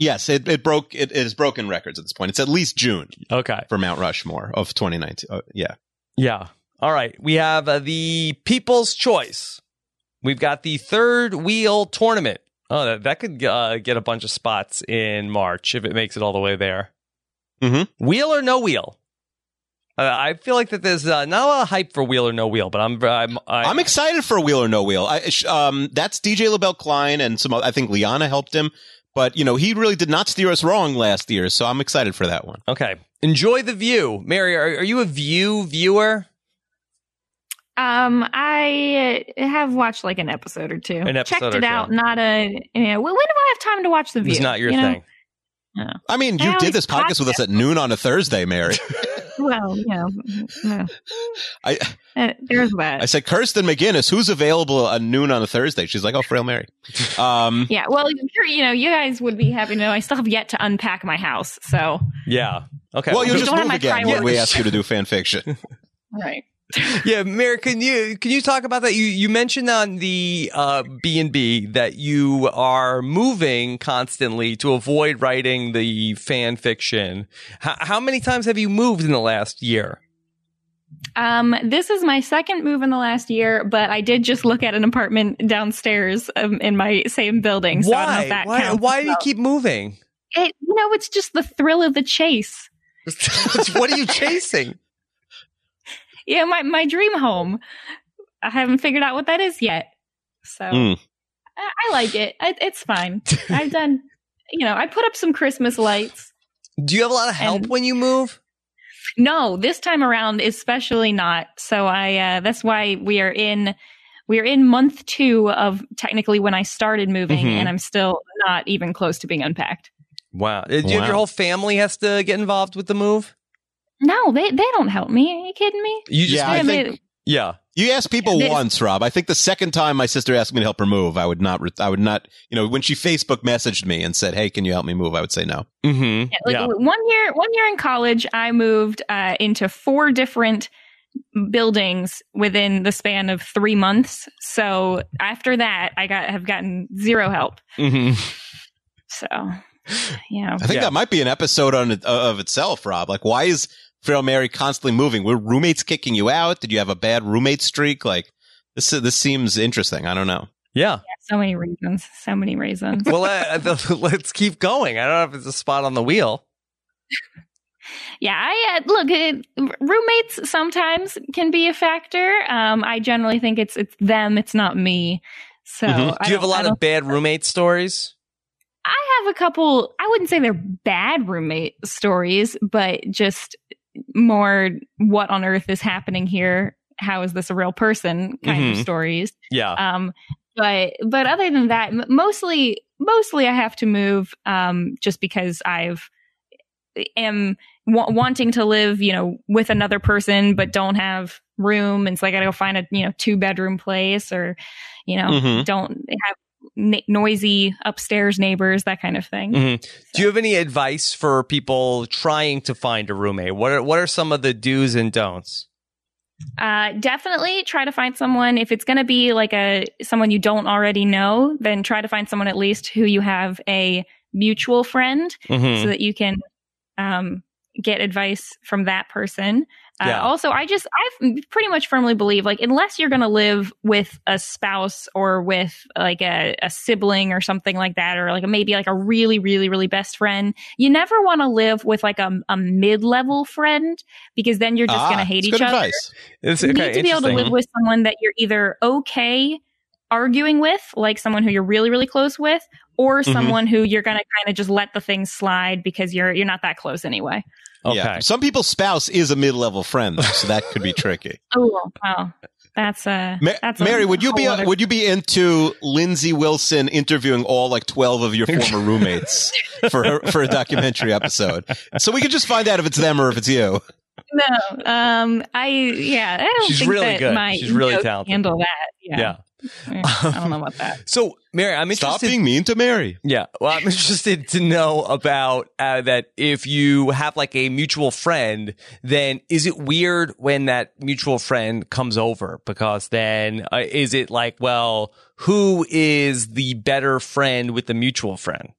[SPEAKER 3] Yes. It, it broke. It, it has broken records at this point. It's at least June
[SPEAKER 2] okay
[SPEAKER 3] for Mount Rushmore of 2019. Uh, yeah.
[SPEAKER 2] Yeah. All right. We have uh, the People's Choice. We've got the third wheel tournament. Oh, that, that could uh, get a bunch of spots in March if it makes it all the way there.
[SPEAKER 3] Mhm.
[SPEAKER 2] Wheel or no wheel? Uh, I feel like that there's uh, not a lot of hype for wheel or no wheel, but I'm I'm I,
[SPEAKER 3] I'm excited for Wheel or No Wheel. I, sh- um, that's DJ LaBelle Klein and some. oth- I think Liana helped him, but you know he really did not steer us wrong last year. So I'm excited for that one.
[SPEAKER 2] okay. Enjoy the view, Mary. Are, are you a view viewer?
[SPEAKER 5] Um, I uh, have watched like an episode or two.
[SPEAKER 2] An episode
[SPEAKER 5] Checked
[SPEAKER 2] or
[SPEAKER 5] it
[SPEAKER 2] two.
[SPEAKER 5] out. Not a. Yeah. When do I have time to watch the
[SPEAKER 2] It
[SPEAKER 5] view?
[SPEAKER 2] was not your
[SPEAKER 5] you know?
[SPEAKER 2] thing.
[SPEAKER 3] I mean,
[SPEAKER 5] I
[SPEAKER 3] you
[SPEAKER 5] always
[SPEAKER 3] did this podcast with us at noon on a Thursday, Mary.
[SPEAKER 5] Well, you know, no.
[SPEAKER 3] I
[SPEAKER 5] Uh, there's
[SPEAKER 3] I
[SPEAKER 5] that.
[SPEAKER 3] said Kirsten McGinnis, who's available at noon on a Thursday. She's like, oh, frail Mary. Um,
[SPEAKER 5] Yeah. Well, I'm sure you know, you guys would be happy to know. I still have yet to unpack my house. So, all
[SPEAKER 2] Yeah. Okay.
[SPEAKER 3] well, you'll
[SPEAKER 5] We
[SPEAKER 3] just
[SPEAKER 5] don't have
[SPEAKER 3] move
[SPEAKER 5] my
[SPEAKER 3] again when
[SPEAKER 5] priorities.
[SPEAKER 3] we ask you to do fan fiction.
[SPEAKER 5] right.
[SPEAKER 2] yeah, Mary, can you can you talk about that? You you mentioned on the uh, B and B that you are moving constantly to avoid writing the fan fiction. H- how many times have you moved in the last year?
[SPEAKER 5] Um, this is my second move in the last year, but I did just look at an apartment downstairs um, in my same building. So I don't know if
[SPEAKER 2] Why?
[SPEAKER 5] that
[SPEAKER 2] Why?
[SPEAKER 5] counts.
[SPEAKER 2] Why do you keep moving?
[SPEAKER 5] It, you know, it's just the thrill of the chase.
[SPEAKER 2] what are you chasing?
[SPEAKER 5] Yeah, my, my dream home. I haven't figured out what that is yet. So
[SPEAKER 2] Hmm.
[SPEAKER 3] Mm.
[SPEAKER 5] I, I like it. I, it's fine. I've done, you know, I put up some Christmas lights.
[SPEAKER 2] Do you have a lot of help
[SPEAKER 5] And-
[SPEAKER 2] when you move?
[SPEAKER 5] No, this time around, especially not. So I, uh, that's why we are in, we are in month two of technically when I started moving
[SPEAKER 3] Mm-hmm.
[SPEAKER 2] Mhm.
[SPEAKER 5] and I'm still not even close to being unpacked.
[SPEAKER 2] Wow. Uh, Do you have
[SPEAKER 3] Wow.
[SPEAKER 2] your whole family has to get involved with the move?
[SPEAKER 5] No, they, they don't help me. Are you kidding me?
[SPEAKER 2] You
[SPEAKER 3] Yeah, I
[SPEAKER 5] I
[SPEAKER 3] think-
[SPEAKER 5] mean,
[SPEAKER 2] yeah.
[SPEAKER 3] You asked people
[SPEAKER 5] Yeah, this-
[SPEAKER 3] once, Rob. I think the second time my sister asked me to help her move, I would not. Re- I would not. You know, when she Facebook messaged me and said, "Hey, can you help me move?" I would say no.
[SPEAKER 2] Mm-hmm.
[SPEAKER 5] like one year, one year in college, I moved, uh, into four different buildings within the span of three months. So after that, I got, have gotten zero help.
[SPEAKER 2] Mm-hmm.
[SPEAKER 5] So, you know.
[SPEAKER 3] I think
[SPEAKER 2] Yeah.
[SPEAKER 3] that might be an episode on it- uh, of itself, Rob. Like, why is Frail Mary constantly moving? Were roommates kicking you out? Did you have a bad roommate streak? Like, this this seems interesting. I don't know.
[SPEAKER 2] Yeah.
[SPEAKER 5] So many reasons. So many reasons.
[SPEAKER 2] well, uh, the, let's keep going. I don't know if it's a spot on the wheel.
[SPEAKER 5] Yeah, I uh, look. It, roommates sometimes can be a factor. Um, I generally think it's it's them. It's not me. So
[SPEAKER 3] Mhm.
[SPEAKER 5] I
[SPEAKER 2] Mm-hmm. Do you have a
[SPEAKER 5] don't- I
[SPEAKER 2] lot
[SPEAKER 5] don't-
[SPEAKER 2] of bad roommate stories?
[SPEAKER 5] I have a couple, I wouldn't say they're bad roommate stories, but just more what on earth is happening here? How is this a real person kind
[SPEAKER 2] Mhm.
[SPEAKER 5] of stories.
[SPEAKER 2] Yeah.
[SPEAKER 5] Um, but but other than that, m- mostly mostly I have to move um, just because I've eh, am wa- wanting to live, you know, with another person, but don't have room, and so I got to go find a you know two bedroom place or you know
[SPEAKER 2] Um, Mm-hmm.
[SPEAKER 3] Mhm.
[SPEAKER 5] don't have na noisy upstairs neighbors, that kind of thing.
[SPEAKER 2] Mhm. Do you have any advice for people trying to find a roommate? What are what are some of the do's and don'ts?
[SPEAKER 5] Uh, definitely try to find someone. If it's going to be like a someone you don't already know, then try to find someone at least who you have a mutual friend
[SPEAKER 2] Mhm.
[SPEAKER 3] Mm-hmm.
[SPEAKER 5] so that you can um, get advice from that person. Uh,
[SPEAKER 2] Yeah.
[SPEAKER 5] Also, I just I pretty much firmly believe like unless you're going to live with a spouse or with like a, a sibling or something like that, or like maybe like a really really really best friend, you never want to live with like a, a mid level friend because then you're just going to
[SPEAKER 3] Ah,
[SPEAKER 5] hate
[SPEAKER 3] it's
[SPEAKER 5] each
[SPEAKER 3] good
[SPEAKER 5] other.
[SPEAKER 3] advice.
[SPEAKER 2] It's-
[SPEAKER 5] You
[SPEAKER 2] okay,
[SPEAKER 5] need to be able to
[SPEAKER 2] interesting.
[SPEAKER 5] live with someone that you're either okay arguing with, like someone who you're really, really close with, or
[SPEAKER 2] Mm-hmm.
[SPEAKER 3] Mhm.
[SPEAKER 5] someone who you're gonna kind of just let the things slide because you're you're not that close anyway.
[SPEAKER 2] Okay.
[SPEAKER 3] Yeah. Some people's spouse is a mid-level friend, though, so that could be tricky.
[SPEAKER 5] Oh wow. That's uh
[SPEAKER 3] Ma-
[SPEAKER 5] that's a
[SPEAKER 3] Mary, would you be uh,
[SPEAKER 5] whole other-
[SPEAKER 3] would you be into Lindsay Wilson interviewing all like twelve of your former roommates for a, for a documentary episode? So we could just find out if it's them or if it's you.
[SPEAKER 5] no. Um I yeah, I don't
[SPEAKER 2] She's
[SPEAKER 5] think
[SPEAKER 2] really
[SPEAKER 5] that
[SPEAKER 2] good.
[SPEAKER 5] my
[SPEAKER 2] She's really
[SPEAKER 5] ego can
[SPEAKER 2] talented.
[SPEAKER 5] handle that. Yeah.
[SPEAKER 2] Yeah.
[SPEAKER 5] I don't know about that.
[SPEAKER 2] So, Mary, I'm interested.
[SPEAKER 3] Stop being mean to Mary.
[SPEAKER 2] Yeah. Well, I'm interested to know about uh, that if you have like a mutual friend, then is it weird when that mutual friend comes over? Because then uh, is it like, well, who is the better friend with the mutual friend?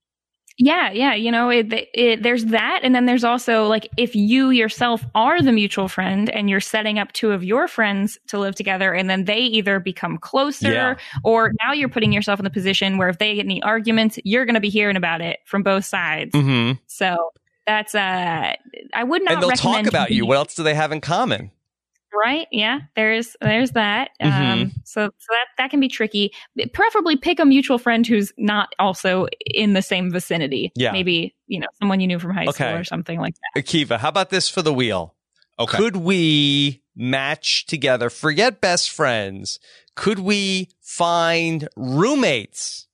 [SPEAKER 5] Yeah, yeah, you know, it, it, there's that, and then there's also like if you yourself are the mutual friend and you're setting up two of your friends to live together, and then they either become closer
[SPEAKER 2] Yeah.
[SPEAKER 5] or now you're putting yourself in the position where if they get any arguments, you're going to be hearing about it from both sides.
[SPEAKER 2] Mm-hmm.
[SPEAKER 5] So that's uh, I would not
[SPEAKER 2] And they'll talk
[SPEAKER 5] recommend
[SPEAKER 2] about you.
[SPEAKER 5] being-
[SPEAKER 2] What else do they have in common?
[SPEAKER 5] right? Yeah, there's there's that.
[SPEAKER 2] Mhm.
[SPEAKER 5] Um, so, so that that can be tricky. Preferably pick a mutual friend who's not also in the same vicinity.
[SPEAKER 2] Yeah.
[SPEAKER 5] maybe you know someone you knew from high school
[SPEAKER 2] Okay.
[SPEAKER 5] or something like that.
[SPEAKER 2] Akiva, how about this for the wheel?
[SPEAKER 3] Okay.
[SPEAKER 2] Could we match together? Forget best friends. Could we find roommates?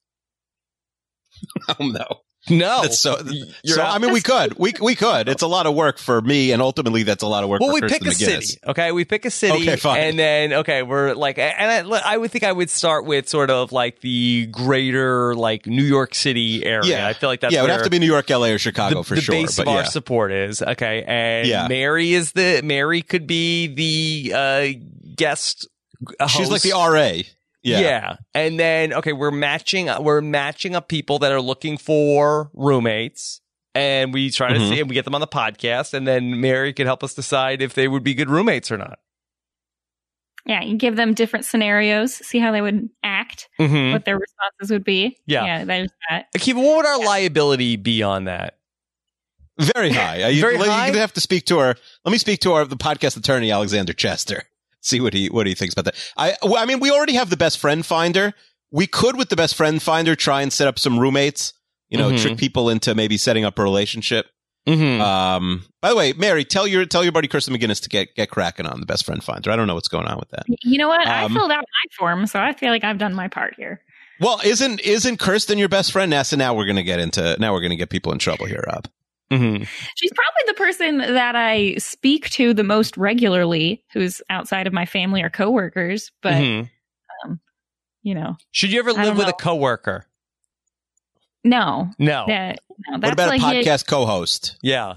[SPEAKER 3] Oh no.
[SPEAKER 2] No. Oh.
[SPEAKER 3] That's so.
[SPEAKER 2] You're
[SPEAKER 3] so
[SPEAKER 2] out.
[SPEAKER 3] I mean, we could. We we could. It's a lot of work for me, and ultimately, that's a lot of work.
[SPEAKER 2] Well,
[SPEAKER 3] for
[SPEAKER 2] we
[SPEAKER 3] Kirsten
[SPEAKER 2] pick a
[SPEAKER 3] McGinnis.
[SPEAKER 2] city. Okay, we pick a city.
[SPEAKER 3] Okay, fine.
[SPEAKER 2] And then okay, we're like, and I, look, I would think I would start with sort of like the greater like New York City area.
[SPEAKER 3] Yeah.
[SPEAKER 2] I feel like that's
[SPEAKER 3] yeah, it would
[SPEAKER 2] where
[SPEAKER 3] have to be New York, LA, or
[SPEAKER 2] the,
[SPEAKER 3] Chicago for
[SPEAKER 2] the
[SPEAKER 3] sure.
[SPEAKER 2] base
[SPEAKER 3] but
[SPEAKER 2] of our
[SPEAKER 3] yeah.
[SPEAKER 2] support is okay. And
[SPEAKER 3] Yeah.
[SPEAKER 2] Mary is the Mary could be the uh, guest.
[SPEAKER 3] she's
[SPEAKER 2] host.
[SPEAKER 3] like the RA. Yeah.
[SPEAKER 2] And then okay, we're matching we're matching up people that are looking for roommates and we try to
[SPEAKER 3] Mhm.
[SPEAKER 2] see and we get them on the podcast and then Mary can help us decide if they would be good roommates or not.
[SPEAKER 5] Yeah, you give them different scenarios, see how they would act,
[SPEAKER 3] Mm-hmm.
[SPEAKER 2] Mhm.
[SPEAKER 5] what their responses would be.
[SPEAKER 2] Yeah.
[SPEAKER 5] yeah, there's that.
[SPEAKER 2] Akiva, what would our liability be on that?
[SPEAKER 3] Very high. Uh, You-
[SPEAKER 2] Very
[SPEAKER 3] you're
[SPEAKER 2] high?
[SPEAKER 3] gonna have to speak to our. Let me speak to our the podcast attorney, Alexander Chester. See what he what he thinks about that. I well, I mean, we already have the best friend finder. We could, with the best friend finder, try and set up some roommates. You know,
[SPEAKER 2] Mhm.
[SPEAKER 3] trick people into maybe setting up a relationship.
[SPEAKER 2] Mm-hmm.
[SPEAKER 3] Um. By the way, Mary, tell your tell your buddy Kirsten McGinnis to get get cracking on the best friend finder. I don't know what's going on with that.
[SPEAKER 5] You know what? I
[SPEAKER 3] Um,
[SPEAKER 5] filled out my form, so I feel like I've done my part here.
[SPEAKER 3] Well, isn't isn't Kirsten your best friend? Now, so now we're gonna get into now we're gonna get people in trouble here, Rob.
[SPEAKER 2] mm-hmm.
[SPEAKER 5] She's probably the person that I speak to the most regularly, who's outside of my family or coworkers. But
[SPEAKER 2] Mm-hmm.
[SPEAKER 5] you know,
[SPEAKER 2] Should you ever
[SPEAKER 5] I
[SPEAKER 2] live
[SPEAKER 5] don't
[SPEAKER 2] with
[SPEAKER 5] know.
[SPEAKER 2] a coworker?
[SPEAKER 5] no,
[SPEAKER 2] No. Yeah.
[SPEAKER 5] That,
[SPEAKER 3] Oh.
[SPEAKER 5] no, that's
[SPEAKER 3] What about
[SPEAKER 5] like
[SPEAKER 3] a
[SPEAKER 5] it-
[SPEAKER 3] podcast co-host?
[SPEAKER 5] yeah,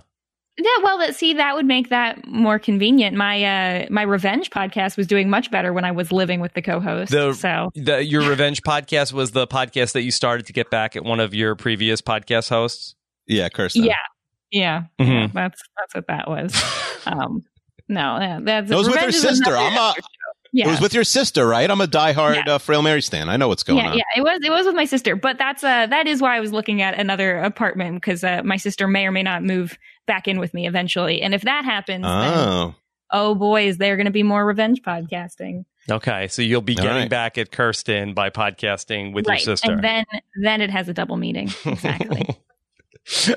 [SPEAKER 5] well, that see that would make that more convenient. My uh my revenge podcast was doing much better when I was living with the co-host.
[SPEAKER 2] The-
[SPEAKER 5] so
[SPEAKER 2] The, your revenge podcast was the podcast that you started to get back at one of your previous podcast hosts.
[SPEAKER 3] Yeah, Kirsten.
[SPEAKER 5] yeah, yeah,
[SPEAKER 2] Mhm.
[SPEAKER 5] yeah, that's that's what that was. um No, yeah, that's
[SPEAKER 3] It was with her
[SPEAKER 5] revenge is
[SPEAKER 3] sister.
[SPEAKER 5] another-
[SPEAKER 3] I'm a,
[SPEAKER 5] yeah.
[SPEAKER 3] It was with your sister, right? I'm a diehard uh, Frail Mary stan. I know what's going
[SPEAKER 5] yeah,
[SPEAKER 3] on.
[SPEAKER 5] yeah, it was it was with my sister, but that's uh that is why I was looking at another apartment because uh, my sister may or may not move back in with me eventually, and if that happens, then
[SPEAKER 3] Oh,
[SPEAKER 5] oh boy, is there going to be more revenge podcasting?
[SPEAKER 2] Okay, so you'll be
[SPEAKER 3] All
[SPEAKER 2] getting
[SPEAKER 3] right.
[SPEAKER 2] back at Kirsten by podcasting with
[SPEAKER 5] right.
[SPEAKER 2] your sister.
[SPEAKER 5] And then then it has a double meaning. Exactly.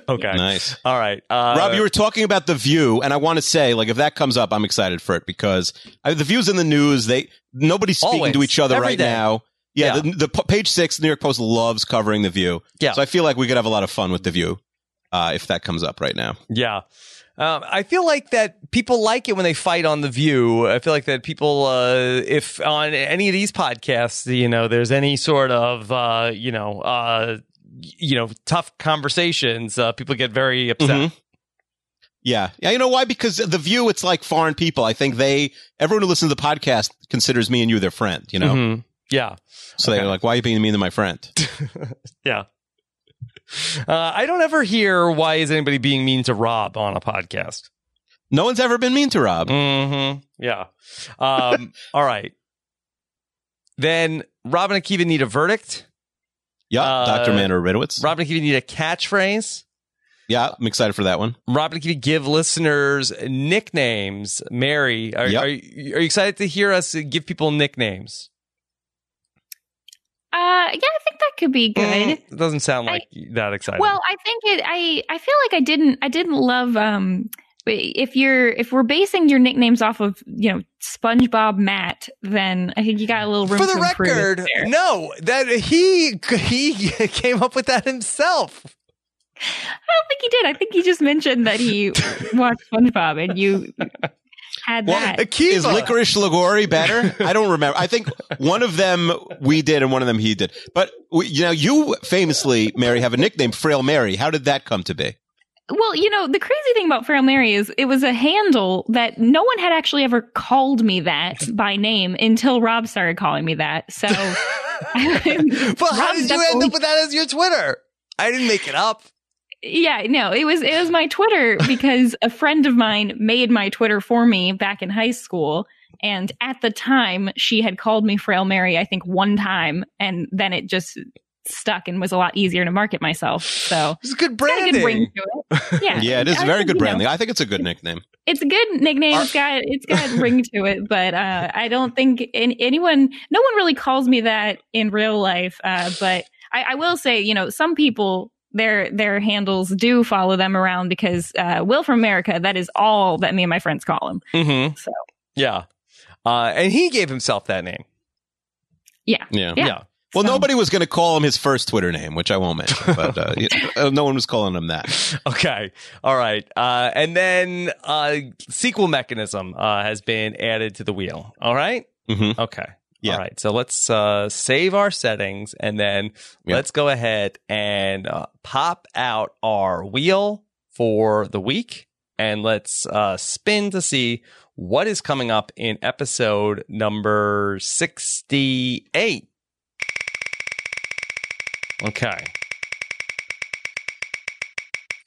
[SPEAKER 2] okay.
[SPEAKER 3] Nice.
[SPEAKER 2] All right. Uh,
[SPEAKER 3] Rob, you were talking about the View, and I want to say, like, if that comes up, I'm excited for it because I, the View's in the news. They nobody's speaking
[SPEAKER 2] Always.
[SPEAKER 3] to each other
[SPEAKER 2] Every
[SPEAKER 3] right
[SPEAKER 2] day.
[SPEAKER 3] now. Yeah,
[SPEAKER 2] Yeah.
[SPEAKER 3] The, the p- page six, the New York Post loves covering the View.
[SPEAKER 2] Yeah.
[SPEAKER 3] so I feel like we could have a lot of fun with the View uh, if that comes up right now.
[SPEAKER 2] Yeah. Um, I feel like that people like it when they fight on the view. I feel like that people, uh, if on any of these podcasts, you know, there's any sort of, uh, you know, uh, y- you know, tough conversations, uh, people get very upset.
[SPEAKER 3] Mhm. Yeah, yeah, you know why? Because the View, it's like foreign people. I think they, everyone who listens to the podcast, considers me and you their friend. You know,
[SPEAKER 2] Mhm. Yeah.
[SPEAKER 3] so they're
[SPEAKER 2] Okay.
[SPEAKER 3] like, "Why are you being mean to my friend?"
[SPEAKER 2] Yeah. Uh, I don't ever hear why is anybody being mean to Rob on a podcast.
[SPEAKER 3] no one's ever been mean to Rob.
[SPEAKER 2] Mm-hmm. Yeah. Um, all right. Then Rob and Akiva need a verdict.
[SPEAKER 3] Yeah,
[SPEAKER 2] Uh,
[SPEAKER 3] Doctor Manor Ridowitz.
[SPEAKER 2] Rob and Akiva need a catchphrase.
[SPEAKER 3] yeah, I'm excited for that one.
[SPEAKER 2] Rob and Akiva give listeners nicknames. Mary, are,
[SPEAKER 3] Yep.
[SPEAKER 2] are, you, are you excited to hear us give people nicknames?
[SPEAKER 5] uh yeah, I think that could be good.
[SPEAKER 2] Mm, It doesn't sound
[SPEAKER 5] I-
[SPEAKER 2] like that exciting.
[SPEAKER 5] Well, I think it. I I feel like I didn't. I didn't love. Um, if you're if we're basing your nicknames off of you know SpongeBob Matt, then I think you got a little room
[SPEAKER 2] for the
[SPEAKER 5] to improve
[SPEAKER 2] record,
[SPEAKER 5] there.
[SPEAKER 2] no, that he he came up with that himself.
[SPEAKER 5] I don't think he did. I think he just mentioned that he watched SpongeBob, and you had
[SPEAKER 3] Well,
[SPEAKER 5] that.
[SPEAKER 2] Akiva.
[SPEAKER 3] Is licorice ligori better? I don't remember. I think one of them we did and one of them he did. But we, you know, you famously, Mary, have a nickname, Frail Mary. How did that come to be?
[SPEAKER 5] Well, you know, the crazy thing about Frail Mary is it was a handle that no one had actually ever called me that by name until Rob started calling me that. So,
[SPEAKER 2] But how
[SPEAKER 5] Rob
[SPEAKER 2] did you end
[SPEAKER 5] definitely-
[SPEAKER 2] up with that as your Twitter? I didn't make it up.
[SPEAKER 5] Yeah, no, it was it was my Twitter because a friend of mine made my Twitter for me back in high school. And at the time, she had called me Frail Mary, I think one time, and then it just stuck and was a lot easier to market myself. So
[SPEAKER 2] It's good
[SPEAKER 5] it's got a
[SPEAKER 2] branding.
[SPEAKER 5] good ring to it. Yeah,
[SPEAKER 3] Yeah, it is
[SPEAKER 5] I
[SPEAKER 3] very
[SPEAKER 5] think,
[SPEAKER 3] good
[SPEAKER 5] you know,
[SPEAKER 3] branding. I think it's a good nickname.
[SPEAKER 5] it's a good nickname.
[SPEAKER 3] Are-
[SPEAKER 5] It's got it's got ring to it, but uh, I don't think in, anyone, no one really calls me that in real life. Uh, but I, I will say, you know, some people their their handles do follow them around because uh, Will from America. That is all that me and my friends call him.
[SPEAKER 2] Mm-hmm.
[SPEAKER 5] So.
[SPEAKER 2] Yeah. Uh, and he gave himself that name.
[SPEAKER 3] Yeah.
[SPEAKER 5] Yeah.
[SPEAKER 3] Well,
[SPEAKER 5] So-
[SPEAKER 3] nobody was going to call him his first Twitter name, which I won't mention, but uh, you know, no one was calling him that.
[SPEAKER 2] Okay. All right. Uh, and then uh, sequel mechanism uh, has been added to the wheel. All right.
[SPEAKER 3] hmm
[SPEAKER 2] Okay.
[SPEAKER 3] Yeah.
[SPEAKER 2] All right. So let's uh, save our settings and then
[SPEAKER 3] Yeah.
[SPEAKER 2] let's go ahead and uh, pop out our wheel for the week and let's uh, spin to see what is coming up in episode number 68. Okay.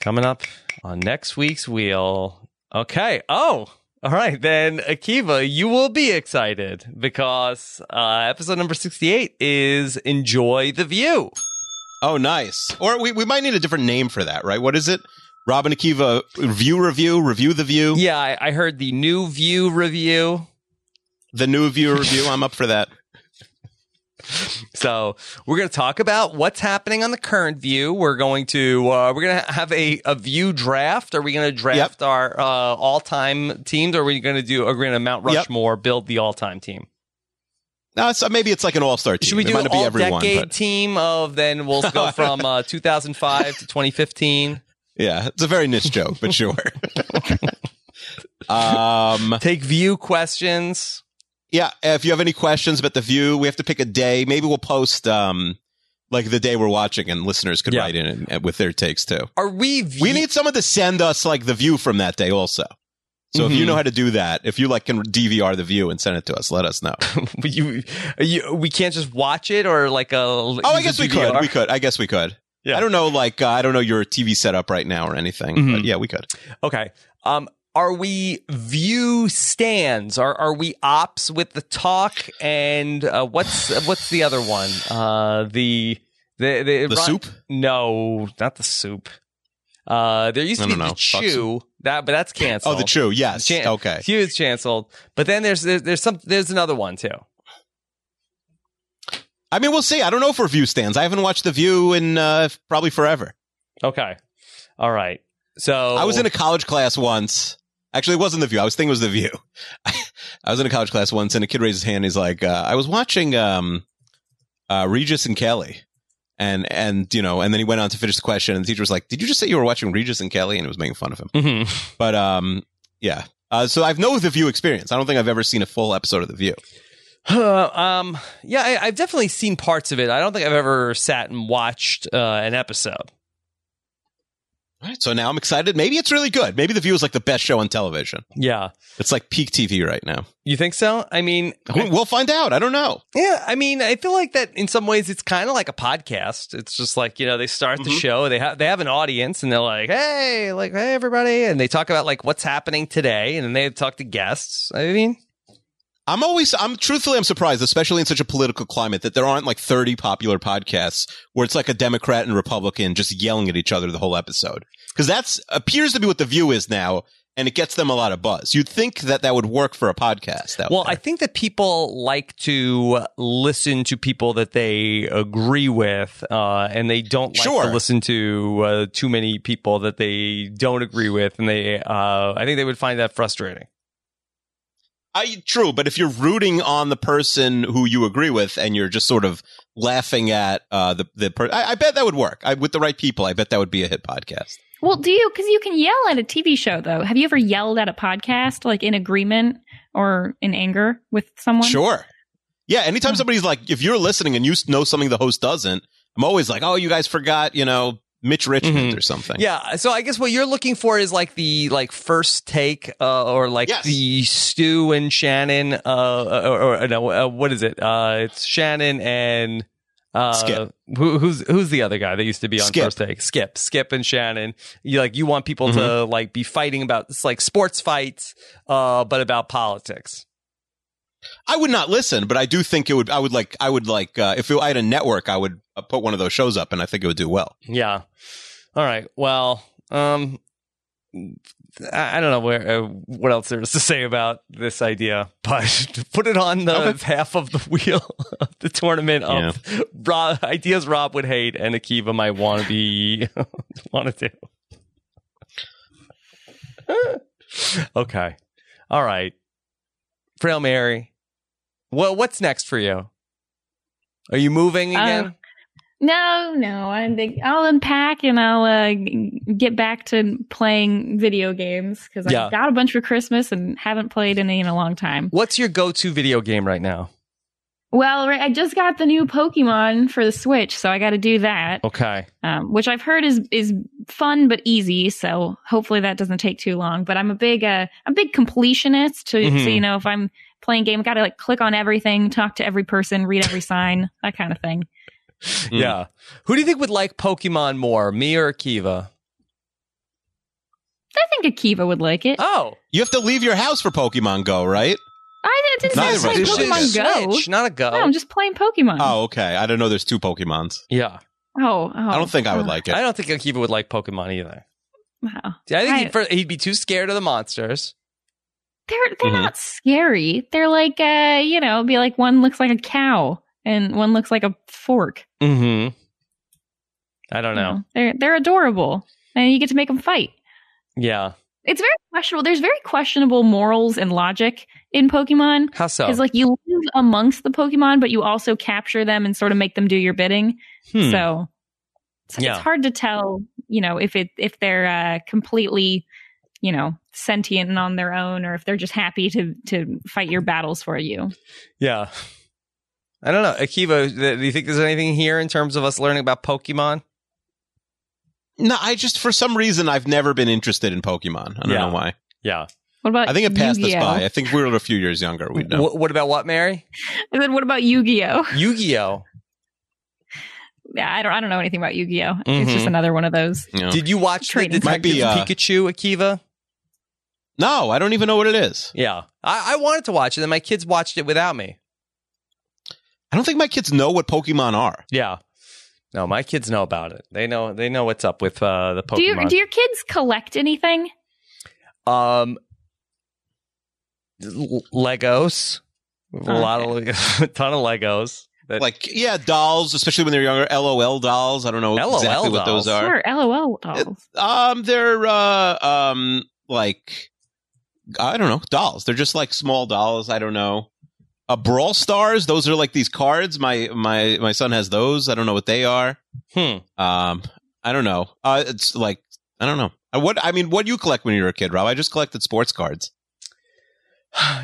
[SPEAKER 2] Coming up on next week's wheel. Okay. Oh, all right. Then, Akiva, you will be excited because uh, episode number 68 is Enjoy the View.
[SPEAKER 3] Oh, nice. Or we, we might need a different name for that, right? What is it? Robin Akiva view review, review the view,
[SPEAKER 2] Yeah, I, I heard the new view review.
[SPEAKER 3] the new view review. I'm up for that.
[SPEAKER 2] So we're going to talk about what's happening on the current view. We're going to uh, we're going to have a, a view draft. Are we going to draft our uh, all time teams? Or are we going to do? Are we going to Mount
[SPEAKER 3] Yep.
[SPEAKER 2] Rushmore build the all time team?
[SPEAKER 3] No, Uh, so maybe it's like an all star team.
[SPEAKER 2] Should we
[SPEAKER 3] It
[SPEAKER 2] do
[SPEAKER 3] might
[SPEAKER 2] an
[SPEAKER 3] not be
[SPEAKER 2] all
[SPEAKER 3] everyone,
[SPEAKER 2] decade
[SPEAKER 3] but-
[SPEAKER 2] team of then we'll go from uh, 2005 to 2015?
[SPEAKER 3] Yeah, it's a very niche joke, but sure. um,
[SPEAKER 2] Take view questions.
[SPEAKER 3] yeah, if you have any questions about the view, we have to pick a day. Maybe we'll post um, like the day we're watching, and listeners could
[SPEAKER 2] Yeah.
[SPEAKER 3] write in and, and with their takes too.
[SPEAKER 2] Are we? View-
[SPEAKER 3] We need someone to send us like the view from that day, also. So if you
[SPEAKER 2] Mhm.
[SPEAKER 3] know how to do that, if you like can DVR the view and send it to us, let us know.
[SPEAKER 2] you, you- We can't just watch it or like a. Oh,
[SPEAKER 3] Oh, I guess we could. We could. I guess we could.
[SPEAKER 2] Yeah.
[SPEAKER 3] I don't know, like uh, I don't know your TV setup right now or anything, but
[SPEAKER 2] Mhm.
[SPEAKER 3] yeah, we could.
[SPEAKER 2] Okay. Um. Are we view stands? Are are we ops with the talk and uh, what's what's the other one? Uh, the the the,
[SPEAKER 3] The
[SPEAKER 2] Ron-
[SPEAKER 3] soup.
[SPEAKER 2] No, not the soup. Uh, there used
[SPEAKER 3] I
[SPEAKER 2] to be
[SPEAKER 3] don't
[SPEAKER 2] the
[SPEAKER 3] know. Fuck
[SPEAKER 2] chew that, but that's
[SPEAKER 3] Oh,
[SPEAKER 2] canceled.
[SPEAKER 3] the chew. Yes.
[SPEAKER 2] Chan-
[SPEAKER 3] Okay.
[SPEAKER 2] It's huge canceled. But then there's there's, there's some there's another one too.
[SPEAKER 3] I mean, we'll see. I don't know if review stands. I haven't watched The View in uh, f- probably forever.
[SPEAKER 2] Okay. All right. So
[SPEAKER 3] I was in a college class once. Actually, it wasn't The View. I was thinking it was The View. I was in a college class once, and a kid raised his hand. And he's like, uh, "I was watching um, uh, Regis and Kelly," and and you know, and then he went on to finish the question. And the teacher was like, "Did you just say you were watching Regis and Kelly?" And it was making fun of him.
[SPEAKER 2] Mhm.
[SPEAKER 3] But um, yeah. Uh, so I've no The View experience. I don't think I've ever seen a full episode of The View.
[SPEAKER 2] Uh, um, yeah, I, I've definitely seen parts of it. I don't think I've ever sat and watched uh, an episode.
[SPEAKER 3] All right, so now I'm excited. Maybe it's really good. Maybe The View is like the best show on television.
[SPEAKER 2] Yeah,
[SPEAKER 3] It's like peak TV right now.
[SPEAKER 2] you think so? I mean,
[SPEAKER 3] Who- We'll find out. I don't know.
[SPEAKER 2] yeah, I mean, I feel like that in some ways it's kind of like a podcast. It's just like you know they start the
[SPEAKER 3] Mhm.
[SPEAKER 2] show, they have they have an audience, and they're like, hey, like hey everybody, and they talk about like what's happening today, and then they talk to guests. I mean,
[SPEAKER 3] I'm always, I'm truthfully, I'm surprised, especially in such a political climate, that there aren't like 30 popular podcasts where it's like a Democrat and Republican just yelling at each other the whole episode. Because that's appears to be what the view is now, and it gets them a lot of buzz. You'd think that that would work for a podcast. That
[SPEAKER 2] Well, I think that people like to listen to people that they agree with, uh, and they don't like
[SPEAKER 3] Sure.
[SPEAKER 2] to listen to uh, too many people that they don't agree with, and they uh, I think they would find that frustrating.
[SPEAKER 3] I true, but if you're rooting on the person who you agree with and you're just sort of laughing at uh, the the person, I, I bet that would work. I, with the right people, I bet that would be a hit podcast.
[SPEAKER 5] Well, do you? Because you can yell at a TV show, though. Have you ever yelled at a podcast, like in agreement or in anger with someone?
[SPEAKER 3] Sure. Yeah. Anytime
[SPEAKER 5] Hmm.
[SPEAKER 3] somebody's like, if you're listening and you s- know something the host doesn't, I'm always like, oh, you guys forgot, you know, Mitch Richmond
[SPEAKER 2] Mhm.
[SPEAKER 3] or something.
[SPEAKER 2] Yeah, so I guess what you're looking for is like the like first take uh, or like
[SPEAKER 3] Yes.
[SPEAKER 2] the Stu and Shannon uh, or, or no, uh, what is it? Uh, it's Shannon and uh,
[SPEAKER 3] Skip.
[SPEAKER 2] Who, who's who's the other guy that used to be on
[SPEAKER 3] Skip.
[SPEAKER 2] first take? Skip, Skip and Shannon. You like you want people to
[SPEAKER 3] Mm-hmm.
[SPEAKER 2] like be fighting about it's like sports fights, uh, but about politics.
[SPEAKER 3] I would not listen, but I do think it would, I would like, I would like, uh, if I had a network, I would uh, put one of those shows up and I think it would do well.
[SPEAKER 2] Yeah. All right. Well, um, I I don't know where uh, what else there is to say about this idea, but to put it on the half of the wheel of the tournament of Rob, ideas Rob would hate and Akiva might want to be want to do. okay. All right. Frail Mary. Well, what's next for you? Are you moving again?
[SPEAKER 5] Oh. No, no. I think I'll unpack and I'll uh, g- get back to playing video games because I
[SPEAKER 2] Yeah.
[SPEAKER 5] got a bunch for Christmas and haven't played any in a long time.
[SPEAKER 2] What's your go-to video game right now?
[SPEAKER 5] Well, right, I just got the new Pokemon for the Switch, so I got to do that,
[SPEAKER 2] Okay.
[SPEAKER 5] um, which I've heard is is fun but easy. So hopefully that doesn't take too long. But I'm a big uh, I'm a big completionist. To,
[SPEAKER 2] Mhm.
[SPEAKER 5] So you know, if I'm playing a game, got to like click on everything, talk to every person, read every sign, that kind of thing.
[SPEAKER 2] Yeah. Who do you think would like Pokemon more, me or Akiva?
[SPEAKER 5] I think Akiva would like it.
[SPEAKER 2] Oh,
[SPEAKER 3] You have to leave your house for Pokemon Go, right?
[SPEAKER 5] I didn't say
[SPEAKER 3] Neither of
[SPEAKER 5] play
[SPEAKER 3] us did.
[SPEAKER 5] Pokemon Go.
[SPEAKER 2] Switch, not a Go.
[SPEAKER 5] No, I'm just playing Pokemon.
[SPEAKER 3] Oh, okay. I don't know. There's two Pokemons.
[SPEAKER 2] yeah.
[SPEAKER 5] oh, oh.
[SPEAKER 3] I don't think I would
[SPEAKER 5] oh,
[SPEAKER 3] like
[SPEAKER 2] I
[SPEAKER 3] it.
[SPEAKER 2] don't think Akiva would like Pokemon either.
[SPEAKER 5] Wow.
[SPEAKER 2] I think
[SPEAKER 5] I-
[SPEAKER 2] he'd, fir- he'd be too scared of the monsters.
[SPEAKER 5] They're they're
[SPEAKER 3] Mhm.
[SPEAKER 5] not scary. They're like uh, you know, be like one looks like a cow and one looks like a fork.
[SPEAKER 2] Mm-hmm. I don't know.
[SPEAKER 5] You They're they're adorable, and you get to make them fight. Mm-hmm.
[SPEAKER 2] Yeah.
[SPEAKER 5] It's very questionable. There's very questionable morals and logic in Pokemon.
[SPEAKER 2] How
[SPEAKER 3] Oh.
[SPEAKER 2] so?
[SPEAKER 5] Because like you live amongst the Pokemon, but you also capture them and sort of make them do your bidding.
[SPEAKER 2] Hmm.
[SPEAKER 5] So, so
[SPEAKER 2] Yeah.
[SPEAKER 5] it's hard to tell, you know, if it if they're uh, completely, you know, sentient and on their own, or if they're just happy to to fight your battles for you.
[SPEAKER 2] yeah. I don't know. Akiva, th- do you think there's anything here in terms of us learning about Pokemon?
[SPEAKER 3] No, I just, for some reason, I've never been interested in Pokemon. I don't
[SPEAKER 2] Yeah.
[SPEAKER 3] know why.
[SPEAKER 2] Yeah.
[SPEAKER 5] What about
[SPEAKER 3] I think it passed us
[SPEAKER 5] Yu-Gi-Oh?
[SPEAKER 3] by. I think we were a few years younger. We'd know.
[SPEAKER 2] Wh- what about what, Mary?
[SPEAKER 5] And then what about Yu-Gi-Oh?
[SPEAKER 2] Yu-Gi-Oh.
[SPEAKER 5] Yeah, I don't I don't know anything about Yu-Gi-Oh. It's
[SPEAKER 2] Mhm.
[SPEAKER 5] just another one of those.
[SPEAKER 3] You know.
[SPEAKER 2] Did you watch the
[SPEAKER 5] Trading
[SPEAKER 2] Detective
[SPEAKER 3] Might be, uh,
[SPEAKER 2] Pikachu, Akiva?
[SPEAKER 3] No, I don't even know what it is.
[SPEAKER 2] Yeah. I-, I wanted to watch it, and my kids watched it without me.
[SPEAKER 3] I don't think my kids know what Pokemon are.
[SPEAKER 2] Yeah. No, my kids know about it. They know they know what's up with uh, the Pokemon.
[SPEAKER 5] Do you do your kids collect anything?
[SPEAKER 2] um,
[SPEAKER 5] Oh,
[SPEAKER 2] L- Legos, a lot of a ton of Legos. That-
[SPEAKER 3] like yeah, dolls, especially when they're younger. LOL dolls. I don't know
[SPEAKER 2] LOL
[SPEAKER 3] exactly what
[SPEAKER 2] dolls.
[SPEAKER 3] those are.
[SPEAKER 5] Sure, LOL dolls.
[SPEAKER 3] Um, they're uh, um, like I don't know, dolls. They're just like small dolls. I don't know. Uh, Brawl Stars. Those are like these cards. My my my son has those. I don't know what they are.
[SPEAKER 2] Hmm.
[SPEAKER 3] Um, I don't know. Uh, it's like I don't know. Uh, What I mean, what do you collect when you were a kid, Rob? I just collected sports cards.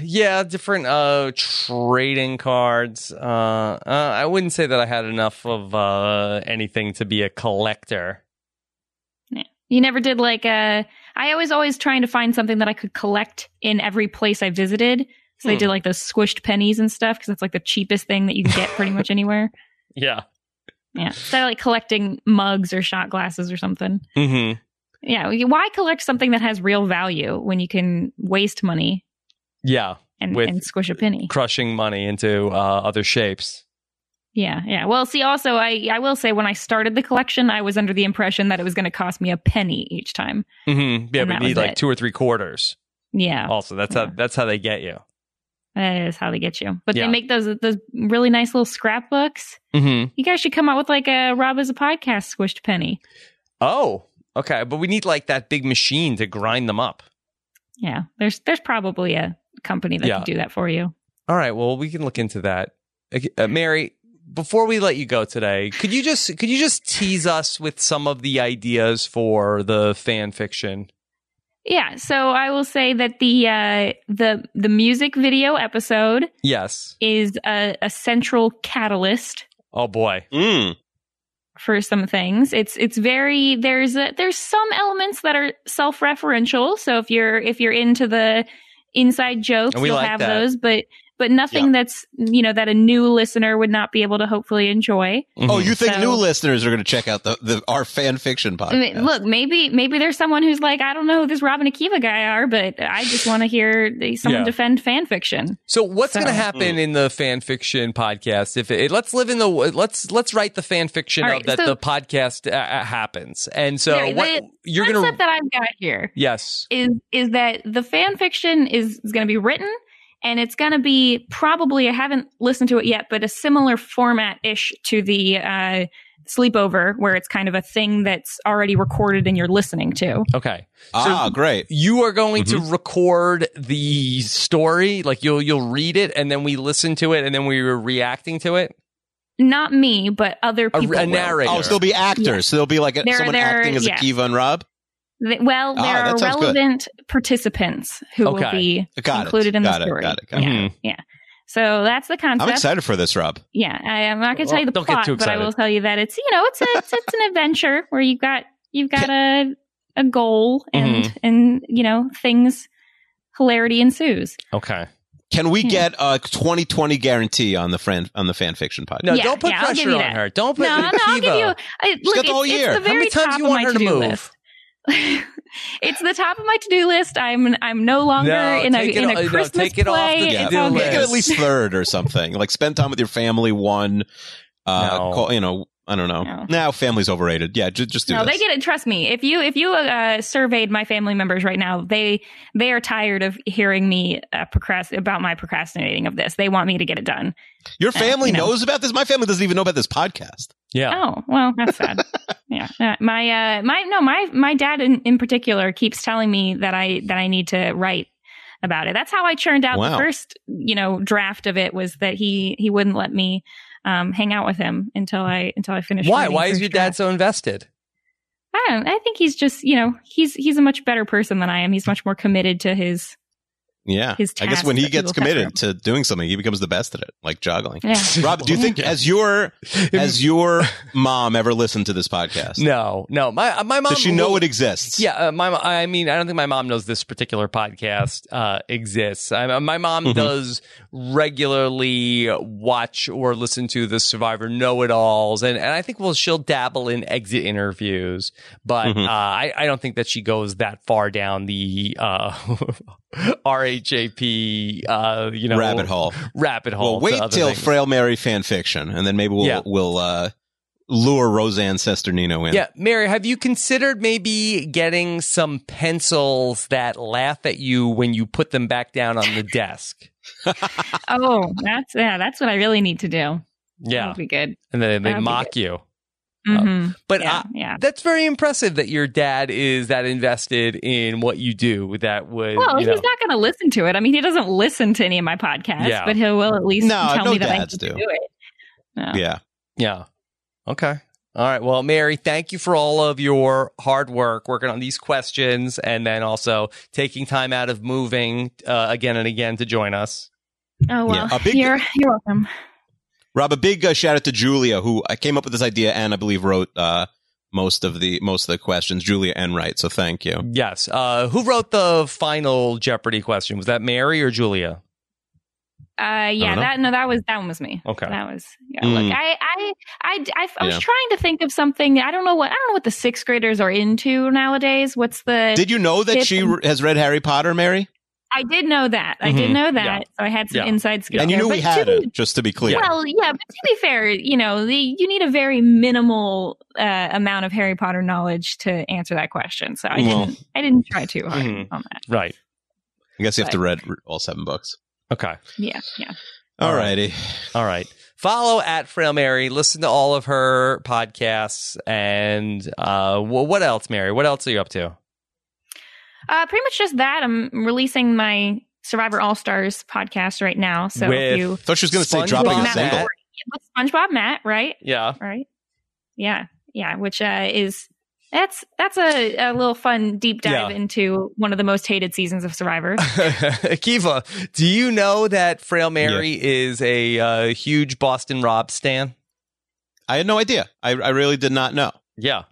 [SPEAKER 2] yeah, different uh trading cards. Uh, uh I wouldn't say that I had enough of uh anything to be a collector.
[SPEAKER 5] You never did like a. I always always trying to find something that I could collect in every place I visited. So they
[SPEAKER 2] Hmm.
[SPEAKER 5] did like those squished pennies and stuff because that's like the cheapest thing that you can get pretty much anywhere.
[SPEAKER 2] Yeah.
[SPEAKER 5] Yeah, so like collecting mugs or shot glasses or something.
[SPEAKER 2] Mhm.
[SPEAKER 5] Yeah, why collect something that has real value when you can waste money
[SPEAKER 2] Yeah,
[SPEAKER 5] and,
[SPEAKER 2] With-
[SPEAKER 5] and squish a penny?
[SPEAKER 2] crushing money into uh other shapes.
[SPEAKER 5] Yeah, yeah. Well, see, also, I I will say when I started the collection, I was under the impression that it was going to cost me a penny each time.
[SPEAKER 2] Mhm. Yeah,
[SPEAKER 5] And
[SPEAKER 2] we
[SPEAKER 5] that
[SPEAKER 2] need
[SPEAKER 5] was
[SPEAKER 2] like
[SPEAKER 5] it.
[SPEAKER 2] two or three quarters.
[SPEAKER 5] Yeah,
[SPEAKER 2] Also, that's how
[SPEAKER 5] Yeah.
[SPEAKER 2] that's how they get you.
[SPEAKER 5] that is how they get you. But
[SPEAKER 2] Yeah.
[SPEAKER 5] they make those those really nice little scrapbooks.
[SPEAKER 2] Mhm.
[SPEAKER 5] You guys should come out with like a Rob is a podcast squished penny.
[SPEAKER 2] Oh, okay, but we need like that big machine to grind them up.
[SPEAKER 5] Yeah, there's there's probably a company that
[SPEAKER 2] Yeah.
[SPEAKER 5] can do that for you.
[SPEAKER 2] All right. Well, we can look into that. Uh, Mary, before we let you go today, could you just could you just tease us with some of the ideas for the fan fiction?
[SPEAKER 5] Yeah, so I will say that the uh, the the music video episode
[SPEAKER 2] Yes.
[SPEAKER 5] is a, a central catalyst
[SPEAKER 2] Oh boy.
[SPEAKER 3] Mm.
[SPEAKER 5] for some things. It's it's very there's a, there's some elements that are self-referential. So if you're if you're into the inside jokes,
[SPEAKER 2] And we
[SPEAKER 5] you'll
[SPEAKER 2] like
[SPEAKER 5] have
[SPEAKER 2] that.
[SPEAKER 5] those, but but nothing that's you know that a new listener would not be able to hopefully enjoy.
[SPEAKER 2] Mm-hmm.
[SPEAKER 3] Oh, you think
[SPEAKER 5] So-
[SPEAKER 3] new listeners are going to check out the, the our fan fiction podcast?
[SPEAKER 5] I mean, look, maybe maybe there's someone who's like, I don't know who this Robin Akiva guy are, but I just want to hear the- someone
[SPEAKER 2] Yeah.
[SPEAKER 5] defend fan fiction.
[SPEAKER 2] so what's
[SPEAKER 5] So-
[SPEAKER 2] going to happen in the fan fiction podcast if it, let's live in the let's let's write the fan fiction
[SPEAKER 5] All
[SPEAKER 2] of
[SPEAKER 5] right,
[SPEAKER 2] that
[SPEAKER 5] so-
[SPEAKER 2] the podcast uh, uh, happens. And so
[SPEAKER 5] Mary,
[SPEAKER 2] what
[SPEAKER 5] the
[SPEAKER 2] you're
[SPEAKER 5] Concept
[SPEAKER 2] going to
[SPEAKER 5] that I've got here
[SPEAKER 2] Yes.
[SPEAKER 5] is is that the fan fiction is, is going to be written and it's going to be probably I haven't listened to it yet, but a similar format ish to the uh, sleepover where it's kind of a thing that's already recorded and you're listening to.
[SPEAKER 2] Okay.
[SPEAKER 3] ah, great.
[SPEAKER 2] you are going
[SPEAKER 3] Mm-hmm.
[SPEAKER 2] to record the story like you'll you'll read it and then we listen to it and then we were reacting to it
[SPEAKER 5] Not me, but other
[SPEAKER 2] a,
[SPEAKER 5] people.
[SPEAKER 2] a
[SPEAKER 5] will.
[SPEAKER 2] narrator
[SPEAKER 3] Oh, so they'll be actors.
[SPEAKER 5] Yeah.
[SPEAKER 3] So they'll be like a,
[SPEAKER 5] They're-
[SPEAKER 3] someone
[SPEAKER 5] they're-
[SPEAKER 3] acting as
[SPEAKER 5] yeah.
[SPEAKER 3] a Kiva and Rob.
[SPEAKER 5] Th- Well,
[SPEAKER 3] Ah,
[SPEAKER 5] there are
[SPEAKER 3] that sounds good.
[SPEAKER 5] relevant participants who
[SPEAKER 2] Okay.
[SPEAKER 5] will be
[SPEAKER 3] Got it.
[SPEAKER 5] included in
[SPEAKER 3] got
[SPEAKER 5] the
[SPEAKER 3] it,
[SPEAKER 5] story.
[SPEAKER 3] Got it. Got it.
[SPEAKER 5] Yeah,
[SPEAKER 2] Mhm.
[SPEAKER 5] yeah. So that's the concept.
[SPEAKER 3] I'm excited for this, Rob.
[SPEAKER 5] Yeah, I, am not going to
[SPEAKER 2] Well,
[SPEAKER 5] tell you the
[SPEAKER 2] don't get
[SPEAKER 5] plot,
[SPEAKER 2] too
[SPEAKER 5] but I
[SPEAKER 2] excited.
[SPEAKER 5] will tell you that it's you know it's a, it's, it's an adventure where you've got you've got a a goal and
[SPEAKER 2] Mm-hmm.
[SPEAKER 5] and you know things hilarity ensues.
[SPEAKER 2] okay
[SPEAKER 3] Can we
[SPEAKER 5] Yeah.
[SPEAKER 3] get a 2020 guarantee on the friend on the fan fiction podcast?
[SPEAKER 2] no
[SPEAKER 5] Yeah,
[SPEAKER 2] don't put
[SPEAKER 5] yeah, I'll give
[SPEAKER 2] pressure
[SPEAKER 5] you
[SPEAKER 2] on
[SPEAKER 5] that.
[SPEAKER 2] her don't
[SPEAKER 5] No,
[SPEAKER 2] put
[SPEAKER 5] no, I'll give you.
[SPEAKER 2] Akiva.
[SPEAKER 5] I, look,
[SPEAKER 3] got the whole
[SPEAKER 5] it's, it's
[SPEAKER 3] year. How
[SPEAKER 5] the very
[SPEAKER 2] how many
[SPEAKER 5] top
[SPEAKER 2] times do
[SPEAKER 5] of
[SPEAKER 2] you want
[SPEAKER 5] my
[SPEAKER 2] her to
[SPEAKER 5] to-do
[SPEAKER 2] move
[SPEAKER 5] list. it's the top of my to-do list. I'm I'm no longer
[SPEAKER 2] No,
[SPEAKER 5] in a
[SPEAKER 2] take it
[SPEAKER 5] in
[SPEAKER 2] off-
[SPEAKER 5] a
[SPEAKER 2] no,
[SPEAKER 5] Christmas
[SPEAKER 2] take it off the
[SPEAKER 5] play.
[SPEAKER 2] to-do
[SPEAKER 5] It's
[SPEAKER 3] but
[SPEAKER 5] all
[SPEAKER 2] list.
[SPEAKER 3] make
[SPEAKER 5] good.
[SPEAKER 3] it at least third or something. like spend time with your family. One, uh,
[SPEAKER 2] No.
[SPEAKER 3] call, you know, I don't know.
[SPEAKER 5] No.
[SPEAKER 3] Now family's overrated. Yeah, ju- just do
[SPEAKER 5] no,
[SPEAKER 3] this.
[SPEAKER 5] they get it. Trust me. If you if you uh, surveyed my family members right now, they they are tired of hearing me uh, procrast- about my procrastinating of this. They want me to get it done.
[SPEAKER 3] your family
[SPEAKER 5] no.
[SPEAKER 3] knows about this. My family doesn't even know about this podcast.
[SPEAKER 2] yeah
[SPEAKER 5] Oh well, that's sad. yeah, Uh, my uh, my no my my dad in, in particular keeps telling me that I that I need to write about it. That's how I churned out
[SPEAKER 3] Wow.
[SPEAKER 5] the first you know draft of it was that he he wouldn't let me um, hang out with him until I until I finished.
[SPEAKER 2] why
[SPEAKER 5] reading
[SPEAKER 2] why is
[SPEAKER 5] first
[SPEAKER 2] your
[SPEAKER 5] draft.
[SPEAKER 2] dad so invested
[SPEAKER 5] I don't. I think he's just you know he's he's a much better person than I am. He's much more committed to his
[SPEAKER 3] Yeah,
[SPEAKER 5] His
[SPEAKER 3] I guess
[SPEAKER 5] task
[SPEAKER 3] when he
[SPEAKER 5] that
[SPEAKER 3] gets
[SPEAKER 5] people set for
[SPEAKER 3] committed to doing something, he becomes the best at it, like juggling.
[SPEAKER 5] yeah.
[SPEAKER 3] Rob, do you think
[SPEAKER 2] Yeah.
[SPEAKER 3] as your as your mom ever listened to this podcast?
[SPEAKER 2] no no my my mom
[SPEAKER 3] Does she know
[SPEAKER 2] will-
[SPEAKER 3] it exists?
[SPEAKER 2] Yeah, uh, my mo- I mean, I don't think my mom knows this particular podcast uh, exists. I, my mom
[SPEAKER 3] Mhm.
[SPEAKER 2] does regularly watch or listen to the Survivor know-it-alls, and, and I think well she'll dabble in exit interviews, but
[SPEAKER 3] Mhm.
[SPEAKER 2] uh, I I don't think that she goes that far down the uh, RHAP uh, you know
[SPEAKER 3] rabbit hole.
[SPEAKER 2] rabbit hole.
[SPEAKER 3] Well,
[SPEAKER 2] to
[SPEAKER 3] wait
[SPEAKER 2] other
[SPEAKER 3] till
[SPEAKER 2] things.
[SPEAKER 3] Frail Mary fan fiction, and then maybe we'll
[SPEAKER 2] Yeah.
[SPEAKER 3] we'll uh, lure Roseanne Sesternino in.
[SPEAKER 2] Yeah, Mary, have you considered maybe getting some pencils that laugh at you when you put them back down on the desk?
[SPEAKER 5] Oh, that's yeah. That's what I really need to do.
[SPEAKER 2] Yeah.
[SPEAKER 5] That'd be good.
[SPEAKER 2] And then they
[SPEAKER 5] That'd be
[SPEAKER 2] mock you.
[SPEAKER 5] Mhm.
[SPEAKER 2] But
[SPEAKER 5] yeah,
[SPEAKER 2] I,
[SPEAKER 5] yeah.
[SPEAKER 2] that's very impressive that your dad is that invested in what you do. That would,
[SPEAKER 5] Well,
[SPEAKER 2] you
[SPEAKER 5] he's
[SPEAKER 2] know,
[SPEAKER 5] not going to listen to it. I mean, he doesn't listen to any of my podcasts,
[SPEAKER 2] Yeah.
[SPEAKER 5] but he will at least
[SPEAKER 3] No,
[SPEAKER 5] tell
[SPEAKER 3] no
[SPEAKER 5] me that I need
[SPEAKER 3] dads
[SPEAKER 5] to
[SPEAKER 3] do.
[SPEAKER 5] do it. No.
[SPEAKER 3] Yeah.
[SPEAKER 2] yeah. Okay. All right. Well, Mary, thank you for all of your hard work working on these questions and then also taking time out of moving uh, again and again to join us.
[SPEAKER 5] Oh well,
[SPEAKER 3] Yeah, a big-
[SPEAKER 5] you're you're welcome.
[SPEAKER 3] Rob, a big uh, shout out to Julia, who I came up with this idea and I believe wrote uh, most of the most of the questions. Julia Enright, so thank you.
[SPEAKER 2] Yes. Uh, who wrote the final Jeopardy question? Was that Mary or Julia?
[SPEAKER 5] Uh, yeah,
[SPEAKER 3] know.
[SPEAKER 5] that no, that was that one was me.
[SPEAKER 2] Okay.
[SPEAKER 5] that was yeah.
[SPEAKER 3] Mm.
[SPEAKER 5] Look, I I I I, I was
[SPEAKER 3] Yeah.
[SPEAKER 5] trying to think of something. I don't know what I don't know what the sixth graders are into nowadays. What's the?
[SPEAKER 3] Did you know that
[SPEAKER 5] Fifth
[SPEAKER 3] she
[SPEAKER 5] and-
[SPEAKER 3] re- has read Harry Potter, Mary?
[SPEAKER 5] I did know that. I
[SPEAKER 2] Mhm.
[SPEAKER 5] did know that.
[SPEAKER 2] Yeah.
[SPEAKER 5] So I had some
[SPEAKER 2] Yeah.
[SPEAKER 5] inside scoop.
[SPEAKER 3] Mm-hmm. And you
[SPEAKER 5] there.
[SPEAKER 3] knew we
[SPEAKER 5] But
[SPEAKER 3] had
[SPEAKER 5] to
[SPEAKER 3] it, just to be clear.
[SPEAKER 5] Well, yeah, but to be fair, you know, the, you need a very minimal uh, amount of Harry Potter knowledge to answer that question. So I
[SPEAKER 3] Well. mm-hmm.
[SPEAKER 5] didn't, I didn't try too hard
[SPEAKER 2] Mhm.
[SPEAKER 5] on that.
[SPEAKER 2] Right.
[SPEAKER 3] I guess you have to read all seven books.
[SPEAKER 2] Okay.
[SPEAKER 5] Yeah, yeah.
[SPEAKER 2] All
[SPEAKER 3] All
[SPEAKER 2] right.
[SPEAKER 3] righty.
[SPEAKER 2] All right. Follow at Frail Mary. Listen to all of her podcasts. And uh, wh- what else, Mary? What else are you up to?
[SPEAKER 5] Uh, pretty much just that. I'm releasing my Survivor All Stars podcast right now. So
[SPEAKER 2] With-
[SPEAKER 5] if you
[SPEAKER 3] Thought she was going to say
[SPEAKER 2] SpongeBob
[SPEAKER 3] dropping a
[SPEAKER 5] Matt
[SPEAKER 3] single.
[SPEAKER 2] Matt.
[SPEAKER 5] with SpongeBob Matt, right?
[SPEAKER 2] Yeah.
[SPEAKER 5] right? Yeah, yeah. Which uh, is that's that's a, a little fun deep dive
[SPEAKER 2] Yeah.
[SPEAKER 5] into one of the most hated seasons of Survivor.
[SPEAKER 2] Akiva, do you know that Frail Mary is a uh, huge Boston Rob stan?
[SPEAKER 3] I had no idea. I, I really did not know.
[SPEAKER 2] Yeah.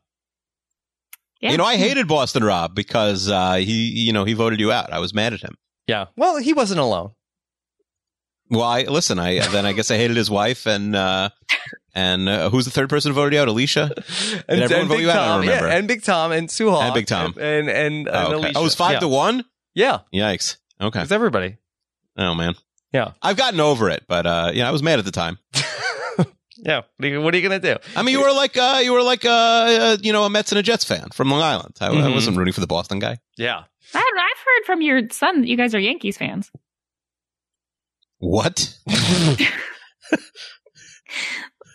[SPEAKER 5] Yeah.
[SPEAKER 3] You know, I hated Boston Rob because uh, he, you know, he voted you out. I was mad at him.
[SPEAKER 2] Yeah. Well, he wasn't alone.
[SPEAKER 3] Well, I listen. I then I guess I hated his wife and uh, and uh, who's the third person who voted you out? Alicia.
[SPEAKER 2] And,
[SPEAKER 3] everyone vote
[SPEAKER 2] Big
[SPEAKER 3] you out? I don't
[SPEAKER 2] Tom,
[SPEAKER 3] remember.
[SPEAKER 2] Yeah, and Big Tom and Suha.
[SPEAKER 3] And Big Tom.
[SPEAKER 2] And, and, and,
[SPEAKER 3] Oh, okay.
[SPEAKER 2] Alicia.
[SPEAKER 3] Oh, it was five
[SPEAKER 2] yeah.
[SPEAKER 3] to one.
[SPEAKER 2] Yeah.
[SPEAKER 3] Yikes. Okay.
[SPEAKER 2] It's everybody.
[SPEAKER 3] Oh man.
[SPEAKER 2] Yeah.
[SPEAKER 3] I've gotten over it, but uh, yeah, I was mad at the time.
[SPEAKER 2] yeah. What are you, what are you going to do?
[SPEAKER 3] I mean, you were like uh, you were like uh, uh, you know a Mets and a Jets fan from Long Island. I, I
[SPEAKER 2] Mhm.
[SPEAKER 3] wasn't rooting for the Boston guy.
[SPEAKER 2] Yeah.
[SPEAKER 5] I, have heard from your son that you guys are Yankees fans.
[SPEAKER 3] What?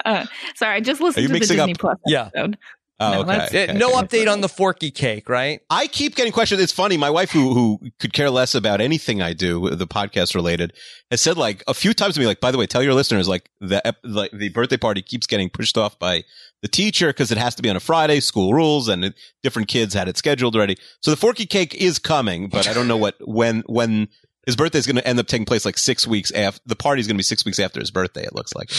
[SPEAKER 5] Sorry, I just listened
[SPEAKER 3] Are you
[SPEAKER 5] to the
[SPEAKER 3] mixing
[SPEAKER 5] Disney
[SPEAKER 3] up-
[SPEAKER 5] Plus
[SPEAKER 2] Yeah.
[SPEAKER 5] episode.
[SPEAKER 3] Oh,
[SPEAKER 5] No,
[SPEAKER 3] okay.
[SPEAKER 5] that's-
[SPEAKER 2] Yeah,
[SPEAKER 3] okay.
[SPEAKER 2] no update on the forky cake, right?
[SPEAKER 3] I keep getting questions. It's funny. My wife, who who could care less about anything I do, the podcast related, has said like a few times to me, like, by the way, tell your listeners, like the ep- like the birthday party keeps getting pushed off by the teacher because it has to be on a Friday, school rules, and it, different kids had it scheduled already. So the forky cake is coming, but I don't know what when when his birthday is going to end up taking place. Like six weeks after the party's going to be six weeks after his birthday. It looks like.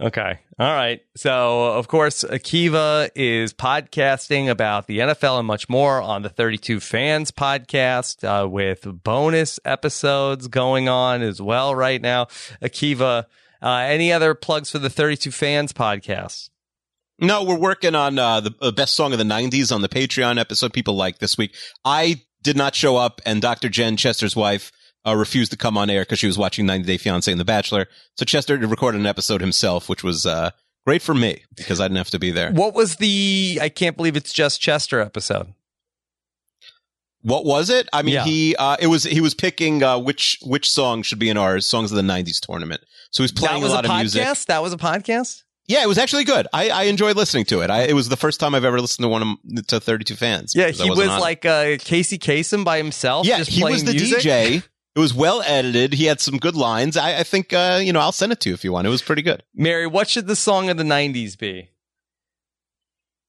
[SPEAKER 2] Okay. All right. So, of course, Akiva is podcasting about the NFL and much more on the 32 Fans podcast uh, with bonus episodes going on as well right now. Akiva, uh, any other plugs for the 32 Fans podcast?
[SPEAKER 3] No, we're working on uh, the uh, best song of the '90s on the Patreon episode. People like this week. I did not show up, and Dr. Jen Chester's wife uh, refused to come on air because she was watching 90 Day Fiance and The Bachelor. So Chester recorded an episode himself, which was uh, great for me because I didn't have to be there.
[SPEAKER 2] What was the I can't believe it's just Chester episode?
[SPEAKER 3] What was it? I mean,
[SPEAKER 2] Yeah.
[SPEAKER 3] he uh, it was he was picking uh, which which song should be in our songs of the '90s tournament. So he's playing
[SPEAKER 2] that was
[SPEAKER 3] a lot of
[SPEAKER 2] podcast?
[SPEAKER 3] music.
[SPEAKER 2] That was a podcast?
[SPEAKER 3] Yeah, it was actually good. I, I enjoyed listening to it. I, it was the first time I've ever listened to one of, m- to 32 fans.
[SPEAKER 2] Yeah,
[SPEAKER 3] because I
[SPEAKER 2] he was
[SPEAKER 3] wasn't on it.
[SPEAKER 2] like uh, Casey Kasem by himself.
[SPEAKER 3] Yeah,
[SPEAKER 2] just
[SPEAKER 3] he was
[SPEAKER 2] playing
[SPEAKER 3] the
[SPEAKER 2] music.
[SPEAKER 3] DJ. It was well edited. He had some good lines. I, I think uh, you know I'll send it to you if you want. It was pretty good.
[SPEAKER 2] Mary, what should the song of the 90s be?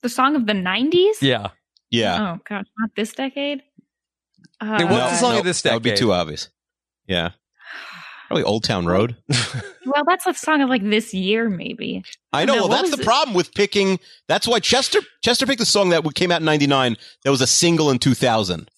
[SPEAKER 5] The song of the '90s.
[SPEAKER 2] Yeah.
[SPEAKER 3] Yeah,
[SPEAKER 5] Oh gosh, not this decade. Uh,
[SPEAKER 2] There was a song- of this
[SPEAKER 3] that would be
[SPEAKER 2] decade?
[SPEAKER 3] too obvious. Yeah, probably Old Town Road.
[SPEAKER 5] Well, that's a song of like this year, maybe.
[SPEAKER 3] I know.
[SPEAKER 5] Now,
[SPEAKER 3] well,
[SPEAKER 5] what
[SPEAKER 3] that's
[SPEAKER 5] was
[SPEAKER 3] the
[SPEAKER 5] it?
[SPEAKER 3] problem with picking. That's why Chester Chester picked a song that came out in '99 that was a single in 2000,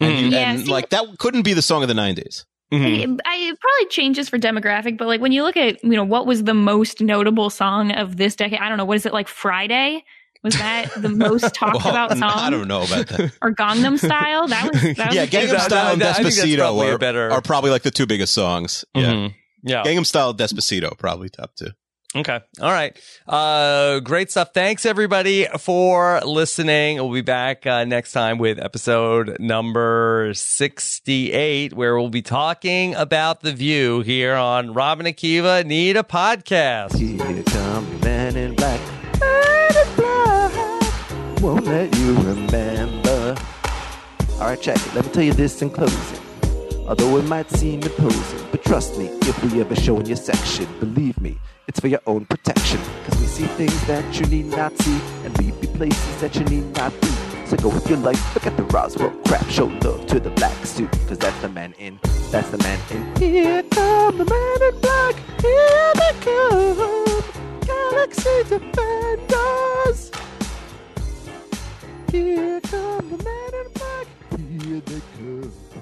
[SPEAKER 3] and,
[SPEAKER 2] Mhm.
[SPEAKER 3] you-
[SPEAKER 5] Yeah,
[SPEAKER 3] and
[SPEAKER 5] see-
[SPEAKER 3] like that couldn't be the song of the '90s.
[SPEAKER 2] Mhm.
[SPEAKER 3] Hmm.
[SPEAKER 5] It, I, it probably changes for demographic, but like when you look at you know what was the most notable song of this decade, I don't know what is it like Friday. Was that the most talked
[SPEAKER 3] Well,
[SPEAKER 5] about
[SPEAKER 3] I
[SPEAKER 5] song
[SPEAKER 3] don't know about that.
[SPEAKER 5] or Gangnam Style? That was, that was
[SPEAKER 3] yeah,
[SPEAKER 5] a big
[SPEAKER 3] Gangnam
[SPEAKER 2] No,
[SPEAKER 5] one.
[SPEAKER 3] Style
[SPEAKER 2] no, no, I
[SPEAKER 3] and
[SPEAKER 2] think that's
[SPEAKER 3] Despacito
[SPEAKER 2] probably a
[SPEAKER 3] are,
[SPEAKER 2] better-
[SPEAKER 3] are probably like the two biggest songs. Yeah,
[SPEAKER 2] Mhm. Yeah.
[SPEAKER 3] Gangnam Style, Despacito, probably top two.
[SPEAKER 2] Okay. All right. Uh, great stuff. Thanks everybody for listening. We'll be back uh, next time with episode number 68, where we'll be talking about the view here on Robin Akiva Need a Podcast.
[SPEAKER 6] Here come the man in black. Man in black. Won't let you remember. Alright, check it. Let me tell you this in closing. Although it might seem imposing, but trust me, if we ever show in your section, believe me, it's for your own protection. Cause we see things that you need not see, and we be places that you need not be. So go with your life, forget the Roswell crap, show love to the black suit, cause that's the man in, that's the man in. Here come the man in black, here they come, Galaxy Defenders! Here come the man in black, here they come.